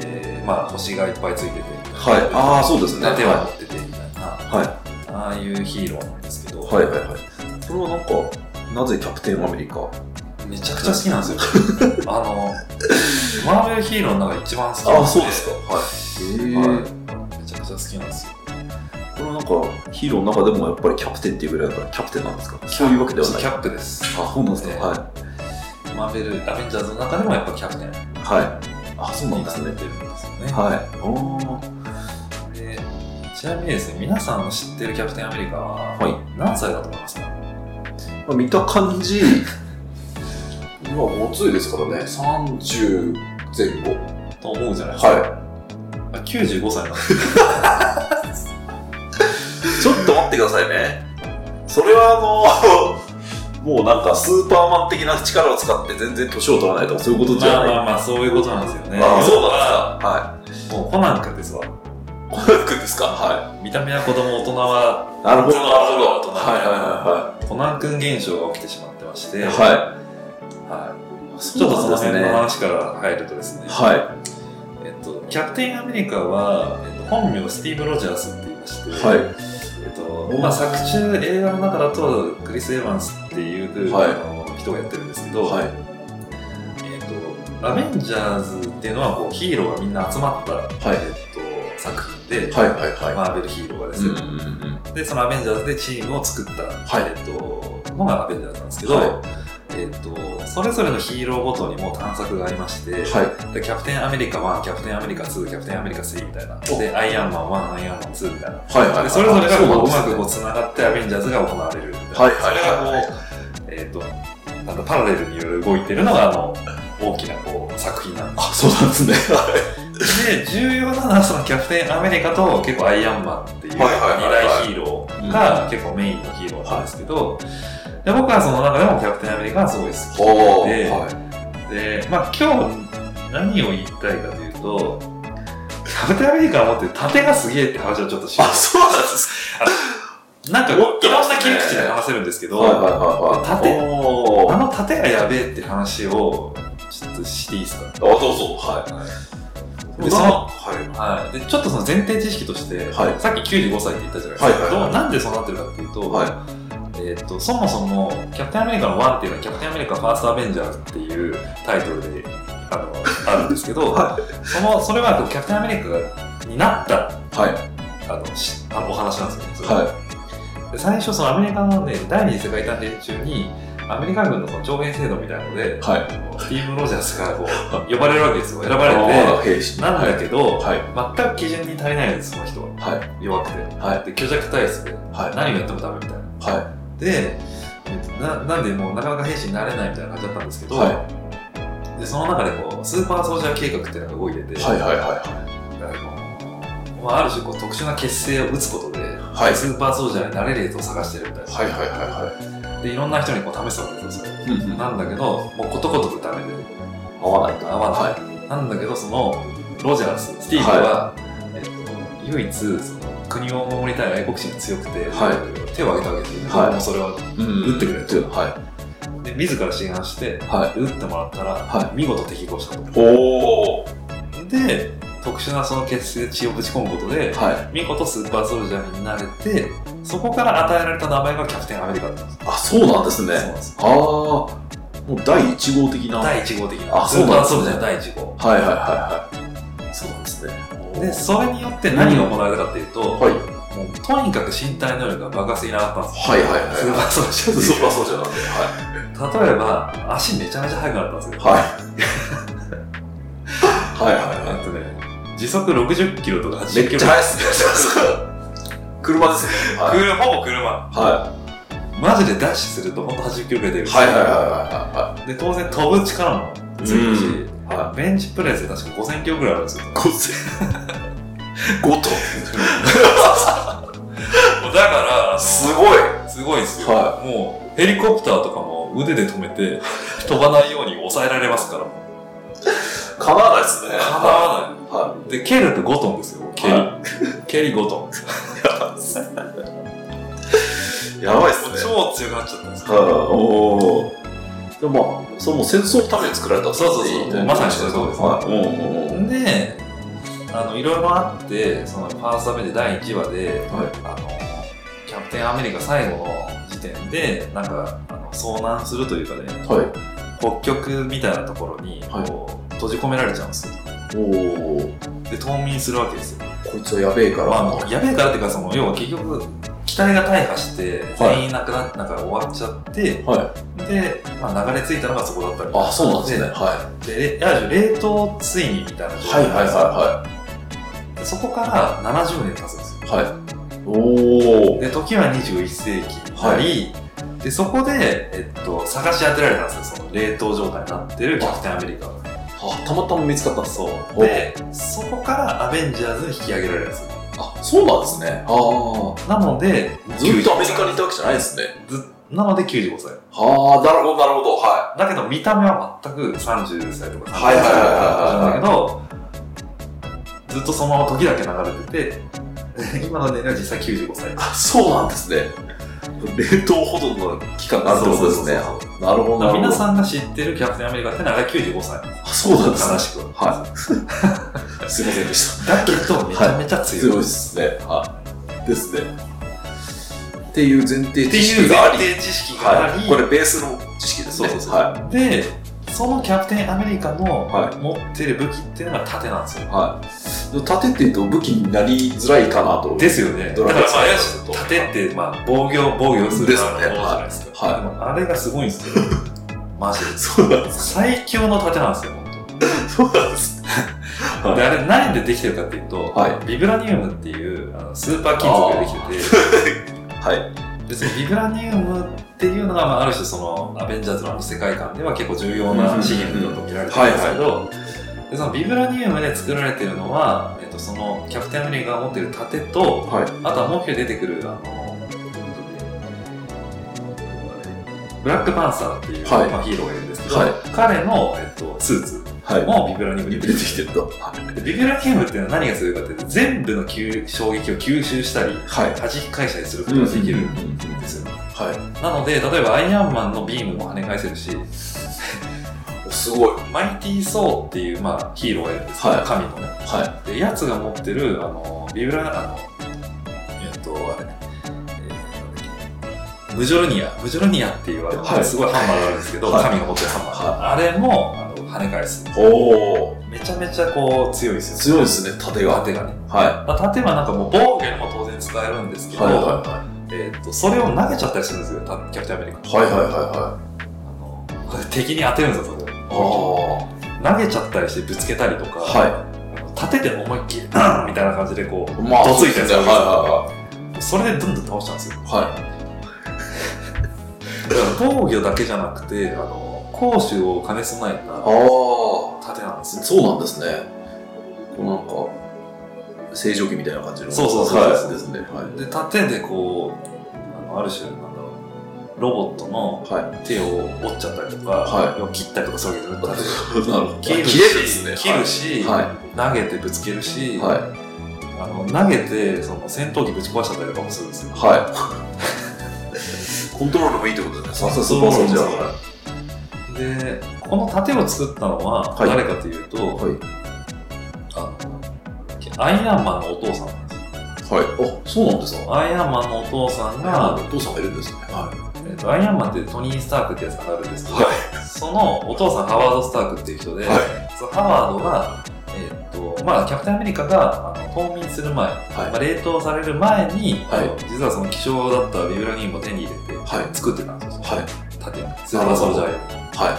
[SPEAKER 2] えーまあ、星がいっぱいついてて、
[SPEAKER 1] はい。ああ、そうですね。
[SPEAKER 2] 盾を持
[SPEAKER 1] は
[SPEAKER 2] っててみたい
[SPEAKER 1] い。
[SPEAKER 2] な、
[SPEAKER 1] はい。
[SPEAKER 2] ああいうヒーローなんですけど、
[SPEAKER 1] はいはいはい。これはなんか、なぜキャプテンアメリカ
[SPEAKER 2] めちゃくちゃ好きなんです よあのマーベルヒーローの中で一番好きなん
[SPEAKER 1] はい。へえ
[SPEAKER 2] はいめちゃくちゃ好きなんですよ
[SPEAKER 1] これはなんか、ヒーローの中でもやっぱりキャプテンっていうぐらいだからキャプテンなんですかそういうわけではない。
[SPEAKER 2] キャップです
[SPEAKER 1] あ、そうなんです
[SPEAKER 2] え
[SPEAKER 1] ね。
[SPEAKER 2] え
[SPEAKER 1] は
[SPEAKER 2] マーベルアベンジャーズの中でもやっぱキャプテンに
[SPEAKER 1] い。はい。あ、そうな
[SPEAKER 2] なんっ
[SPEAKER 1] で
[SPEAKER 2] て
[SPEAKER 1] す
[SPEAKER 2] るん
[SPEAKER 1] ね。
[SPEAKER 2] ですよね、
[SPEAKER 1] はい。
[SPEAKER 2] でちなみにですね皆さんの知ってるキャプテンアメリカ
[SPEAKER 1] あ
[SPEAKER 2] は
[SPEAKER 1] あ。はい。
[SPEAKER 2] 何歳だと思いますか
[SPEAKER 1] まあ、見た感じ、 今ごついですからね。30前後。
[SPEAKER 2] と思うじゃないですか、
[SPEAKER 1] は
[SPEAKER 2] あ95歳なんです
[SPEAKER 1] い。ちょっと待ってくださいね。それはあの、 もうなんかスーパーマン的な力を使って全然年を取らないとかそういうことじ
[SPEAKER 2] ま
[SPEAKER 1] ゃな
[SPEAKER 2] あ
[SPEAKER 1] い。
[SPEAKER 2] まあまあそういうことなんですよね
[SPEAKER 1] ああ、そうなんですか。はい。
[SPEAKER 2] ですもうコナン君ですわ
[SPEAKER 1] コナン君ですかは。
[SPEAKER 2] 見た目は子供大人はい
[SPEAKER 1] なるほど、なる
[SPEAKER 2] 大
[SPEAKER 1] ほ
[SPEAKER 2] 人
[SPEAKER 1] ど。はいは
[SPEAKER 2] コナン君現象が起きてしまってまして
[SPEAKER 1] いはいはい。は
[SPEAKER 2] はい、
[SPEAKER 1] い。
[SPEAKER 2] ちょっとその辺の
[SPEAKER 1] は
[SPEAKER 2] 話から入るとですね、
[SPEAKER 1] い。
[SPEAKER 2] えっと、キャプテンアメリカは、えっと、本名スティーブ・ロジャースって言いまして、
[SPEAKER 1] はい。
[SPEAKER 2] えっとまあ、作中映画の中だとクリス・エヴァンスっていう、
[SPEAKER 1] はい
[SPEAKER 2] あの人がやってるんですけど、
[SPEAKER 1] はい。
[SPEAKER 2] えっと、アベンジャーズっていうのはこうヒーローがみんな集まった、
[SPEAKER 1] い
[SPEAKER 2] えっと、作品で、
[SPEAKER 1] はいはいはい。
[SPEAKER 2] マーベルヒーローがで
[SPEAKER 1] う
[SPEAKER 2] す
[SPEAKER 1] んう
[SPEAKER 2] ね
[SPEAKER 1] ん、うん。
[SPEAKER 2] でそのアベンジャーズでチームを作った、
[SPEAKER 1] はい
[SPEAKER 2] えっと、のがアベンジャーズなんですけど、
[SPEAKER 1] は
[SPEAKER 2] えっと、それぞれのヒーローごとにも探索がありまして、
[SPEAKER 1] はい。
[SPEAKER 2] でキャプテンアメリカ1、キャプテンアメリカ2、キャプテンアメリカ3みたいな。で、アイアンマン1、アイアンマン2みたいな。
[SPEAKER 1] はいはい。
[SPEAKER 2] でそれぞれがこううま
[SPEAKER 1] そ
[SPEAKER 2] く
[SPEAKER 1] う
[SPEAKER 2] こ
[SPEAKER 1] なん
[SPEAKER 2] う
[SPEAKER 1] ですね
[SPEAKER 2] つながってアベンジャーズが行われるみたいな。
[SPEAKER 1] はいはいはい
[SPEAKER 2] それがこう、えっ、と、なんかパラレルによる動いてるのが、あの、大きなこう作品なんで
[SPEAKER 1] あ、そうなんですね。
[SPEAKER 2] す。で、重要なのはそのキャプテンアメリカと結構アイアンマンっていう二
[SPEAKER 1] はいはいはいはい
[SPEAKER 2] 大ヒーローが結構メインのヒーローなんですけど、で僕はその中でもキャプテンアメリカがすごい好 き。
[SPEAKER 1] お
[SPEAKER 2] で
[SPEAKER 1] ー。はい。
[SPEAKER 2] で、まあ、今日何を言いたいかというと、キャプテンアメリカが持ってる盾がすげえって話をちょっとしよ
[SPEAKER 1] あ、そうなんです
[SPEAKER 2] う。なんか、い
[SPEAKER 1] 持ってま
[SPEAKER 2] ろん
[SPEAKER 1] すね
[SPEAKER 2] な切り口で話せるんですけど、
[SPEAKER 1] はいはいはいはい。
[SPEAKER 2] 盾
[SPEAKER 1] おー
[SPEAKER 2] あ
[SPEAKER 1] あ、
[SPEAKER 2] の盾がやべえって話を、ちょっとしていいですか
[SPEAKER 1] どうぞ。は
[SPEAKER 2] で
[SPEAKER 1] い。
[SPEAKER 2] その
[SPEAKER 1] はい。
[SPEAKER 2] はい、でちょっとその前提知識として、
[SPEAKER 1] はい
[SPEAKER 2] さっき95歳って言ったじゃないですか、
[SPEAKER 1] はいはいはい
[SPEAKER 2] どうなんでそうなってるかっていうと,、
[SPEAKER 1] はい
[SPEAKER 2] えー、とそもそも「キャプテンアメリカの1」っていうのは「キャプテンアメリカファーストアベンジャーズ」っていうタイトルであのあるんですけど、
[SPEAKER 1] は
[SPEAKER 2] そのそれはこうキャプテンアメリカになった
[SPEAKER 1] はい。
[SPEAKER 2] あのしあのお話なんですよねそれ
[SPEAKER 1] は
[SPEAKER 2] で最初そのアメリカの、ね、第二次世界大戦中にアメリカ軍のその上限制度みたいなので
[SPEAKER 1] い。はい。
[SPEAKER 2] こうスティーブ・ロジャースが こう呼ばれるわけですよ選ば
[SPEAKER 1] あ
[SPEAKER 2] れて
[SPEAKER 1] ー兵士。
[SPEAKER 2] なんだけど、
[SPEAKER 1] はい。
[SPEAKER 2] 全く基準に足りないんですその人は
[SPEAKER 1] はい。
[SPEAKER 2] 弱くて。
[SPEAKER 1] はい。
[SPEAKER 2] で虚弱体質で
[SPEAKER 1] はい。
[SPEAKER 2] 何をやってもダメみたいな
[SPEAKER 1] は
[SPEAKER 2] でえっとななんでもうなかなか兵士になれないみたいな感じだったんですけ
[SPEAKER 1] い。
[SPEAKER 2] ど、
[SPEAKER 1] はい。
[SPEAKER 2] でその中でこうスーパーソルジャー計画っていうのが動いてて、
[SPEAKER 1] はいはいは
[SPEAKER 2] あのまあ、ある種こう特殊な結成を打つことで、
[SPEAKER 1] い
[SPEAKER 2] スーパーソルジャーになれるやつを探してるみたい
[SPEAKER 1] い。
[SPEAKER 2] な、
[SPEAKER 1] はいはいはい
[SPEAKER 2] でいろんな人にこう試すわけですよそれ
[SPEAKER 1] はい。うんうん。
[SPEAKER 2] なんだけどもうことごとくダメで
[SPEAKER 1] 合わないと。
[SPEAKER 2] 合わない、
[SPEAKER 1] は
[SPEAKER 2] なんだけどそのロジャーススティーブは、えっと、唯一その国を守りたい愛国心が強くて、
[SPEAKER 1] は
[SPEAKER 2] 手を挙げたわけですよね、
[SPEAKER 1] はい。
[SPEAKER 2] もうそれはい
[SPEAKER 1] うん
[SPEAKER 2] 打ってくれ
[SPEAKER 1] はい。
[SPEAKER 2] で自ら志願して、
[SPEAKER 1] は
[SPEAKER 2] 打ってもらったら、
[SPEAKER 1] は
[SPEAKER 2] 見事適合したと
[SPEAKER 1] おお
[SPEAKER 2] で特殊なその血液をぶち込むことで
[SPEAKER 1] はい
[SPEAKER 2] 見事スーパーソルジャーになれてそこから与えられた名前がキャプテンアメリカだったんです
[SPEAKER 1] あそうなんですね
[SPEAKER 2] そうなんです
[SPEAKER 1] ああもう第1号的なはい
[SPEAKER 2] 第1号的な
[SPEAKER 1] あ
[SPEAKER 2] スーパーソルジャ
[SPEAKER 1] そ
[SPEAKER 2] ー
[SPEAKER 1] う
[SPEAKER 2] 第1号
[SPEAKER 1] はいはいはいそうなんですね
[SPEAKER 2] でそれによって何が行われたかっていうと、
[SPEAKER 1] はい
[SPEAKER 2] もうとにかく身体能力が爆発的に上がったんです
[SPEAKER 1] はいはいはい
[SPEAKER 2] スーパーソルジャーっていう
[SPEAKER 1] ーソルジャーなんでは
[SPEAKER 2] 例えば足めちゃめちゃ速くなったんですよ、
[SPEAKER 1] いはいはいはいはい
[SPEAKER 2] えっとね時速60キロとか80キロ
[SPEAKER 1] めっちゃ速いっすね車ですねはい
[SPEAKER 2] 車ほぼ車
[SPEAKER 1] は
[SPEAKER 2] マジでダッシュするとほんと80キロぐらい出るん
[SPEAKER 1] い
[SPEAKER 2] ですよ
[SPEAKER 1] はいはいは
[SPEAKER 2] で当然飛ぶ力もついるし、
[SPEAKER 1] いはいは
[SPEAKER 2] ベンチプレスで確か5000キロぐらいあるんですよ
[SPEAKER 1] い5 5ト
[SPEAKER 2] もうだから
[SPEAKER 1] ンすごい
[SPEAKER 2] すごいんですよ、
[SPEAKER 1] は
[SPEAKER 2] もうヘリコプターとかも腕で止め て飛ばないように抑えられますから
[SPEAKER 1] かなわないですね
[SPEAKER 2] かなわ
[SPEAKER 1] は
[SPEAKER 2] ないで蹴るって5トンですよ蹴り、
[SPEAKER 1] は
[SPEAKER 2] 蹴り5トン
[SPEAKER 1] いやばいっすね
[SPEAKER 2] 超強くなっちゃったんです
[SPEAKER 1] はいおおでもまあそれも戦争のために作られた
[SPEAKER 2] そうそうそうまさにそういうことですね
[SPEAKER 1] はいうんうんうん
[SPEAKER 2] であのいろいろあってそのファーストアベンジャー第1話
[SPEAKER 1] は
[SPEAKER 2] で
[SPEAKER 1] い
[SPEAKER 2] あのキャプテンアメリカ最後の時点でなんかあの遭難するというかね
[SPEAKER 1] はい
[SPEAKER 2] 北極みたいなところに
[SPEAKER 1] はい
[SPEAKER 2] こう閉じ込められちゃうんですよ
[SPEAKER 1] おお
[SPEAKER 2] で冬眠するわけですよ、
[SPEAKER 1] こいつはやべえから
[SPEAKER 2] まああの、やべえからっていうかその要は結局機体が大破して全員なくなってなんか終わっちゃって
[SPEAKER 1] はい
[SPEAKER 2] で、まあ、流れ着いたのがそこだったり
[SPEAKER 1] あそうなんですねは
[SPEAKER 2] でやはり冷凍ついにみたいな状
[SPEAKER 1] い
[SPEAKER 2] 態
[SPEAKER 1] はいはいは
[SPEAKER 2] でそこから70年経つんですよ
[SPEAKER 1] いはいおお
[SPEAKER 2] で時は21世紀になり、でそこで、えっと、探し当てられたんですよその冷凍状態になってるキャプテンアメリカが
[SPEAKER 1] あたまたま見つかったんです
[SPEAKER 2] そう
[SPEAKER 1] お
[SPEAKER 2] でそこからアベンジャーズに引き上げられるんですよ
[SPEAKER 1] あそうなんですねあ
[SPEAKER 2] なので
[SPEAKER 1] あずっとアメリカにいたわけじゃないですね
[SPEAKER 2] ずなので95歳
[SPEAKER 1] はあなるほどなるほどは
[SPEAKER 2] だけど見た目は全く30歳とか30
[SPEAKER 1] はいはいはい
[SPEAKER 2] 歳とか
[SPEAKER 1] はいはい
[SPEAKER 2] なんだけどずっとそのまま時だけ流れてて 今の年齢は実際95歳
[SPEAKER 1] いあそうなんですね冷凍保存の期間があるってことですね
[SPEAKER 2] そうそうそう
[SPEAKER 1] なるほどなるほど
[SPEAKER 2] 皆さんが知ってるキャプテンアメリカってのはあれ95歳
[SPEAKER 1] あそうなんですね
[SPEAKER 2] 正しくは
[SPEAKER 1] はいすいませんでした
[SPEAKER 2] だけどめちゃめちゃ強い、
[SPEAKER 1] 強いですねはいですねっていう前提
[SPEAKER 2] って
[SPEAKER 1] 知
[SPEAKER 2] い
[SPEAKER 1] 識
[SPEAKER 2] う
[SPEAKER 1] があ
[SPEAKER 2] 前
[SPEAKER 1] り
[SPEAKER 2] 提知識があ
[SPEAKER 1] は
[SPEAKER 2] り、
[SPEAKER 1] い、これベースの知識です
[SPEAKER 2] そう
[SPEAKER 1] ね。
[SPEAKER 2] そうそう、
[SPEAKER 1] は
[SPEAKER 2] でそのキャプテンアメリカの
[SPEAKER 1] はい
[SPEAKER 2] 持ってる武器っていうのが盾なんです
[SPEAKER 1] い。
[SPEAKER 2] よ
[SPEAKER 1] はい。盾っていうと武器になりづらいかなと。
[SPEAKER 2] ですよねだ
[SPEAKER 1] ド
[SPEAKER 2] か
[SPEAKER 1] ラ
[SPEAKER 2] ら
[SPEAKER 1] ゴン
[SPEAKER 2] ま
[SPEAKER 1] サ
[SPEAKER 2] あ
[SPEAKER 1] イ
[SPEAKER 2] や
[SPEAKER 1] ダ
[SPEAKER 2] し
[SPEAKER 1] ーと
[SPEAKER 2] 盾ってまあ防御防御する
[SPEAKER 1] です
[SPEAKER 2] よ
[SPEAKER 1] ね
[SPEAKER 2] うなものじゃないですか
[SPEAKER 1] はい
[SPEAKER 2] でもあれがすごいんですよマジで
[SPEAKER 1] そうなんで
[SPEAKER 2] 最強の盾なんですよ
[SPEAKER 1] す。そうなんです。
[SPEAKER 2] であれ何でできてるかっていうと、
[SPEAKER 1] はい
[SPEAKER 2] ビブラニウムっていうあのスーパー金属ができてて
[SPEAKER 1] はい。
[SPEAKER 2] 別にビブラニウムっていうのが、まあ、ある種そのアベンジャーズのあの世界観では結構重要な資源だと見られてるんですけど、でそのビブラニウムで作られてるのは、えっと、そのキャプテンアメリカが持ってる盾と
[SPEAKER 1] はい。
[SPEAKER 2] あとはもう一人出てくるあのブラックパンサーっていう、
[SPEAKER 1] はい
[SPEAKER 2] まあ、ヒーローがいるんですけど、
[SPEAKER 1] はい
[SPEAKER 2] 彼の、えっと、スーツ
[SPEAKER 1] はい。
[SPEAKER 2] もビブラニウムに
[SPEAKER 1] 出
[SPEAKER 2] 出
[SPEAKER 1] て
[SPEAKER 2] てる
[SPEAKER 1] きてると。はい。
[SPEAKER 2] でビブラニウムっていうのは何がするかっていうと全部の吸衝撃を吸収したり
[SPEAKER 1] はい。
[SPEAKER 2] 弾き返したりすることができるんですよ、
[SPEAKER 1] は
[SPEAKER 2] なので、例えばアイアンマンのビームも跳ね返せるし、
[SPEAKER 1] い。すごい。
[SPEAKER 2] マイティー・ソーっていう、まあ、ヒーローがいるんですけど、
[SPEAKER 1] はい
[SPEAKER 2] 神のね。
[SPEAKER 1] は
[SPEAKER 2] で、やつが持ってる、あの、ビブラ、あの、えっと、あれね、えームジョルニア、ムジョルニアっていう、あの
[SPEAKER 1] はい
[SPEAKER 2] すごいハンマーがあるんですけど、
[SPEAKER 1] はい
[SPEAKER 2] 神が持ってるハンマー、あれもあの跳ね返す。
[SPEAKER 1] い。おお。
[SPEAKER 2] めちゃめちゃこう強いですよ。
[SPEAKER 1] 強いですね、盾が。
[SPEAKER 2] 盾がね。
[SPEAKER 1] は
[SPEAKER 2] まあ、盾はなんかもう防御にも当然使えるんです
[SPEAKER 1] い。
[SPEAKER 2] けど、
[SPEAKER 1] はいは
[SPEAKER 2] えっと、それを投げちゃったりするんですよ、たキャプテンアメリカ。
[SPEAKER 1] いはい。はいはいは
[SPEAKER 2] あの敵に当てるんですよそれ
[SPEAKER 1] いはい。
[SPEAKER 2] 投げちゃったりしてぶつけたりとか、
[SPEAKER 1] ああ。は
[SPEAKER 2] 立てて思いっきりうんみたいな感じでこ
[SPEAKER 1] い。まあ、
[SPEAKER 2] どついたやつ
[SPEAKER 1] はいは
[SPEAKER 2] うそれでどんどん倒したんですよ
[SPEAKER 1] いはい。はい。
[SPEAKER 2] だから防御だけじゃなくてあの攻守を兼ね備え
[SPEAKER 1] あ
[SPEAKER 2] た
[SPEAKER 1] あ。
[SPEAKER 2] 盾なんですよ
[SPEAKER 1] そうなんですね。こうなんか、正常期みたいな感じの。
[SPEAKER 2] そうそうそう
[SPEAKER 1] はいですね。はい。
[SPEAKER 2] で盾でこうあのある種なんだろうロボットの
[SPEAKER 1] は
[SPEAKER 2] 手を折っちゃったりとか、
[SPEAKER 1] は
[SPEAKER 2] 要は切ったりとかそういうの
[SPEAKER 1] い。なる ほど。
[SPEAKER 2] 切るし
[SPEAKER 1] 切れるんですね。
[SPEAKER 2] 切るし、
[SPEAKER 1] は
[SPEAKER 2] 投げてぶつけるし、
[SPEAKER 1] い。は
[SPEAKER 2] あの投げてその戦闘機ぶち壊しちゃったりとかもするんですよ
[SPEAKER 1] い。はい。コントロールもいいってことですね。
[SPEAKER 2] そ
[SPEAKER 1] さす
[SPEAKER 2] う
[SPEAKER 1] がスーパーソルジャー
[SPEAKER 2] そう
[SPEAKER 1] は
[SPEAKER 2] でこの盾を作ったのは
[SPEAKER 1] はい
[SPEAKER 2] 誰かというと、
[SPEAKER 1] はい。
[SPEAKER 2] あのアイアンマンのお父さんなんですよ
[SPEAKER 1] はい。あ、そうなんですか。
[SPEAKER 2] アイアンマンのお父さん
[SPEAKER 1] あ
[SPEAKER 2] が、
[SPEAKER 1] お父さんがいるんですね。は
[SPEAKER 2] えっとアイアンマンってトニー・スタークってやつがあるんですけど、
[SPEAKER 1] は
[SPEAKER 2] そのお父さんハワード・スタークっていう人で、
[SPEAKER 1] はい
[SPEAKER 2] そのハワードが、えっとまあ、キャプテンアメリカがあの冬眠する前、
[SPEAKER 1] い
[SPEAKER 2] まあ、冷凍される前に、
[SPEAKER 1] はい
[SPEAKER 2] あの実はその希少だったビブラニウムを手に入れて、
[SPEAKER 1] はい
[SPEAKER 2] 作ってたんですよ、
[SPEAKER 1] はい。
[SPEAKER 2] 盾スーパーソルジャー用
[SPEAKER 1] は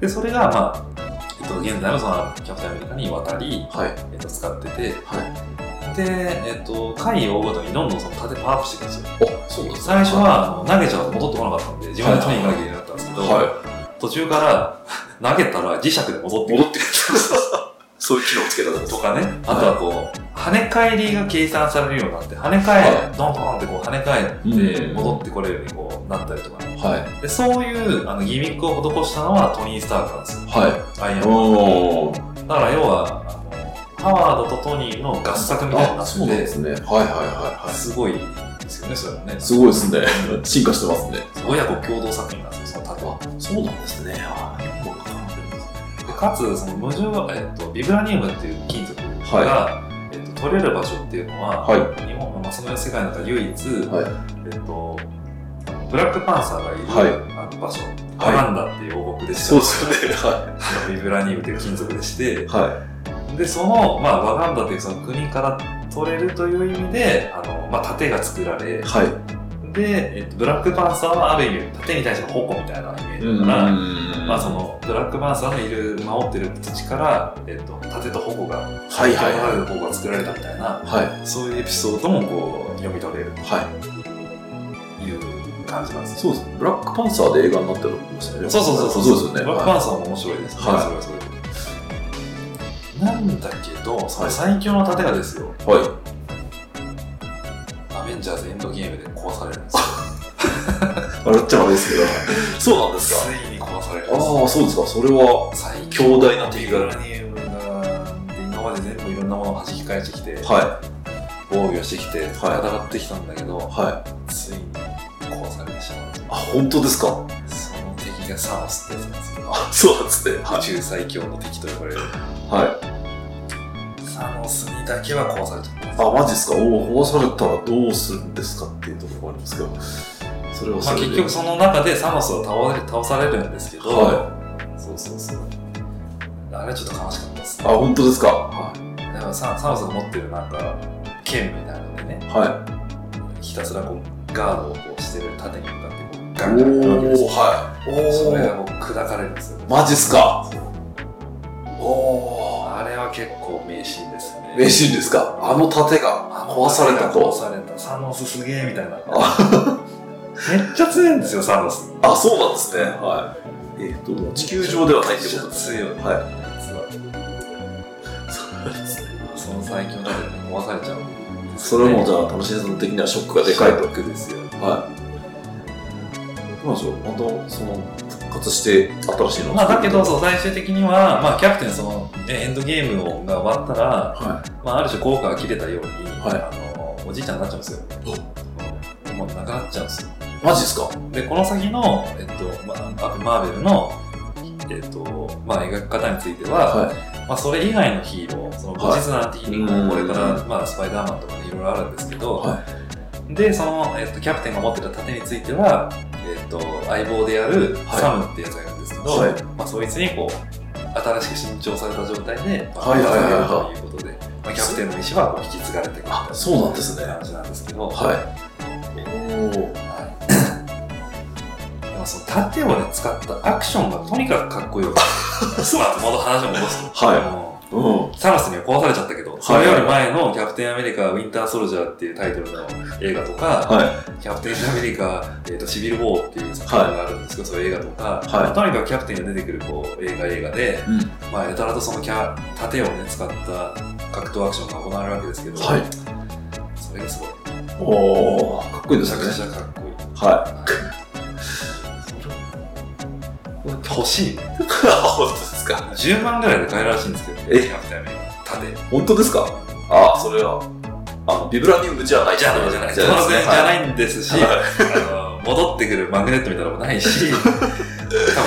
[SPEAKER 2] でそれが、まあえっと、現在のそのキャプテンアメリカに渡り、
[SPEAKER 1] い。はい。
[SPEAKER 2] えっと、使ってて
[SPEAKER 1] はい。
[SPEAKER 2] で、えっと、回を追うごとにどんどんその盾パワーアップしていくんですよ
[SPEAKER 1] あ、そうなんです
[SPEAKER 2] 最初はあの投げちゃうと戻ってこなかったんで自分で取りに行かなきゃいけなかったんですけど、
[SPEAKER 1] は
[SPEAKER 2] 途中から 投げたら磁石で戻っ
[SPEAKER 1] い。
[SPEAKER 2] てく
[SPEAKER 1] 戻
[SPEAKER 2] る
[SPEAKER 1] ってくる。 そういう機能をつけたんです
[SPEAKER 2] と。かねあとはこう、跳ね返りが計算されるようになって跳ね返
[SPEAKER 1] は
[SPEAKER 2] りドンドンってこう跳ね返って
[SPEAKER 1] うん
[SPEAKER 2] 戻ってこれるようにこうなったりとかね
[SPEAKER 1] は
[SPEAKER 2] でそういうあのギミックを施したのはトニー・スタークなんですよ
[SPEAKER 1] い。は
[SPEAKER 2] アイアン
[SPEAKER 1] い。
[SPEAKER 2] マン
[SPEAKER 1] おー。
[SPEAKER 2] だから要はあのハワードとトニーの合作みたいにな
[SPEAKER 1] あ、
[SPEAKER 2] って
[SPEAKER 1] そうなんですね。はいはいはいは
[SPEAKER 2] すごいですよねそれもね
[SPEAKER 1] い。すごいですね。進化してますね。
[SPEAKER 2] 親子共同作品なんですよその盾は。
[SPEAKER 1] そうなんですね。あーよくわかんないですね
[SPEAKER 2] でかつその無重が、えっとビブラニウムっていう金属が、えっと取れる場所っていうのは、
[SPEAKER 1] はい。
[SPEAKER 2] 日本まあ、その世界の中で唯一、
[SPEAKER 1] はい。
[SPEAKER 2] えっとブラックパンサーがいる、
[SPEAKER 1] はい
[SPEAKER 2] あの場所、
[SPEAKER 1] はい
[SPEAKER 2] アランダっていう王国でして
[SPEAKER 1] そうですよね。は
[SPEAKER 2] あのビブラニウムっていう金属でして
[SPEAKER 1] い。は
[SPEAKER 2] でその、まあ、ワガンダっていうその国から取れるという意味であの、まあ、盾が作られ
[SPEAKER 1] い。はい。
[SPEAKER 2] で、えっと、ブラックパンサーはある意味盾に対しての矛みたいなイメージだから、ま
[SPEAKER 1] ま
[SPEAKER 2] あ、そ、のブラックマンサーのいる守ってる土地から、えっと盾と矛が
[SPEAKER 1] はいはい
[SPEAKER 2] 盾
[SPEAKER 1] は。
[SPEAKER 2] と矛が作られたみたいない
[SPEAKER 1] は
[SPEAKER 2] そういうエピソードもこう読み取れる
[SPEAKER 1] い。はい。
[SPEAKER 2] という感じなんです
[SPEAKER 1] そうです。ブラックパンサーで映画になってるんですよね。
[SPEAKER 2] そうそうそうそう
[SPEAKER 1] そうですよね。
[SPEAKER 2] ブラックパ
[SPEAKER 1] は
[SPEAKER 2] ンサーも面白いですね、
[SPEAKER 1] はい
[SPEAKER 2] それはそれでなんだけどその最強の盾がですよ
[SPEAKER 1] い。はい
[SPEAKER 2] アベンジャーズエンドゲームで壊されるんですよ
[SPEAKER 1] 笑っちゃ悪いですけど。そうなんですか。
[SPEAKER 2] ついに壊されるんですよ
[SPEAKER 1] ああ、そうですか。それは。
[SPEAKER 2] 最
[SPEAKER 1] 強大な敵
[SPEAKER 2] が
[SPEAKER 1] が
[SPEAKER 2] 今まで全部いろんなものを弾き返してきて
[SPEAKER 1] は
[SPEAKER 2] 防御してきて戦ってきたんだけど、
[SPEAKER 1] い。はい。
[SPEAKER 2] ついに壊されてしまう
[SPEAKER 1] あ、本当ですか。
[SPEAKER 2] その敵がサノスってやつなんですけど
[SPEAKER 1] あ、そうなんですね。は
[SPEAKER 2] 宇宙最強の敵と呼ばれる
[SPEAKER 1] い。はい。
[SPEAKER 2] サノスにだけは壊されちゃったんです
[SPEAKER 1] あ、マジですか。おお、壊されたらどうするんですかっていうところがありますけど。それは
[SPEAKER 2] ま
[SPEAKER 1] そ
[SPEAKER 2] あ、
[SPEAKER 1] れで
[SPEAKER 2] 結局その中でサノスを倒れ倒されるんですけど、
[SPEAKER 1] は
[SPEAKER 2] そうそうそうあれはちょっと悲しかったです
[SPEAKER 1] い。あ、本当ですか。は
[SPEAKER 2] だからササノスが持ってるなんか剣みたいなのでね
[SPEAKER 1] い。は
[SPEAKER 2] ひたすらこうガードをこうしてる盾に向かってこう
[SPEAKER 1] い。
[SPEAKER 2] ガンガンやるわけですよ
[SPEAKER 1] はい。
[SPEAKER 2] そ
[SPEAKER 1] お
[SPEAKER 2] れ
[SPEAKER 1] ー
[SPEAKER 2] がこう砕かれるんですよ
[SPEAKER 1] マジっすか
[SPEAKER 2] そう
[SPEAKER 1] おー
[SPEAKER 2] あれは結構名シーンですね
[SPEAKER 1] 名シーンですかあの盾が壊された
[SPEAKER 2] 壊
[SPEAKER 1] と
[SPEAKER 2] されたサノスすげえみたいなめ
[SPEAKER 1] あ
[SPEAKER 2] っちゃ強いんですよサノス
[SPEAKER 1] あそうなんですねはいえっ、と地球上ではないってことです
[SPEAKER 2] 強い実
[SPEAKER 1] は
[SPEAKER 2] は
[SPEAKER 1] い
[SPEAKER 2] その最強の盾に壊されちゃうんです
[SPEAKER 1] そ
[SPEAKER 2] よ
[SPEAKER 1] れ
[SPEAKER 2] ね、
[SPEAKER 1] もじゃあ楽しみさん的にはショックがでかいと
[SPEAKER 2] ショックですよ
[SPEAKER 1] はいどうなんでしょうまたその復活して新しいのを
[SPEAKER 2] まあだけど
[SPEAKER 1] は
[SPEAKER 2] そう最終的には、まあ、キャプテンその、ね、エンドゲームが終わったら、
[SPEAKER 1] い
[SPEAKER 2] まあ、ある種効果が切れたように、
[SPEAKER 1] はい
[SPEAKER 2] あのおじいちゃんになっちゃうんですよもうなくなっちゃうんですよ
[SPEAKER 1] マジっすか
[SPEAKER 2] でこの先の、えっとまあ、あとマーベルの、えっとまあ、描き方については、
[SPEAKER 1] はい
[SPEAKER 2] まあ、それ以外のヒーロー、その後日談的に
[SPEAKER 1] はい
[SPEAKER 2] これから、
[SPEAKER 1] う
[SPEAKER 2] まあ、スパイダーマンとかいろいろあるんですけど、
[SPEAKER 1] は
[SPEAKER 2] で、その、えっとキャプテンが持ってた盾については、えっと相棒である
[SPEAKER 1] はい
[SPEAKER 2] サムってやつがいるんですけど、
[SPEAKER 1] はい
[SPEAKER 2] まあ、そいつにこう、新しく新調された状態で、まあ、
[SPEAKER 1] はいはいはい
[SPEAKER 2] 渡されるということで、まあ、キャプテンの意思はこう引き継がれていくみたい
[SPEAKER 1] あそうなんですね
[SPEAKER 2] な話なんですけど、
[SPEAKER 1] はいおお
[SPEAKER 2] はいでもその盾をね、使ったアクションがとにかくかっこよ かった。そうなんです。また話を戻すと。
[SPEAKER 1] はい
[SPEAKER 2] あの
[SPEAKER 1] うん
[SPEAKER 2] サラスには壊されちゃったけど、それより前のキャプテンアメリカ・ウィンター・ソルジャーっていうタイトルの映画とか、
[SPEAKER 1] は
[SPEAKER 2] キャプテンアメリカ、えーとシビル・ウォーっていう作品があるんですけど、そういう映画とか、
[SPEAKER 1] はい
[SPEAKER 2] とにかくキャプテンが出てくるこう映画映画で、
[SPEAKER 1] いうん
[SPEAKER 2] まあ、やたらとそのキャ盾をね、使った格闘アクションが行われるわけですけど、
[SPEAKER 1] はい
[SPEAKER 2] それがすごい。
[SPEAKER 1] おおかっこいいで
[SPEAKER 2] めち
[SPEAKER 1] す
[SPEAKER 2] ゃ
[SPEAKER 1] ね
[SPEAKER 2] くちゃかっこいい。
[SPEAKER 1] は
[SPEAKER 2] 欲しい。
[SPEAKER 1] い 本当ですか
[SPEAKER 2] 10万ぐらいで買えるらしいんですけど、
[SPEAKER 1] え
[SPEAKER 2] キャプテンアメリカ、盾。
[SPEAKER 1] 本当ですかああそれはあのビブラニウムじゃない
[SPEAKER 2] じゃない、じゃない、当
[SPEAKER 1] ですね
[SPEAKER 2] 然じゃ
[SPEAKER 1] はい
[SPEAKER 2] ないんですし、あの戻ってくるマグネットみたいなのもないし、多分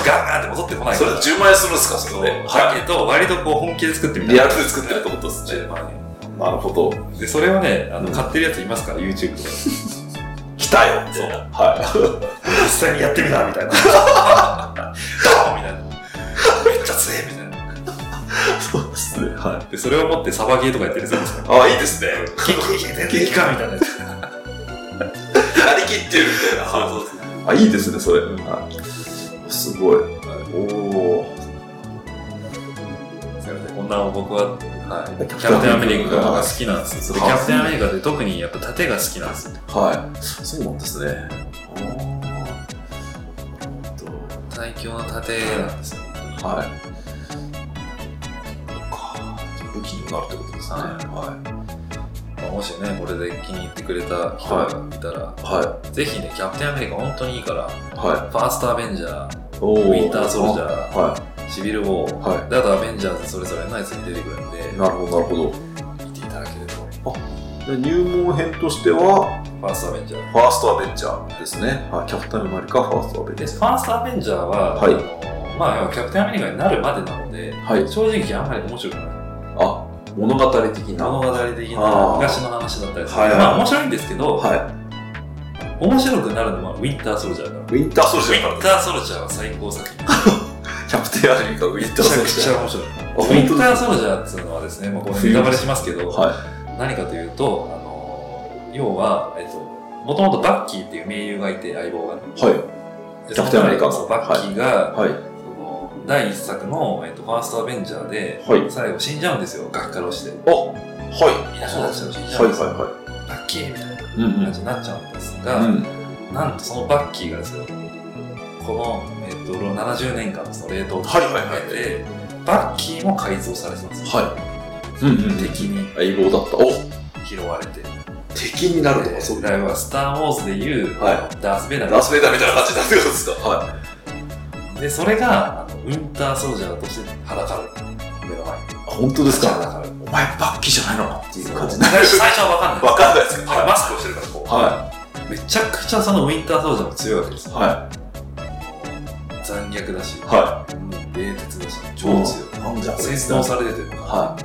[SPEAKER 2] ガンガンって戻ってこない
[SPEAKER 3] そ
[SPEAKER 2] か
[SPEAKER 3] れ
[SPEAKER 2] ら。
[SPEAKER 3] 10万円するんですか、そ
[SPEAKER 2] そう
[SPEAKER 3] れで。
[SPEAKER 2] だけど、割とこう本気で作ってみたい
[SPEAKER 3] リアルで作ってるってことですね。
[SPEAKER 2] 10万円
[SPEAKER 3] なるほど。
[SPEAKER 2] で、それをね、あの、
[SPEAKER 1] うん
[SPEAKER 2] 買ってるやついますから、YouTube とかで。
[SPEAKER 3] 来たよみたいな。は
[SPEAKER 2] 実際にやってみたみたいな。ドーンみたいな。めっちゃ強えみたいな。
[SPEAKER 1] い。そうですね。は
[SPEAKER 2] で、それを持ってサバゲーとかやってるやついますから。
[SPEAKER 3] い。あ、いい ですね。
[SPEAKER 2] キキキ全然いかんみたいなやつ。
[SPEAKER 3] やりきってるみたいな。
[SPEAKER 2] そう
[SPEAKER 3] そうそう。
[SPEAKER 1] い。あ、いいですね、それ。はいすごい。おー。
[SPEAKER 2] すいませんこんな僕は、はい、
[SPEAKER 1] キ
[SPEAKER 2] キ
[SPEAKER 1] ャプテン
[SPEAKER 2] ャプテンアメリカが好きなんですよ。でキ
[SPEAKER 1] はい
[SPEAKER 2] ャプテンアメリカで特にやっぱ盾が好きなんですよ。
[SPEAKER 1] はい。そうなんですね。おー。
[SPEAKER 2] 最強の盾なんですよ。
[SPEAKER 1] はい。そっか武器になるってことですね。は
[SPEAKER 2] まあもしね、これで気に入ってくれた人がいたら、
[SPEAKER 1] い。は
[SPEAKER 2] ぜひね、キャプテンアメリカ本当にいいから、
[SPEAKER 1] い。は
[SPEAKER 2] ファーストアベンジャー、
[SPEAKER 1] い。お
[SPEAKER 2] ウィンターソルジ
[SPEAKER 1] ャ
[SPEAKER 2] ャー、
[SPEAKER 1] は
[SPEAKER 2] シビルウォー、
[SPEAKER 1] は
[SPEAKER 2] であとアベンジャーズそれぞれのやつに出てくるんで、
[SPEAKER 1] い。なるほど、なるほど。
[SPEAKER 2] 見ていただけると、フ
[SPEAKER 1] で入門編としては、
[SPEAKER 2] ァーストアベンジャー。
[SPEAKER 1] ファーストアベンジャーですね。はい、キャプテンアメリカ、ファーストアベンジ
[SPEAKER 2] で、
[SPEAKER 1] ャ
[SPEAKER 2] ファーストアベンジャーは、
[SPEAKER 1] はい
[SPEAKER 2] あのまあ、要はキャプテンアメリカになるまでなので、
[SPEAKER 1] ー。はい。
[SPEAKER 2] 正直あんまり面白くない。
[SPEAKER 1] あ、物語的な。
[SPEAKER 2] 物語的な
[SPEAKER 1] あー
[SPEAKER 2] 昔の話だったりする、
[SPEAKER 1] はいはい
[SPEAKER 2] まあ面白いんですけど、
[SPEAKER 1] は
[SPEAKER 2] 面白くなるのはウィンターソルジャーだから
[SPEAKER 1] い。ウィンターソルジャー
[SPEAKER 2] ウィン
[SPEAKER 1] か
[SPEAKER 2] ターソルジャーは最高 作品め
[SPEAKER 1] ら。キャプテンアメリカ、ウィンター
[SPEAKER 2] ち
[SPEAKER 1] ソ
[SPEAKER 2] ゃ
[SPEAKER 1] ル
[SPEAKER 2] く
[SPEAKER 1] ジ
[SPEAKER 2] ち
[SPEAKER 1] ャー。
[SPEAKER 2] ゃ面白い
[SPEAKER 1] あ、
[SPEAKER 2] ウィンター
[SPEAKER 1] ソ
[SPEAKER 2] ソルジャーっていうのはですね、まあ、これ
[SPEAKER 1] 冬
[SPEAKER 2] ネタバレしますけど、
[SPEAKER 1] は
[SPEAKER 2] 何かというとあの要は、えっと、もともとバッキーっていう盟友がいて相棒がね
[SPEAKER 1] い。は
[SPEAKER 2] で
[SPEAKER 1] キャプテンアメリカの
[SPEAKER 2] そのバッキーが、
[SPEAKER 1] い。はい。
[SPEAKER 2] その第一作の、えっと、ファーストアベンジャーで、
[SPEAKER 1] はい
[SPEAKER 2] 最後死んじゃうんですよガッカロして
[SPEAKER 1] あ、はい。
[SPEAKER 2] 皆さんたちも死んじゃ
[SPEAKER 1] は
[SPEAKER 2] う
[SPEAKER 1] い、
[SPEAKER 2] んですよ、
[SPEAKER 1] は、
[SPEAKER 2] バッキーみたいない
[SPEAKER 1] はい。うん、
[SPEAKER 2] 感じになっちゃうんですが、
[SPEAKER 1] うん。うん。
[SPEAKER 2] なんとそのバッキーがですよこの、えっと70年間のその冷凍を
[SPEAKER 1] はいはいはい
[SPEAKER 2] 含めてバッキーも改造されてます、
[SPEAKER 1] はい。うん、うん。
[SPEAKER 2] 敵に
[SPEAKER 1] 相棒だった。お
[SPEAKER 2] 拾われて
[SPEAKER 1] 敵になると
[SPEAKER 2] で
[SPEAKER 1] か、そういう。
[SPEAKER 2] ライブはスター・ウォーズでいう、
[SPEAKER 1] は
[SPEAKER 2] ダース・ベイダー
[SPEAKER 3] ラスベイダーみたいな感じになってるんですか
[SPEAKER 1] は
[SPEAKER 2] でそれがあのウィンター・ソルジャーとして裸で目の前に
[SPEAKER 1] い。本当ですか
[SPEAKER 2] 裸で
[SPEAKER 1] お前、バッキーじゃないのっていう感じになる。
[SPEAKER 2] 最初は分かんない
[SPEAKER 3] わかんないですけど。
[SPEAKER 2] はいマスクをしてるからこう、
[SPEAKER 1] は
[SPEAKER 2] めちゃくちゃそのウィンター・ソルジャーも強いわけです
[SPEAKER 1] い。
[SPEAKER 2] よ、
[SPEAKER 1] は
[SPEAKER 2] 残虐だし、
[SPEAKER 1] い。は
[SPEAKER 2] 冷徹だし
[SPEAKER 1] い。
[SPEAKER 2] 超強
[SPEAKER 1] い。
[SPEAKER 2] い
[SPEAKER 1] なんじゃこれ
[SPEAKER 2] 洗脳されてて
[SPEAKER 1] は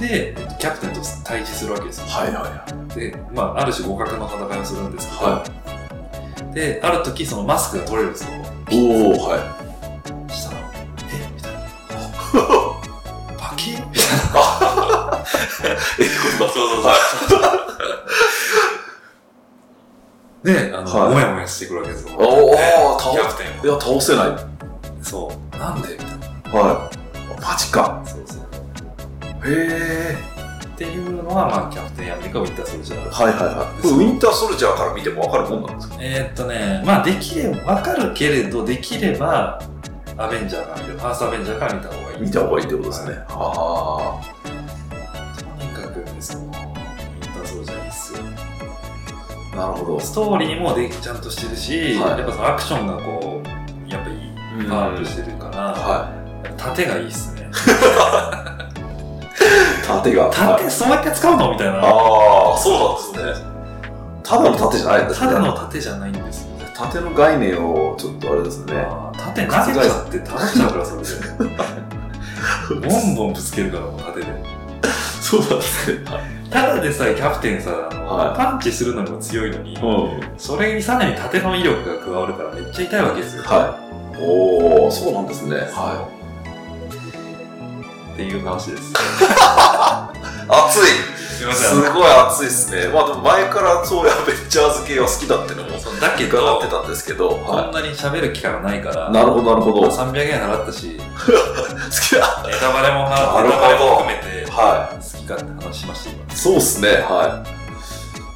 [SPEAKER 2] でキャプテンと対峙するわけですよ
[SPEAKER 1] い。はい、はい。
[SPEAKER 2] で、まあ、ある種互角の戦いをするんですけど、
[SPEAKER 1] は
[SPEAKER 2] である時そのマスクが取れるんですよ
[SPEAKER 1] い。おー、はい。
[SPEAKER 2] したら「えみた いな「パキッ!」みたい
[SPEAKER 3] え、 そうそうそう。
[SPEAKER 2] なであの、
[SPEAKER 1] はい
[SPEAKER 2] もやもやしてくるわけですよ
[SPEAKER 1] おー、倒
[SPEAKER 3] キャプ
[SPEAKER 1] せ
[SPEAKER 3] テン
[SPEAKER 1] いや、倒せない。は。
[SPEAKER 2] そうなんでみたいない
[SPEAKER 1] マジか。
[SPEAKER 2] そうそう
[SPEAKER 1] へー。
[SPEAKER 2] っていうのは、まあ、キャプテンアメリカを言ったそうじゃん
[SPEAKER 1] はいはいはい。これウィンターソルジャーから見ても分かるもんなんですか
[SPEAKER 2] えーっとねまあできれば分かるけれどできればアベンジャーが見るファーストアベンジャーから見た方がいい
[SPEAKER 1] 見た方がいいってことですね。あ
[SPEAKER 2] とにかくねその言ったそうじゃいいっすよ
[SPEAKER 1] あ、なるほど。
[SPEAKER 2] ストーリーもでちゃんとしてるし、
[SPEAKER 1] はい
[SPEAKER 2] やっぱそのアクションがこうやっぱいいパワーアップしてるから、
[SPEAKER 1] は
[SPEAKER 2] 盾がいいっすね
[SPEAKER 1] い。盾が。はい
[SPEAKER 2] 盾そうやって使うのみたいな
[SPEAKER 1] ああ、
[SPEAKER 3] そうなんですね。
[SPEAKER 1] ただの盾じゃないんですね
[SPEAKER 2] ただの盾じゃないんですよ
[SPEAKER 1] 盾の概念をちょっとあれですね。
[SPEAKER 2] あー盾投げちゃって倒しちゃうからそれで ボンボンぶつけるからもう盾で
[SPEAKER 1] そうなんですね。
[SPEAKER 2] ただでさえキャプテンさあの、
[SPEAKER 1] はい
[SPEAKER 2] パンチするのにも強いのに、
[SPEAKER 1] うん。
[SPEAKER 2] それにさらに盾の威力が加わるからめっちゃ痛いわけですよ、、
[SPEAKER 1] はい。おお、そうなんですね。はい
[SPEAKER 2] っていう話です
[SPEAKER 1] い。熱い
[SPEAKER 2] すいますせんあの
[SPEAKER 1] ごい熱いですね。まあでも前からそういうアベンジャーズ系は好きだってのも
[SPEAKER 2] そうだけど
[SPEAKER 1] 伺ってたんですけど。
[SPEAKER 2] こ
[SPEAKER 1] は
[SPEAKER 2] んなに喋る機会がないから、
[SPEAKER 1] い。なるほど、なるほど。好
[SPEAKER 2] 300円払ったし、ネ
[SPEAKER 1] きだ。
[SPEAKER 2] タバレ
[SPEAKER 1] なるほど
[SPEAKER 2] も払って、ネタバレも含めて、
[SPEAKER 1] は
[SPEAKER 2] 好きかって話しました、今
[SPEAKER 1] い。そうっすね。はい。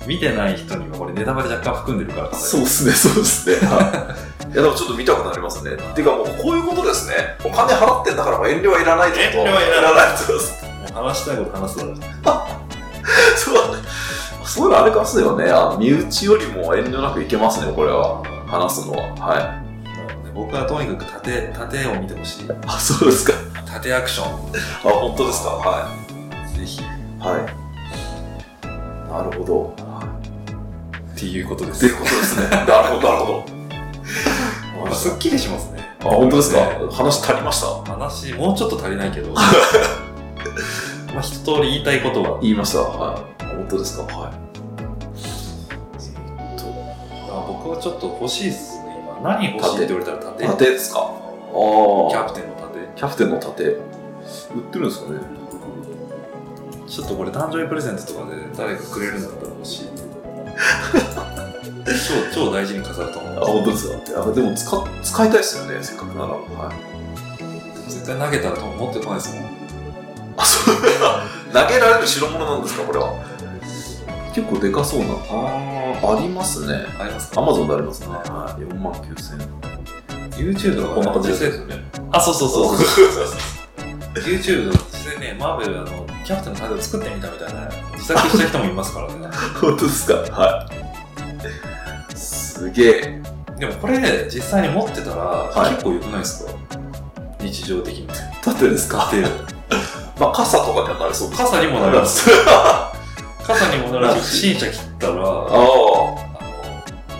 [SPEAKER 2] 見てない人には、これネタバレ若干含んでるから、
[SPEAKER 1] そうですね、そうですね。はい。いや、でもちょっと見たくなりますね。ていうかもうこういうことですね。お金払ってんだからもう遠慮はいらないってこと。
[SPEAKER 2] 遠慮はいら
[SPEAKER 1] ない。ってことです。
[SPEAKER 2] もう話したいこと話すだろう。
[SPEAKER 1] そう。そういうのあれかもしれないよね。あの身内よりも遠慮なくいけますね、これは。話すのは。はい。
[SPEAKER 2] なので僕はとにかく盾、盾を見てほしい。
[SPEAKER 1] あ、そうですか。
[SPEAKER 2] 盾アクション、
[SPEAKER 1] あ、本当ですか。は
[SPEAKER 2] ぜひ。っ
[SPEAKER 1] い。はい。なるほど。
[SPEAKER 2] ていうことで
[SPEAKER 1] ってい
[SPEAKER 2] す
[SPEAKER 1] う。ことですね。なるほど、なるほど。
[SPEAKER 2] まあすっきりしますね。
[SPEAKER 1] あ、本当ですか
[SPEAKER 2] ね。
[SPEAKER 1] 話足りました。
[SPEAKER 2] 話、もうちょっと足りないけど。 まあ一通り言いたいことは。
[SPEAKER 1] 言いました。はい。本当ですか。はい。
[SPEAKER 2] あ僕はちょっと欲しいっすね、今。何欲しいって言われたら盾。
[SPEAKER 1] 盾ですか。あ
[SPEAKER 2] キ
[SPEAKER 1] あ。
[SPEAKER 2] ャプテンの盾。
[SPEAKER 1] キャプテンの盾。売ってるんですかね。
[SPEAKER 2] ちょっとこれ誕生日プレゼントとかで誰かくれるんだったら欲しい。超 超大事に飾ると思
[SPEAKER 1] あ、
[SPEAKER 2] う。
[SPEAKER 1] 本当ですか。いや、でも使っ、使いたいですよね。せっかくなら。はい。
[SPEAKER 2] 絶対投げたらと思ってこないですもん。
[SPEAKER 1] あ、そう。 投げられる代物なんですか、これは。結構でかそうな。ああ。ありますね。
[SPEAKER 2] あります
[SPEAKER 1] ア
[SPEAKER 2] か
[SPEAKER 1] マゾンでありますね。はい。4万9000円。
[SPEAKER 2] ?YouTube の
[SPEAKER 1] こんな感じです
[SPEAKER 2] すよね。あ、そうそうそうそう。YouTube の実際ね、マーベルあの、キャプテンの盾を作ってみたみたいな、自作した人もいますから ね。
[SPEAKER 1] 本当ですか。はい。すげえ。
[SPEAKER 2] でもこれ、実際に持ってたら、
[SPEAKER 1] い
[SPEAKER 2] 結構良くないですか日常的に。
[SPEAKER 1] 盾ですか。
[SPEAKER 2] で、
[SPEAKER 1] まあ、傘とかにはなりそうです。
[SPEAKER 2] 傘にもなります。
[SPEAKER 1] あ
[SPEAKER 2] 傘にもなるし、自転車切ったら、
[SPEAKER 1] あ
[SPEAKER 2] あ
[SPEAKER 1] ー。
[SPEAKER 2] の、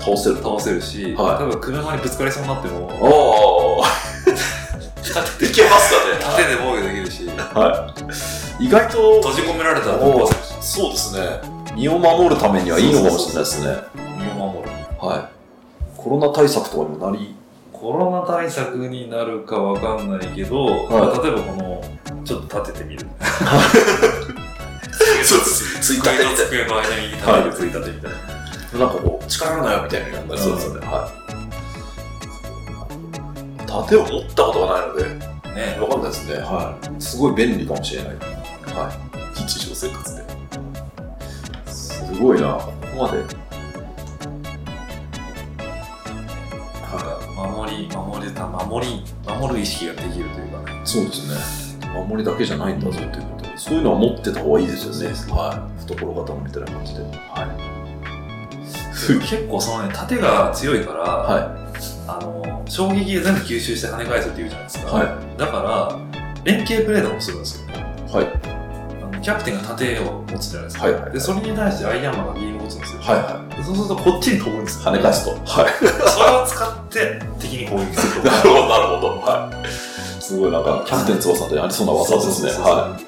[SPEAKER 1] 倒せる。
[SPEAKER 2] 倒せるし、
[SPEAKER 1] はい
[SPEAKER 2] 多分車にぶつかりそうになっても、
[SPEAKER 1] おお。いけますか
[SPEAKER 2] 縦で防御できるし、
[SPEAKER 1] ね。はい。意外と
[SPEAKER 2] 閉じ込められたら
[SPEAKER 1] お
[SPEAKER 2] ど
[SPEAKER 1] お
[SPEAKER 2] うする
[SPEAKER 1] そうですね。身を守るためにはいいのかもしれないですね。
[SPEAKER 2] 身を守る。
[SPEAKER 1] はい。コロナ対策とかにもなり。
[SPEAKER 2] コロナ対策になるかわかんないけど、
[SPEAKER 1] はい
[SPEAKER 2] まあ例えばこの、ちょっと立てて みる。
[SPEAKER 1] そうです。ついた
[SPEAKER 2] 机
[SPEAKER 1] て
[SPEAKER 2] と
[SPEAKER 1] みた
[SPEAKER 2] 机の間に立てる、ついたてみたいな。
[SPEAKER 1] いな。なんかこう、力ないよみたいなのになりそうですよね。はい。盾を持ったことがないので、
[SPEAKER 2] ね
[SPEAKER 1] わかんないですね。はい。すごい便利かもしれない。はい。日常生活で。すごいな、ここまで。
[SPEAKER 2] なんか守り、守れた、守り、守る意識ができるというかね。
[SPEAKER 1] そうですね。守りだけじゃないんだぞということ。そういうのは持ってた方がいいですよね。はい。懐刀みたいな感じで。はい。すげえ。
[SPEAKER 2] 結構そのね、縦が強いから、
[SPEAKER 1] は
[SPEAKER 2] あの、衝撃で全部吸収して跳ね返すって言うじゃないです
[SPEAKER 1] い。
[SPEAKER 2] か。
[SPEAKER 1] は
[SPEAKER 2] だから、連携プレーでもするんですよね。
[SPEAKER 1] い。はい。
[SPEAKER 2] あのキャプテンが盾を持つじゃないですか、
[SPEAKER 1] はいはいはい
[SPEAKER 2] でそれに対してアイアンマンがビームを持つんですよ、
[SPEAKER 1] は
[SPEAKER 2] でそうするとこっちに飛ぶんです
[SPEAKER 1] い。
[SPEAKER 2] よ
[SPEAKER 1] 跳ね返すと。はい。
[SPEAKER 2] それを使って敵に攻撃すると
[SPEAKER 1] なるほど、なるほど。はい。すごい、なんか、キャプテン翼とかにあり そうな技ですね。
[SPEAKER 2] そうそうそうそう
[SPEAKER 1] は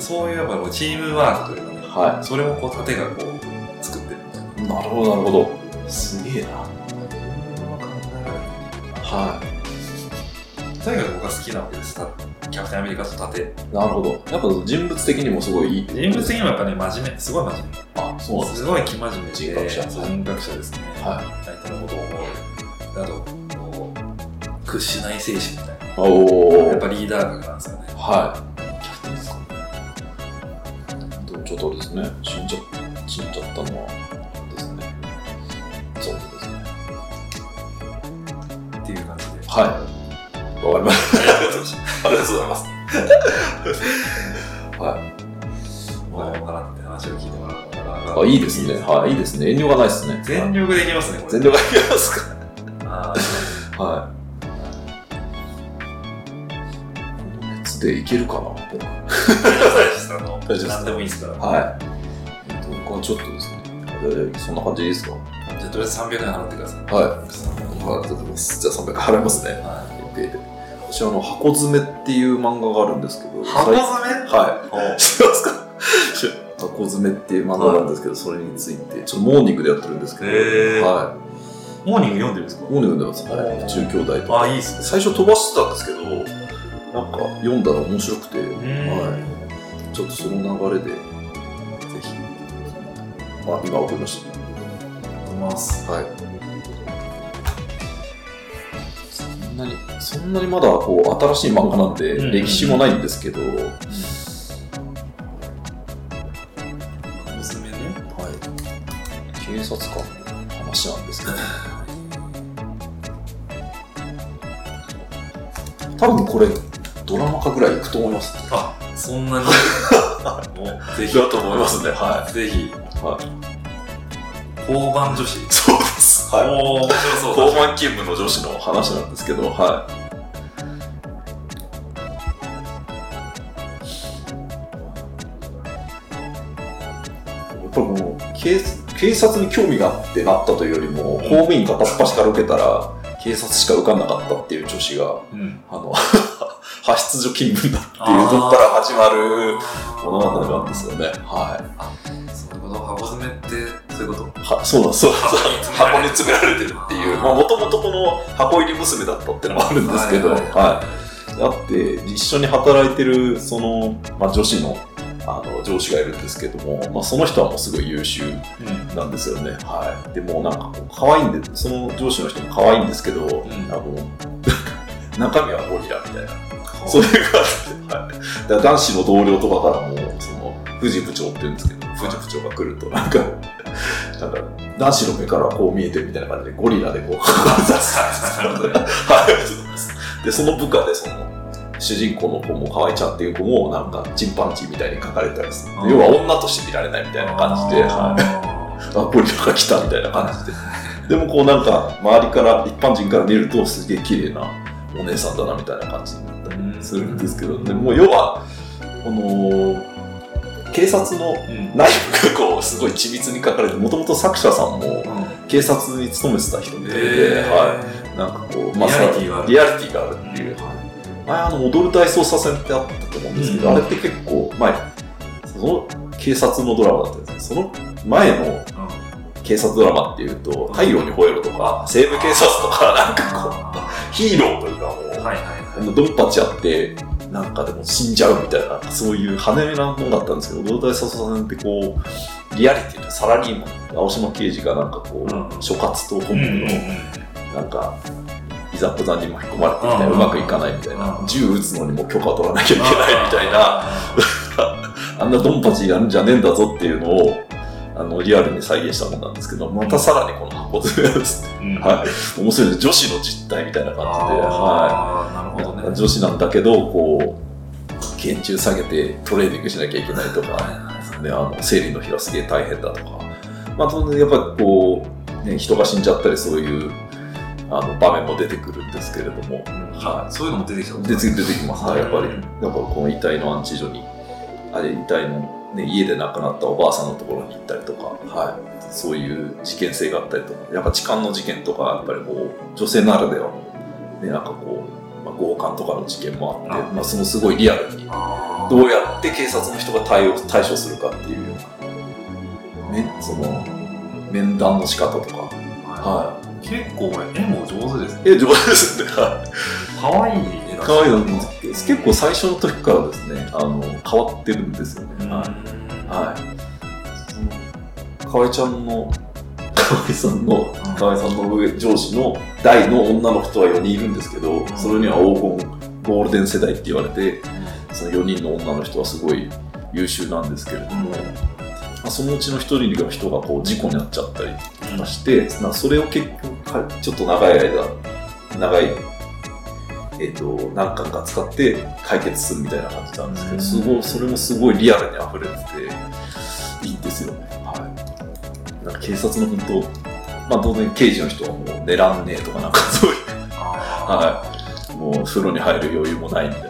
[SPEAKER 2] そういうやっぱこうチームワークというかね、
[SPEAKER 1] は。
[SPEAKER 2] それもこう盾がこう作ってるみたいない
[SPEAKER 1] なるほど、なるほど。すげえな。は
[SPEAKER 2] とにかく僕は好きなわけですたキャプテンアメリカと盾
[SPEAKER 1] い。なるほど。やっぱ人物的にもすごいいい。
[SPEAKER 2] 人物的にもやっぱね真面目すごい真面
[SPEAKER 1] あ、そう
[SPEAKER 2] 目
[SPEAKER 1] なんです
[SPEAKER 2] すごい生真面目で
[SPEAKER 1] 人格者
[SPEAKER 2] そう人格者ですね、
[SPEAKER 1] ね。は。
[SPEAKER 2] 相手のことを思うなどこう屈しない精神みたいない
[SPEAKER 1] お
[SPEAKER 2] やっ
[SPEAKER 1] ー。
[SPEAKER 2] ぱリーダー格なんですよね。
[SPEAKER 1] はい。キャプテンですかちょっとですね、死んじゃ死んじゃったのはですね、そうですね。
[SPEAKER 2] っていう感じで。
[SPEAKER 1] はい。わかりました。
[SPEAKER 3] ありがとうございます。
[SPEAKER 1] はい。
[SPEAKER 2] わかるのかなって話を聞いてもらうから。
[SPEAKER 1] あ、いいですね。はい、いいですね。遠慮がないですね。
[SPEAKER 2] 全
[SPEAKER 1] はい
[SPEAKER 2] 力でいけますね、これ。
[SPEAKER 1] 全力がいきます
[SPEAKER 2] あ
[SPEAKER 1] か。はい。熱でいけるかな、僕。
[SPEAKER 2] ー
[SPEAKER 1] 大丈夫です
[SPEAKER 2] 何でもいいですから。
[SPEAKER 1] はい。僕はちょっとですね。じゃあそんな感じでいいですかはい。
[SPEAKER 2] じゃあ、とりあえず300円払ってください。
[SPEAKER 1] ありがとうございます。じゃあ300払いますね。
[SPEAKER 2] は
[SPEAKER 1] で私あの箱詰めっていう漫画があるんですけど
[SPEAKER 2] 箱詰め
[SPEAKER 1] はい
[SPEAKER 2] い。はい
[SPEAKER 1] 知ってますか知ら 箱詰めっていう漫画なんですけど、それについてちょっとモーニングでやってるんですけど、
[SPEAKER 2] へー
[SPEAKER 1] は
[SPEAKER 2] モーニング読んでるんですか
[SPEAKER 1] い、モーニングでやってます、はい、中兄弟と
[SPEAKER 2] あ、いいっすね。
[SPEAKER 1] 最初飛ばしてたんですけどなんか読んだら面白くて、は、
[SPEAKER 2] はい
[SPEAKER 1] ちょっとその流れでぜひあ今送りまし
[SPEAKER 2] い。思います。
[SPEAKER 1] たはいそんなにそんなにまだこう新しい漫画なんで、
[SPEAKER 2] うん
[SPEAKER 1] 歴史もないんですけど、
[SPEAKER 2] おすすめね。
[SPEAKER 1] はい、警察官の話なんですけど、多分これ、ドラマ化ぐらいいくと思います。
[SPEAKER 2] あ、そん なに。もうぜひ。
[SPEAKER 1] だと思いますねは
[SPEAKER 2] ぜひ。。
[SPEAKER 1] はい
[SPEAKER 2] 交番女子。
[SPEAKER 1] そうです。
[SPEAKER 2] お
[SPEAKER 1] はい。
[SPEAKER 2] おー、面白そう。
[SPEAKER 1] 交番勤務の女子の話なんですけど、はい。やっぱりもう警警察に興味があってなったというよりも、公務員片っ端から受けたら、警察しか受かんなかったっていう女子が、
[SPEAKER 2] うん。
[SPEAKER 1] あの、 派出所勤務だっていうとこから始まる物語なんですよね。は
[SPEAKER 2] そういうこと、箱詰めって、そういうこと。
[SPEAKER 1] い。は、そうなんですそうなんです
[SPEAKER 3] 箱に詰められてるっていう。
[SPEAKER 1] まあ、もともとこの箱入り娘だったってのもあるんですけど、は
[SPEAKER 2] はいい
[SPEAKER 1] あって一緒に働いてるその、まあ、女子のあの上司がいるんですけども、まあ、その人はもうすごい優秀
[SPEAKER 2] うん。
[SPEAKER 1] なんですよね、はい、でもうなんかこう可愛いんでその上司の人も可愛いんですけど、あ
[SPEAKER 2] ん
[SPEAKER 1] の 中身はゴリラみたいなそういう感じで、はい、だから男子の同僚とかからも、その、藤部長って言うんですけど、藤部長が来ると、なんか、なんか、男子の目からこう見えてるみたいな感じで、ゴリラでこう、 はいで、その部下で、その、主人公の子も河合ちゃんっていう子も、なんか、チンパンジーみたいに書かれたりする。
[SPEAKER 2] うん
[SPEAKER 1] 要は女として見られないみたいな感じで、はい
[SPEAKER 2] い。
[SPEAKER 1] あ、ゴリラが来たみたいな感じで。でもこうなんか、周りから、一般人から見るとすげえ綺麗なお姉さんだなみたいな感じになったりするんですけど、
[SPEAKER 2] うん
[SPEAKER 1] でもう要は、この、警察の
[SPEAKER 2] うん。
[SPEAKER 1] 内部がこう、すごい緻密に書かれて、もともと作者さんも
[SPEAKER 2] うん
[SPEAKER 1] 警察に勤めてた人みたいで、
[SPEAKER 2] えー
[SPEAKER 1] はい。なんかこう、まあ、
[SPEAKER 2] リアリティがある
[SPEAKER 1] リアリティがあるっていう。前あの、踊る体操させってあったと思うんですけど、
[SPEAKER 2] う
[SPEAKER 1] あ
[SPEAKER 2] ん
[SPEAKER 1] れって結構、前、その警察のドラマだったんですけど、その前の
[SPEAKER 2] うん
[SPEAKER 1] 警察ドラマっていうと「太陽に吠えろ」とか「西部警察」とかなんかこ
[SPEAKER 2] は
[SPEAKER 1] うヒーローというかも、
[SPEAKER 2] いうはい
[SPEAKER 1] あ
[SPEAKER 2] は
[SPEAKER 1] のドンパチやってなんかでも死んじゃうみたいなそういう派手なものだったんですけど大体笹さんってこうリアリティのサラリーマン青島刑事がなんかこう、
[SPEAKER 2] うん
[SPEAKER 1] 所轄と
[SPEAKER 2] い。
[SPEAKER 1] 本部 のなんか、いざこざに巻き込まれてみたいな、
[SPEAKER 2] うん
[SPEAKER 1] うまくいかないみたいな
[SPEAKER 2] う、ん
[SPEAKER 1] 銃撃つのにも許可取らなきゃいけないみたいな、あんなドンパチやるんじゃねえんだぞっていうのを、あの、リアルに再現したものなんですけど、またさらにこの箱詰めはですね、
[SPEAKER 2] うん。
[SPEAKER 1] はい。面白いです女子の実態みたいな感じで、は。
[SPEAKER 2] ああ、ないるほどね。
[SPEAKER 1] 女子なんだけど、こう、拳銃下げてトレーニングしなきゃいけないとか、ね、あの生理の日はすげえ大変だとか、まあ、当然やっぱりこう、ね、人が死んじゃったりそういうあの場面も出てくるんですけれども、
[SPEAKER 2] はい。そういうのも出てきた
[SPEAKER 1] で次出てきますねやっぱり、
[SPEAKER 2] うん
[SPEAKER 1] だからこの遺体の安置所にあれ遺体の、ね、家で亡くなったおばあさんのところに行ったりとか、はい、そういう事件性があったりとかやっぱ痴漢の事件とかやっぱりこう女性ならではの、ね、なんかこう、まあ、強姦とかの事件もあってまあ、そのすごいリアルに
[SPEAKER 2] あ
[SPEAKER 1] どうやって警察の人が対応対処するかっていうような、ね、その面談の仕方とか、
[SPEAKER 2] ー
[SPEAKER 1] は
[SPEAKER 2] 結構これ絵も上手ですね。
[SPEAKER 1] い、え上手ですね、はい
[SPEAKER 2] 可愛い絵だし
[SPEAKER 1] 可愛いの結構最初の時からですねあの変わってるんですよね、
[SPEAKER 2] うん
[SPEAKER 1] はいはいその河合ちゃんの河合さんの
[SPEAKER 2] うん
[SPEAKER 1] 河合さんの上上司の大の女の人は4人いるんですけどそれには黄金ゴールデン世代って言われてその4人の女の人はすごい優秀なんですけれども、まあそのうちの一人の人がこう事故になっちゃったりとかして、なそれを結局かちょっと長い間長い、えっと何巻か使って解決するみたいな感じなんですけど、
[SPEAKER 2] うん
[SPEAKER 1] すごいそれもすごいリアルに溢れてていいんですよね。はい、なんか警察の本当まあ当然刑事の人はもう狙んねえとかなんかそういう
[SPEAKER 2] は
[SPEAKER 1] はい、もう風呂に入る余裕もないみたい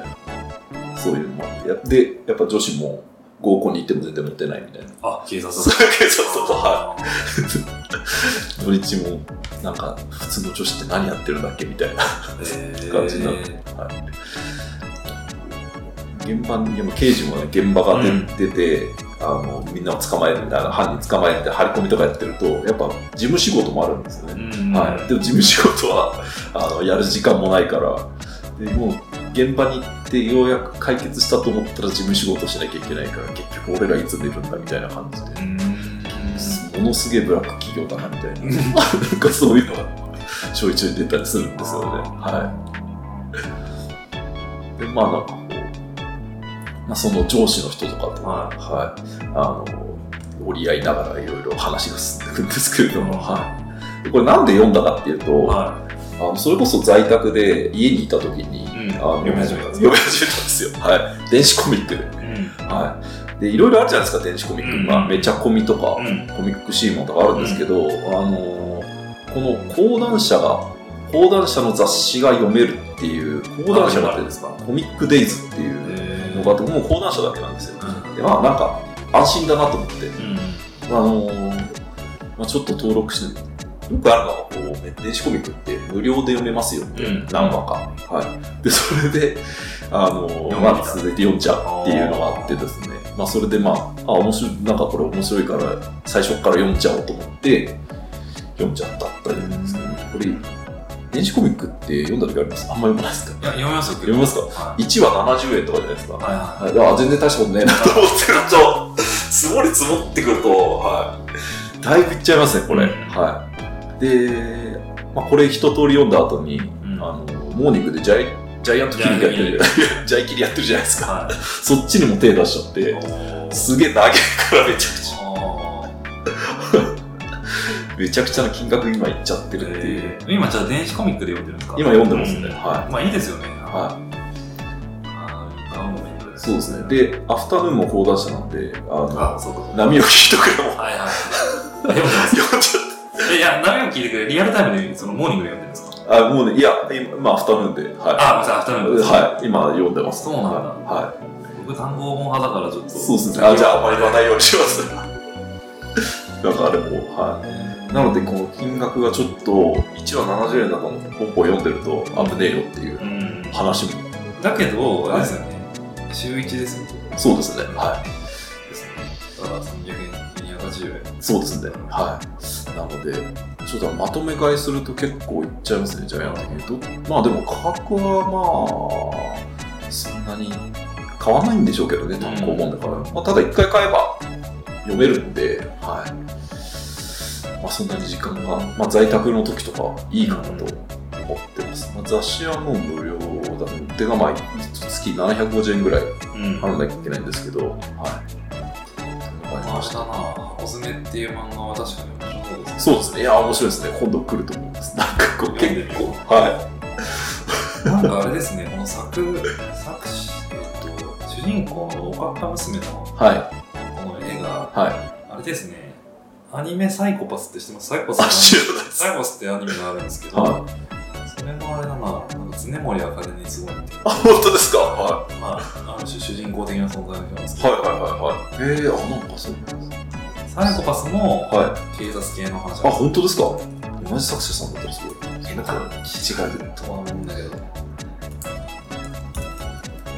[SPEAKER 1] な、そういうのもあって、やで、やっぱ女子も合コンに行っても全然モテないみたいな、
[SPEAKER 2] い。あ、警察
[SPEAKER 1] そういう警察とは、
[SPEAKER 2] はい
[SPEAKER 1] 土日も、なんか、普通の女子って何やってるんだっけみたいな、
[SPEAKER 2] い。
[SPEAKER 1] 感じになってはい、現場に、でも刑事もね、現場が出,、
[SPEAKER 2] うん
[SPEAKER 1] 出て、あのみんなを捕まえるみたいな、犯人捕まえて、張り込みとかやってると、やっぱ事務仕事もあるんですよね。
[SPEAKER 2] うん
[SPEAKER 1] はい、でも事務仕事はあのやる時間もないからでもう現場に行ってようやく解決したと思ったら事務仕事しなきゃいけないから結局俺らいつ出るんだみたいな感じで、ものすげえブラック企業だなみたいななんかそういうのがちょいちょい出たりするんですよねはいでまあなんかこう、まあ、その上司の人とかと、
[SPEAKER 2] は
[SPEAKER 1] はい、あの折り合いながらいろいろ話が進んでいくんですけれども、はい、でこれなんで読んだかっていうと、
[SPEAKER 2] は
[SPEAKER 1] あのそれこそ在宅で家にいた時に、
[SPEAKER 2] うん
[SPEAKER 1] あの
[SPEAKER 2] 読み始めたんです
[SPEAKER 1] 読み始めたんですよ、はい、電子コミックで,、
[SPEAKER 2] い。うん。
[SPEAKER 1] はい、でいろいろあるじゃないですか電子コミック、
[SPEAKER 2] うん
[SPEAKER 1] まあ、めちゃコミとか、
[SPEAKER 2] うん。
[SPEAKER 1] コミックシーモンとかあるんですけど、あのーこの講談社が講談社の雑誌が読めるっていう講談社があってですかコミックデイズっていう
[SPEAKER 2] え
[SPEAKER 1] のがあってもう講談社だけなんですよ
[SPEAKER 2] う
[SPEAKER 1] でまあなんか安心だなと思って
[SPEAKER 2] ん。
[SPEAKER 1] あのーまあ、ちょっと登録してよくあるのが、こう、ね電子コミックって無料で読めますよね。
[SPEAKER 2] うん
[SPEAKER 1] 何話か。はい。で、それで、あの、
[SPEAKER 2] 読んでみた
[SPEAKER 1] まあ、続いて読んじゃうっていうのがあってですね。まあ、それでまあ、あ、面白い、なんかこれ面白いから、最初から読んじゃおうと思って、読んじゃったっていうですけど、これ、電子コミックって読んだ時ありますあんま読まないですか
[SPEAKER 2] いや、読みますよ。
[SPEAKER 1] 読みますか
[SPEAKER 2] は
[SPEAKER 1] ?1 話70円とかじゃないですか。
[SPEAKER 2] い。はいは
[SPEAKER 1] はい、だから全然大したことねえ な。
[SPEAKER 3] と思ってると、積もり積もってくると、は
[SPEAKER 1] だいぶいっちゃいますね、これ。
[SPEAKER 2] うん
[SPEAKER 1] はい。で、まあ、これ一通り読んだ後に、
[SPEAKER 2] い。うん
[SPEAKER 1] あの、モーニングでジャイジャイアントキリングやってる、 ジャイキリやってるじゃないですか。
[SPEAKER 2] は
[SPEAKER 1] そっちにも手出しちゃっ
[SPEAKER 2] い。
[SPEAKER 1] て、
[SPEAKER 2] おー
[SPEAKER 1] すげえ投げからめちゃくち
[SPEAKER 2] おー
[SPEAKER 1] ゃ、めちゃくちゃな金額今いっちゃってるっていう。
[SPEAKER 2] えー今、じゃあ電子コミックで読んでるんですか
[SPEAKER 1] 今読んでますね。
[SPEAKER 2] うん
[SPEAKER 1] は
[SPEAKER 2] まあいいですよね。
[SPEAKER 1] い。は
[SPEAKER 2] あー買うのもいいんだけど
[SPEAKER 1] い。そうですね。で、アフタヌーンも講談社なんで、あの、
[SPEAKER 2] あ、そうかそうか。
[SPEAKER 1] 波を聞いとくれも
[SPEAKER 2] はいはい。読んでます。
[SPEAKER 1] 読んじ
[SPEAKER 2] えい や、何を聞いてくれリアルタイムで、そのモーニングで読んでるんですか
[SPEAKER 1] ゃった。あ、もうね、いや、今、まあ、アフタヌーンで、は
[SPEAKER 2] あ、ごめんなさい、アフタヌーン
[SPEAKER 1] い。
[SPEAKER 2] です。
[SPEAKER 1] はい、今読んでます。
[SPEAKER 2] そうなんだ
[SPEAKER 1] はい。
[SPEAKER 2] 僕、単語本派だから、ちょっと。
[SPEAKER 1] そうですね。あ、じゃあ、あんまり言わないようにします。なんかあれも、はい。なので、この金額がちょっと、1話70円だとの本を読んでると危ねえよっていう
[SPEAKER 2] うん。
[SPEAKER 1] 話も。
[SPEAKER 2] だけど、
[SPEAKER 1] は
[SPEAKER 2] あ
[SPEAKER 1] い
[SPEAKER 2] れですよね。週一ですよね。
[SPEAKER 1] そうですね。はい。
[SPEAKER 2] ですね。だから300円、280円。
[SPEAKER 1] そうですね。はい。なので、ちょっとまとめ買いすると結構いっちゃいますね、ジャイアント牛丼まあでも価格はまあ、そんなに買わないんでしょうけどね、単行本だから。まあ、ただ一回買えば読めるんで、はい。まあそんなに時間が、まあ在宅の時とかいいかなと思ってます。まあ、雑誌はもう無料だね。手がまあ、月750円ぐらい
[SPEAKER 2] うん
[SPEAKER 1] 払わなきゃいけないんですけど、はい。
[SPEAKER 2] 明日な、おすめっていう漫画は確かに面白そうですね。
[SPEAKER 1] そうですね。いや、面白いですね。今度来ると思います。 なんかこう、
[SPEAKER 2] 読ん
[SPEAKER 1] 結
[SPEAKER 2] でみよ
[SPEAKER 1] 構、は
[SPEAKER 2] う。なんかあれですね、この作、作詞、えっと、主人公のおかっぱ娘
[SPEAKER 1] い。
[SPEAKER 2] の
[SPEAKER 1] はい。
[SPEAKER 2] この絵が、
[SPEAKER 1] は
[SPEAKER 2] あれですね、アニメサイコパスって知ってますサイコパ
[SPEAKER 1] い。あ、知
[SPEAKER 2] スの
[SPEAKER 1] らないです。
[SPEAKER 2] サイコパスってアニメがあるんですけど、
[SPEAKER 1] はい。
[SPEAKER 2] それのあれだな、なんか常森あかねにすごいっていう、
[SPEAKER 1] あ、本当ですかは
[SPEAKER 2] まあ、ある種主人公的な存在の人なんです
[SPEAKER 1] い。
[SPEAKER 2] け
[SPEAKER 1] は
[SPEAKER 2] ど、
[SPEAKER 1] いはいはいはい。えー、あ、なんかそうなんです
[SPEAKER 2] サイコパスも
[SPEAKER 1] は
[SPEAKER 2] 警察系の話
[SPEAKER 1] い。あ、本当ですか同じ作者さんだったらすごい。
[SPEAKER 2] な
[SPEAKER 1] なんん
[SPEAKER 2] か
[SPEAKER 1] か、違いで。
[SPEAKER 2] とは思うんだけど、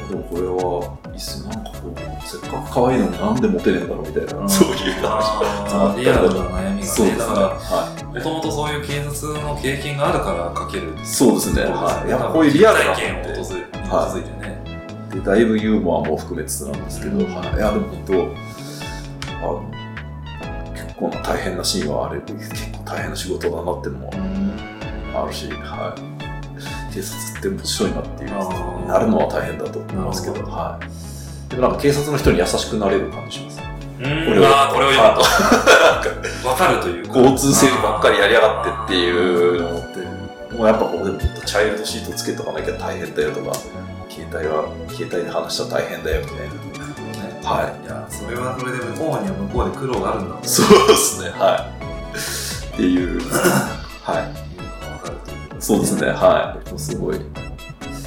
[SPEAKER 1] でもこれは、いいっすね。なんかこう、せっかく可愛いのになんでモテねえんだろうみたいな、そう いう話。
[SPEAKER 2] あーリアルな悩みが
[SPEAKER 1] そう
[SPEAKER 2] ね、
[SPEAKER 1] ですね。
[SPEAKER 2] だから、
[SPEAKER 1] はい。
[SPEAKER 2] もともとそういう警察の経験があるから書ける。
[SPEAKER 1] そうですね。はい。いや、こういうリアルな
[SPEAKER 2] 体験を
[SPEAKER 1] こと
[SPEAKER 2] 基
[SPEAKER 1] で
[SPEAKER 2] づいて基づいてね。
[SPEAKER 1] でだいぶユーモアも含めつつなんですけど、
[SPEAKER 2] うん
[SPEAKER 1] はい、いやでも本当あの結構な大変なシーンはあれ結構大変な仕事だなってのもあるし、はい、警察って面白いなっていう
[SPEAKER 2] あー
[SPEAKER 1] なるのは大変だと思いますけ
[SPEAKER 2] な
[SPEAKER 1] ど
[SPEAKER 2] る
[SPEAKER 1] はい、でもなんか警察の人に優しくなれる感じします
[SPEAKER 2] これは、これを読むと、わかるというか。
[SPEAKER 1] 交通整理ばっかりやりやがってっていうのってもうやっぱここでもちょっとチャイルドシートつけとかなきゃ大変だよとか携帯は携帯で話したら大変だよみたいなはい
[SPEAKER 2] いや、それはそれで向こうには向こうで苦労があるんだ
[SPEAKER 1] そうですね、はい。っていう、は
[SPEAKER 2] っていうのがわかるというか
[SPEAKER 1] い。そうですね、はい。すごい、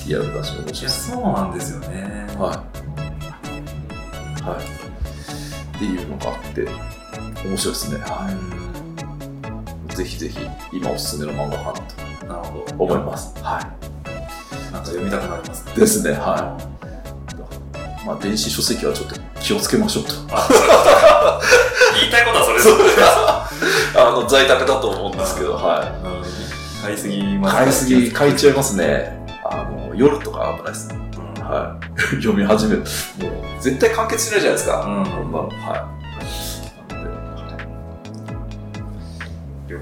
[SPEAKER 1] リアルだし、面白い
[SPEAKER 2] い
[SPEAKER 1] で
[SPEAKER 2] や、
[SPEAKER 1] す。
[SPEAKER 2] そうなんですよね。
[SPEAKER 1] はい。はい。っていうのがあって、面白いですね、は
[SPEAKER 2] うん
[SPEAKER 1] い。ぜひぜひ、今おすすめの漫画かなと
[SPEAKER 2] なるほ
[SPEAKER 1] 思
[SPEAKER 2] ど。
[SPEAKER 1] います。は
[SPEAKER 2] なんか読みたくなりますね
[SPEAKER 1] い。ですね、はい。まあ、電子書籍はちょっと気をつけましょうと。
[SPEAKER 2] 言いたいことはそれです。
[SPEAKER 1] あの、在宅だと思うんですけど、は
[SPEAKER 2] うん買いすぎ
[SPEAKER 1] い。
[SPEAKER 2] ます
[SPEAKER 1] 買いすぎ、買いちゃいますね。あの、夜とか危ないですね。
[SPEAKER 2] うん
[SPEAKER 1] はい、 読み始める。もう絶対完結しないじゃないですか。
[SPEAKER 2] うん
[SPEAKER 1] こんなの。はい。なので
[SPEAKER 2] 了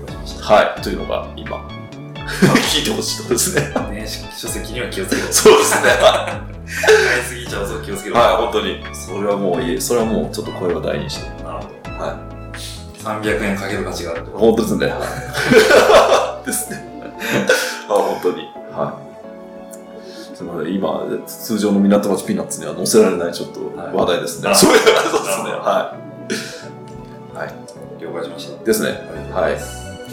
[SPEAKER 2] 解しまし
[SPEAKER 1] はい。というのが今、 聞いてほしいところですね。
[SPEAKER 2] た。電子書籍には気をつけろ。
[SPEAKER 1] そうですね。は
[SPEAKER 2] 買いすぎちゃうぞ、気をつけ
[SPEAKER 1] い、
[SPEAKER 2] ろ。
[SPEAKER 1] 本当に。それはもういい。それはもうちょっと声は大にして。
[SPEAKER 2] なるほど。
[SPEAKER 1] は
[SPEAKER 2] 300円かける価値があるって
[SPEAKER 1] い。
[SPEAKER 2] こと。
[SPEAKER 1] 本当ですね。はいですね。 あ、本当に。はい。すみません。今、通常の港町ピーナッツには載せられないちょっと
[SPEAKER 2] はい
[SPEAKER 1] 話題ですね。
[SPEAKER 2] あ
[SPEAKER 1] そういう話ですね。
[SPEAKER 2] なるほど
[SPEAKER 1] はい。はい。
[SPEAKER 2] 了解しました。
[SPEAKER 1] ですね。はい。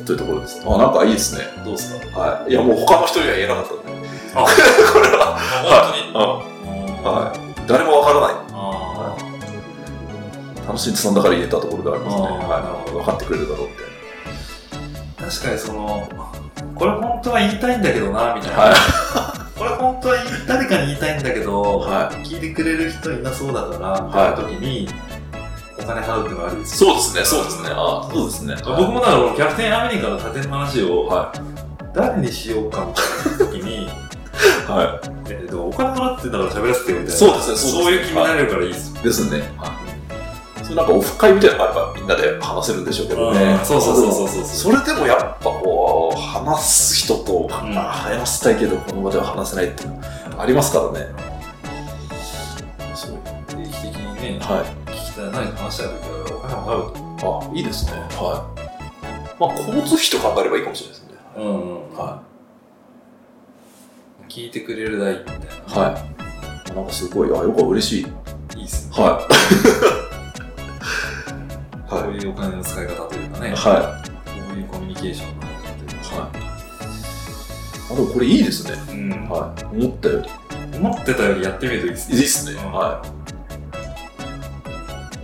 [SPEAKER 1] というところです。あ、なんかいいですね。
[SPEAKER 2] どうですか
[SPEAKER 1] はい。いや、もう他の人には言えなかったんで。
[SPEAKER 2] あ、これは、
[SPEAKER 1] は
[SPEAKER 2] 本当に。
[SPEAKER 1] い。はい。誰もわからない。
[SPEAKER 2] あ
[SPEAKER 1] 楽しんでそんだから言えたところがありますね。
[SPEAKER 2] あーなる
[SPEAKER 1] は
[SPEAKER 2] ほ
[SPEAKER 1] い。
[SPEAKER 2] ど
[SPEAKER 1] 分かってくれるだろうみたい
[SPEAKER 2] ー確確かにその、これ本当は言いたいんだけどな、みたいな。
[SPEAKER 1] はい
[SPEAKER 2] これ本当は誰かに言いたいんだけど、
[SPEAKER 1] は
[SPEAKER 2] 聞いてくれる人いなそうだから、みたいな時に、お金払うってのはあるんですよ。
[SPEAKER 3] そうですね、そうですね。あ
[SPEAKER 1] そうですね。
[SPEAKER 2] 僕もだから、キャプテンアメリカの盾の話を、
[SPEAKER 1] は
[SPEAKER 2] 誰にしようかみたいな時に、
[SPEAKER 1] い。は
[SPEAKER 2] えっと、お金払ってんだから喋らせてよみたいな。
[SPEAKER 1] そうですねそうですね
[SPEAKER 2] そういう気になれるからいいです
[SPEAKER 1] い。ですね。はい。それなんかオフ会みたいなのがあればみんなで話せるんでしょうけどね
[SPEAKER 2] う。んそうそうそうそうそう
[SPEAKER 1] それでもやっぱこう、話す人と、
[SPEAKER 2] ん
[SPEAKER 1] あ話したいけどこの場では話せないっていうのありますからね。
[SPEAKER 2] そう。定期的にね、
[SPEAKER 1] はい。
[SPEAKER 2] 聞きたい、何話したい時はお金払うと。
[SPEAKER 1] あ、いいですね。はい。まあ、交通費と考えればいいかもしれないですね。
[SPEAKER 2] うん
[SPEAKER 1] は
[SPEAKER 2] 聞いてくれる代みたいな。
[SPEAKER 1] い。はい。なんかすごい、あ、よく嬉しい。
[SPEAKER 2] い。いいっすね。
[SPEAKER 1] はい。
[SPEAKER 2] こ
[SPEAKER 1] は
[SPEAKER 2] ういうお金の使い方というか
[SPEAKER 1] い。
[SPEAKER 2] ね、こ
[SPEAKER 1] はい。
[SPEAKER 2] ういうコミュニケーションの方というか、
[SPEAKER 1] はい。あ、でもこれいいですね。
[SPEAKER 2] うん
[SPEAKER 1] はい。思ったより。
[SPEAKER 2] 思ってたよりやってみるといいで
[SPEAKER 1] い
[SPEAKER 2] す
[SPEAKER 1] い
[SPEAKER 2] ね。
[SPEAKER 1] ですね。
[SPEAKER 2] うん
[SPEAKER 1] は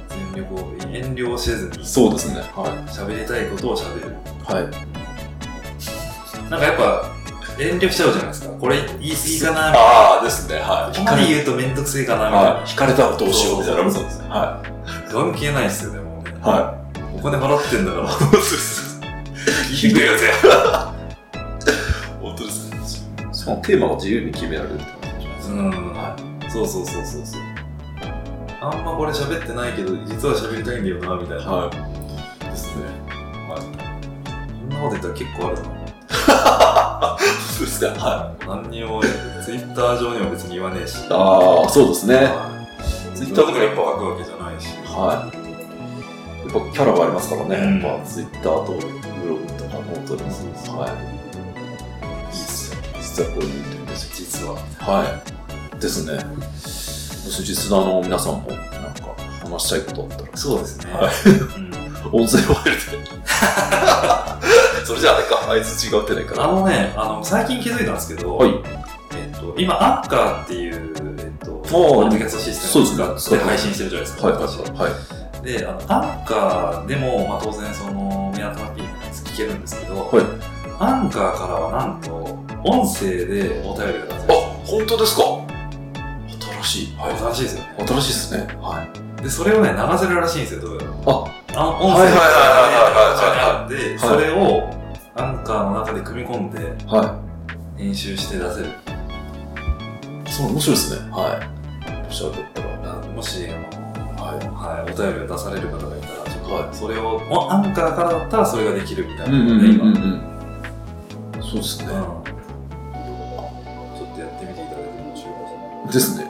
[SPEAKER 2] 全力を、遠慮せずに
[SPEAKER 1] い。、そうですね。は
[SPEAKER 2] 喋りたいことを喋る。
[SPEAKER 1] い。はい。
[SPEAKER 2] なんかやっぱ、遠慮しちゃうじゃないですか。これ言い過ぎかな、み
[SPEAKER 1] ああ、ですね。は
[SPEAKER 2] たいな。ここまで言うとめんどくせえかな、みたい
[SPEAKER 1] はい。引かれたらどうしようみたいな。
[SPEAKER 2] そう
[SPEAKER 1] ですね。は
[SPEAKER 2] な。どうにも消えないですよね、もうね。
[SPEAKER 1] い。は
[SPEAKER 2] お金払ってん だから。
[SPEAKER 1] い。
[SPEAKER 2] 聞いてくれよ、
[SPEAKER 1] 本当ですね。しかもテーマを自由に決められるって感じです
[SPEAKER 2] う
[SPEAKER 1] ね。
[SPEAKER 2] ん。
[SPEAKER 1] は
[SPEAKER 2] そうそうそうそうそう。あんまこれ喋ってないけど、実は喋りたいんだよな、みたいな。
[SPEAKER 1] はい。ですね。
[SPEAKER 2] こんなこと言ったら結構あるな。
[SPEAKER 1] そうですね。は
[SPEAKER 2] 何にも、ツイッター上にも別に言わねえし。
[SPEAKER 1] い。ああ、そうですね。やっ
[SPEAKER 2] ツイッ
[SPEAKER 1] Twitter
[SPEAKER 2] タ
[SPEAKER 1] とか
[SPEAKER 2] ーとか
[SPEAKER 1] や
[SPEAKER 2] やっ
[SPEAKER 1] っ
[SPEAKER 2] ぱ
[SPEAKER 1] ぱ
[SPEAKER 2] 書くわけじゃないし。
[SPEAKER 1] はぱキャラがありますから
[SPEAKER 2] うん
[SPEAKER 1] ね。やっぱツイッターとブログとかノートにも。はい。いいっすよ。実はこういうのって
[SPEAKER 2] 実は。
[SPEAKER 1] はい。ですね。もし実はあの皆さんもなんか話したいことあったら、
[SPEAKER 2] そうですね。
[SPEAKER 1] はい
[SPEAKER 2] うん
[SPEAKER 1] 音声ファイルで。 それじゃああれか、合図違うってないか
[SPEAKER 2] あ
[SPEAKER 1] な。
[SPEAKER 2] のね、あの、最近気づいたんですけど、
[SPEAKER 1] はい。
[SPEAKER 2] えっと、今、アッカーっていう、えっと、
[SPEAKER 1] おー
[SPEAKER 2] ポッドキャストシステムを使
[SPEAKER 1] そう
[SPEAKER 2] っ
[SPEAKER 1] で
[SPEAKER 2] て
[SPEAKER 1] すね
[SPEAKER 2] 配信してるじゃないですか、
[SPEAKER 1] はい。
[SPEAKER 2] 私
[SPEAKER 1] はい。
[SPEAKER 2] で、あの、アンカーでも、まあ、当然、その、目頭ピーナッツ聞けるんですけど、
[SPEAKER 1] はい。
[SPEAKER 2] アンカーからはなんと、音声でお便りが出せ
[SPEAKER 3] あ
[SPEAKER 2] る。、
[SPEAKER 3] 本当ですか
[SPEAKER 1] 新しい。
[SPEAKER 2] はい、新しいですよね。
[SPEAKER 1] 新しいですね。はい。
[SPEAKER 2] で、それをね、流せるらしいんですよ、どうやら。
[SPEAKER 1] あ、
[SPEAKER 2] あの、音
[SPEAKER 1] はい
[SPEAKER 2] 声
[SPEAKER 1] はいはい
[SPEAKER 2] がで、
[SPEAKER 1] はい
[SPEAKER 2] それを、アンカーの中で組み込んで、
[SPEAKER 1] は
[SPEAKER 2] 編集して出せる。
[SPEAKER 1] い。そう、面白いですね。はい。面白かったら。
[SPEAKER 2] あもし、あの、
[SPEAKER 1] は
[SPEAKER 2] はい、お便りを出される方がいたら、ちょっと、
[SPEAKER 1] は
[SPEAKER 2] それを、もうアンカーからだったらそれができるみたい
[SPEAKER 1] い。
[SPEAKER 2] なので、今、うん、
[SPEAKER 1] ん。
[SPEAKER 2] ち
[SPEAKER 1] そうですね。
[SPEAKER 2] ょっとやってみていただいて面白いかもしれない
[SPEAKER 1] ですね。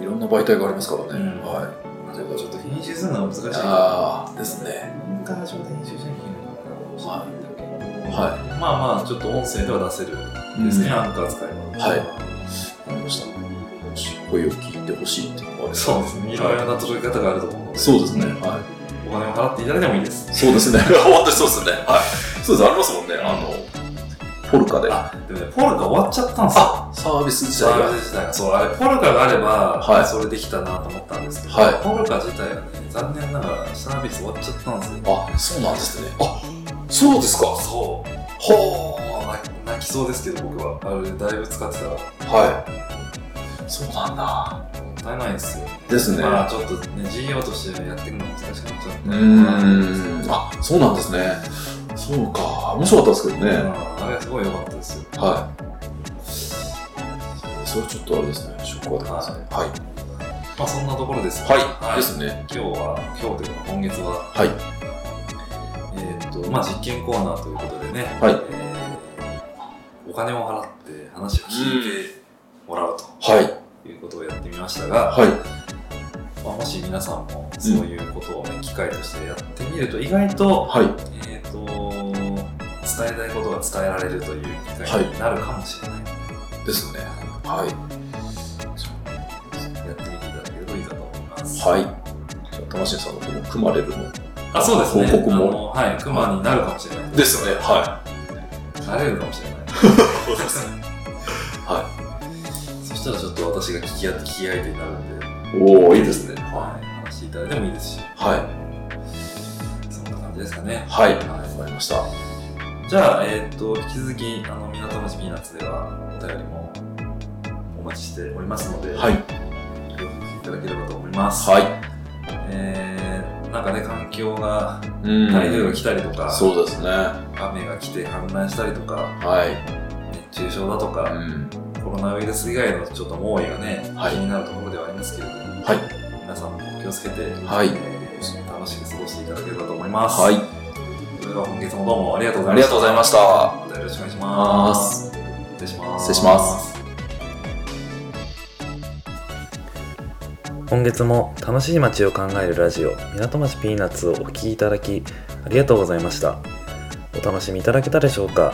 [SPEAKER 1] いろんな媒体がありますからね。
[SPEAKER 2] うん
[SPEAKER 1] はい。
[SPEAKER 2] うん。やっぱちょっと編集するのは難しいけど。
[SPEAKER 1] ああ、ですね。
[SPEAKER 2] アンカー上で編集しなきゃいけないのかなどうしようみたいな
[SPEAKER 1] は
[SPEAKER 2] まあまあ、ちょっと音声では出せる
[SPEAKER 1] い。
[SPEAKER 2] ですね、アンカー使えば。
[SPEAKER 1] はいわかりました。もし声を聞いてほしいっていうのがあれば
[SPEAKER 2] そうですね。いろいろな届き方があると思うので。
[SPEAKER 1] そうですね。。は
[SPEAKER 2] お金を払っていただいてもいいです。
[SPEAKER 1] い。そうです ね。
[SPEAKER 3] 終わってそうですね。はい。
[SPEAKER 1] そうです。ありますもんね。あの、ポルカで。
[SPEAKER 2] あ、でもね、ポルカ終わっちゃったんですよ。
[SPEAKER 1] サービス自
[SPEAKER 2] サ
[SPEAKER 1] 体が
[SPEAKER 2] ー。ビス自体がそうあれポルカがあれば、
[SPEAKER 1] はい
[SPEAKER 2] それできたなと思ったんですけど、
[SPEAKER 1] はい
[SPEAKER 2] ポルカ自体はね残念ながらサービス終わっちゃったんですよ
[SPEAKER 1] あ、そうなんですね。あ、そうですか。
[SPEAKER 2] そう
[SPEAKER 1] は
[SPEAKER 2] もう泣き泣きそうですけど僕はあれだいぶ使ってたらも
[SPEAKER 1] あ。はい。そうなんだ。
[SPEAKER 2] ったいないですよね
[SPEAKER 1] ですね
[SPEAKER 2] まあちょっとね事業としてやっていくのも難しくなっちゃった
[SPEAKER 1] うーん。あ、そうなんですね。そうか。面白かったですけどね。
[SPEAKER 2] あれすごい良かったですよ
[SPEAKER 1] はい。それはちょっとあれですね。ショックは出ますね。はい。
[SPEAKER 2] まあそんなところです
[SPEAKER 1] はい。ですね。
[SPEAKER 2] 今日は今日というか今月は
[SPEAKER 1] はい。
[SPEAKER 2] えーっとまあ実験コーナーということでね、
[SPEAKER 1] はい
[SPEAKER 2] えーお金を払って話を聞いてもらうと
[SPEAKER 1] はい。
[SPEAKER 2] いうことをやってみましたが、
[SPEAKER 1] はい。
[SPEAKER 2] まあ、もし皆さんもそういうことをね、機会としてやってみると意外と,、
[SPEAKER 1] はい。
[SPEAKER 2] えー、と伝えたいことが伝えられるという機会になるかもしれない、
[SPEAKER 1] ですね。はい。
[SPEAKER 2] やってみていただけるといいかと思います、
[SPEAKER 1] はい。じゃあ、魂さんのこの組まれるの。
[SPEAKER 2] あそうですね
[SPEAKER 1] 報告も
[SPEAKER 2] あのはいクマになるかもしれない
[SPEAKER 1] ですね。は
[SPEAKER 2] なれるかもしれない
[SPEAKER 1] は
[SPEAKER 2] そしたらちょっと私が聞き合って聞き合い手になるんで
[SPEAKER 1] い。おおいいですね。
[SPEAKER 2] はい、話していただいてもいいですし、
[SPEAKER 1] はい。
[SPEAKER 2] そんな感感じですかね。
[SPEAKER 1] はい、わ
[SPEAKER 2] は
[SPEAKER 1] かりました。は
[SPEAKER 2] はい、じゃあ、えっ、と、引き続き、あの、港町ピーナッツでは、お便りもお待ちしておりますので、
[SPEAKER 1] い、
[SPEAKER 2] い、
[SPEAKER 1] はい、
[SPEAKER 2] ご送りいただければと思います。
[SPEAKER 1] は
[SPEAKER 2] えー、なんかね、環境が、
[SPEAKER 1] い、うん
[SPEAKER 2] 台風が来たりとか、
[SPEAKER 1] そうですね。は
[SPEAKER 2] 雨が来て氾濫したりとか、
[SPEAKER 1] い、
[SPEAKER 2] 熱中症だとか、
[SPEAKER 1] うん、
[SPEAKER 2] コロナウイルス以外のちょっと猛威がね、
[SPEAKER 1] はい
[SPEAKER 2] 気になるところではありますけれども、
[SPEAKER 1] はい
[SPEAKER 2] 皆さんも気をつけて、
[SPEAKER 1] はい
[SPEAKER 2] えー楽しく過ごしていただければと思います。
[SPEAKER 1] はい。
[SPEAKER 2] それでは本月もどうもありがとうござい
[SPEAKER 1] あ
[SPEAKER 2] ま
[SPEAKER 1] りが
[SPEAKER 2] した。
[SPEAKER 1] とうございました。
[SPEAKER 2] またよろしくお願いします。失礼しま
[SPEAKER 1] 失
[SPEAKER 2] す。
[SPEAKER 1] 礼します。
[SPEAKER 4] 今月も楽しい街を考えるラジオ港町ピーナッツをお聴きいただきありがとうございましたお楽しみいただけたでしょうか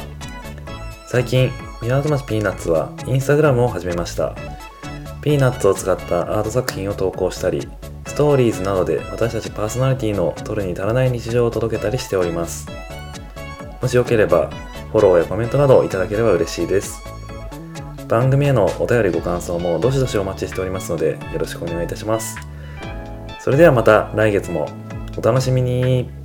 [SPEAKER 4] 最近港町ピーナッツはインスタグラムを始めましたピーナッツを使ったアート作品を投稿したりストーリーズなどで私たちパーソナリティの取るに足らない日常を届けたりしておりますもしよければフォローやコメントなどいただければ嬉しいです番組へのお便りご感想もどしどしお待ちしておりますのでよろしくお願いいたしますそれではまた来月もお楽しみに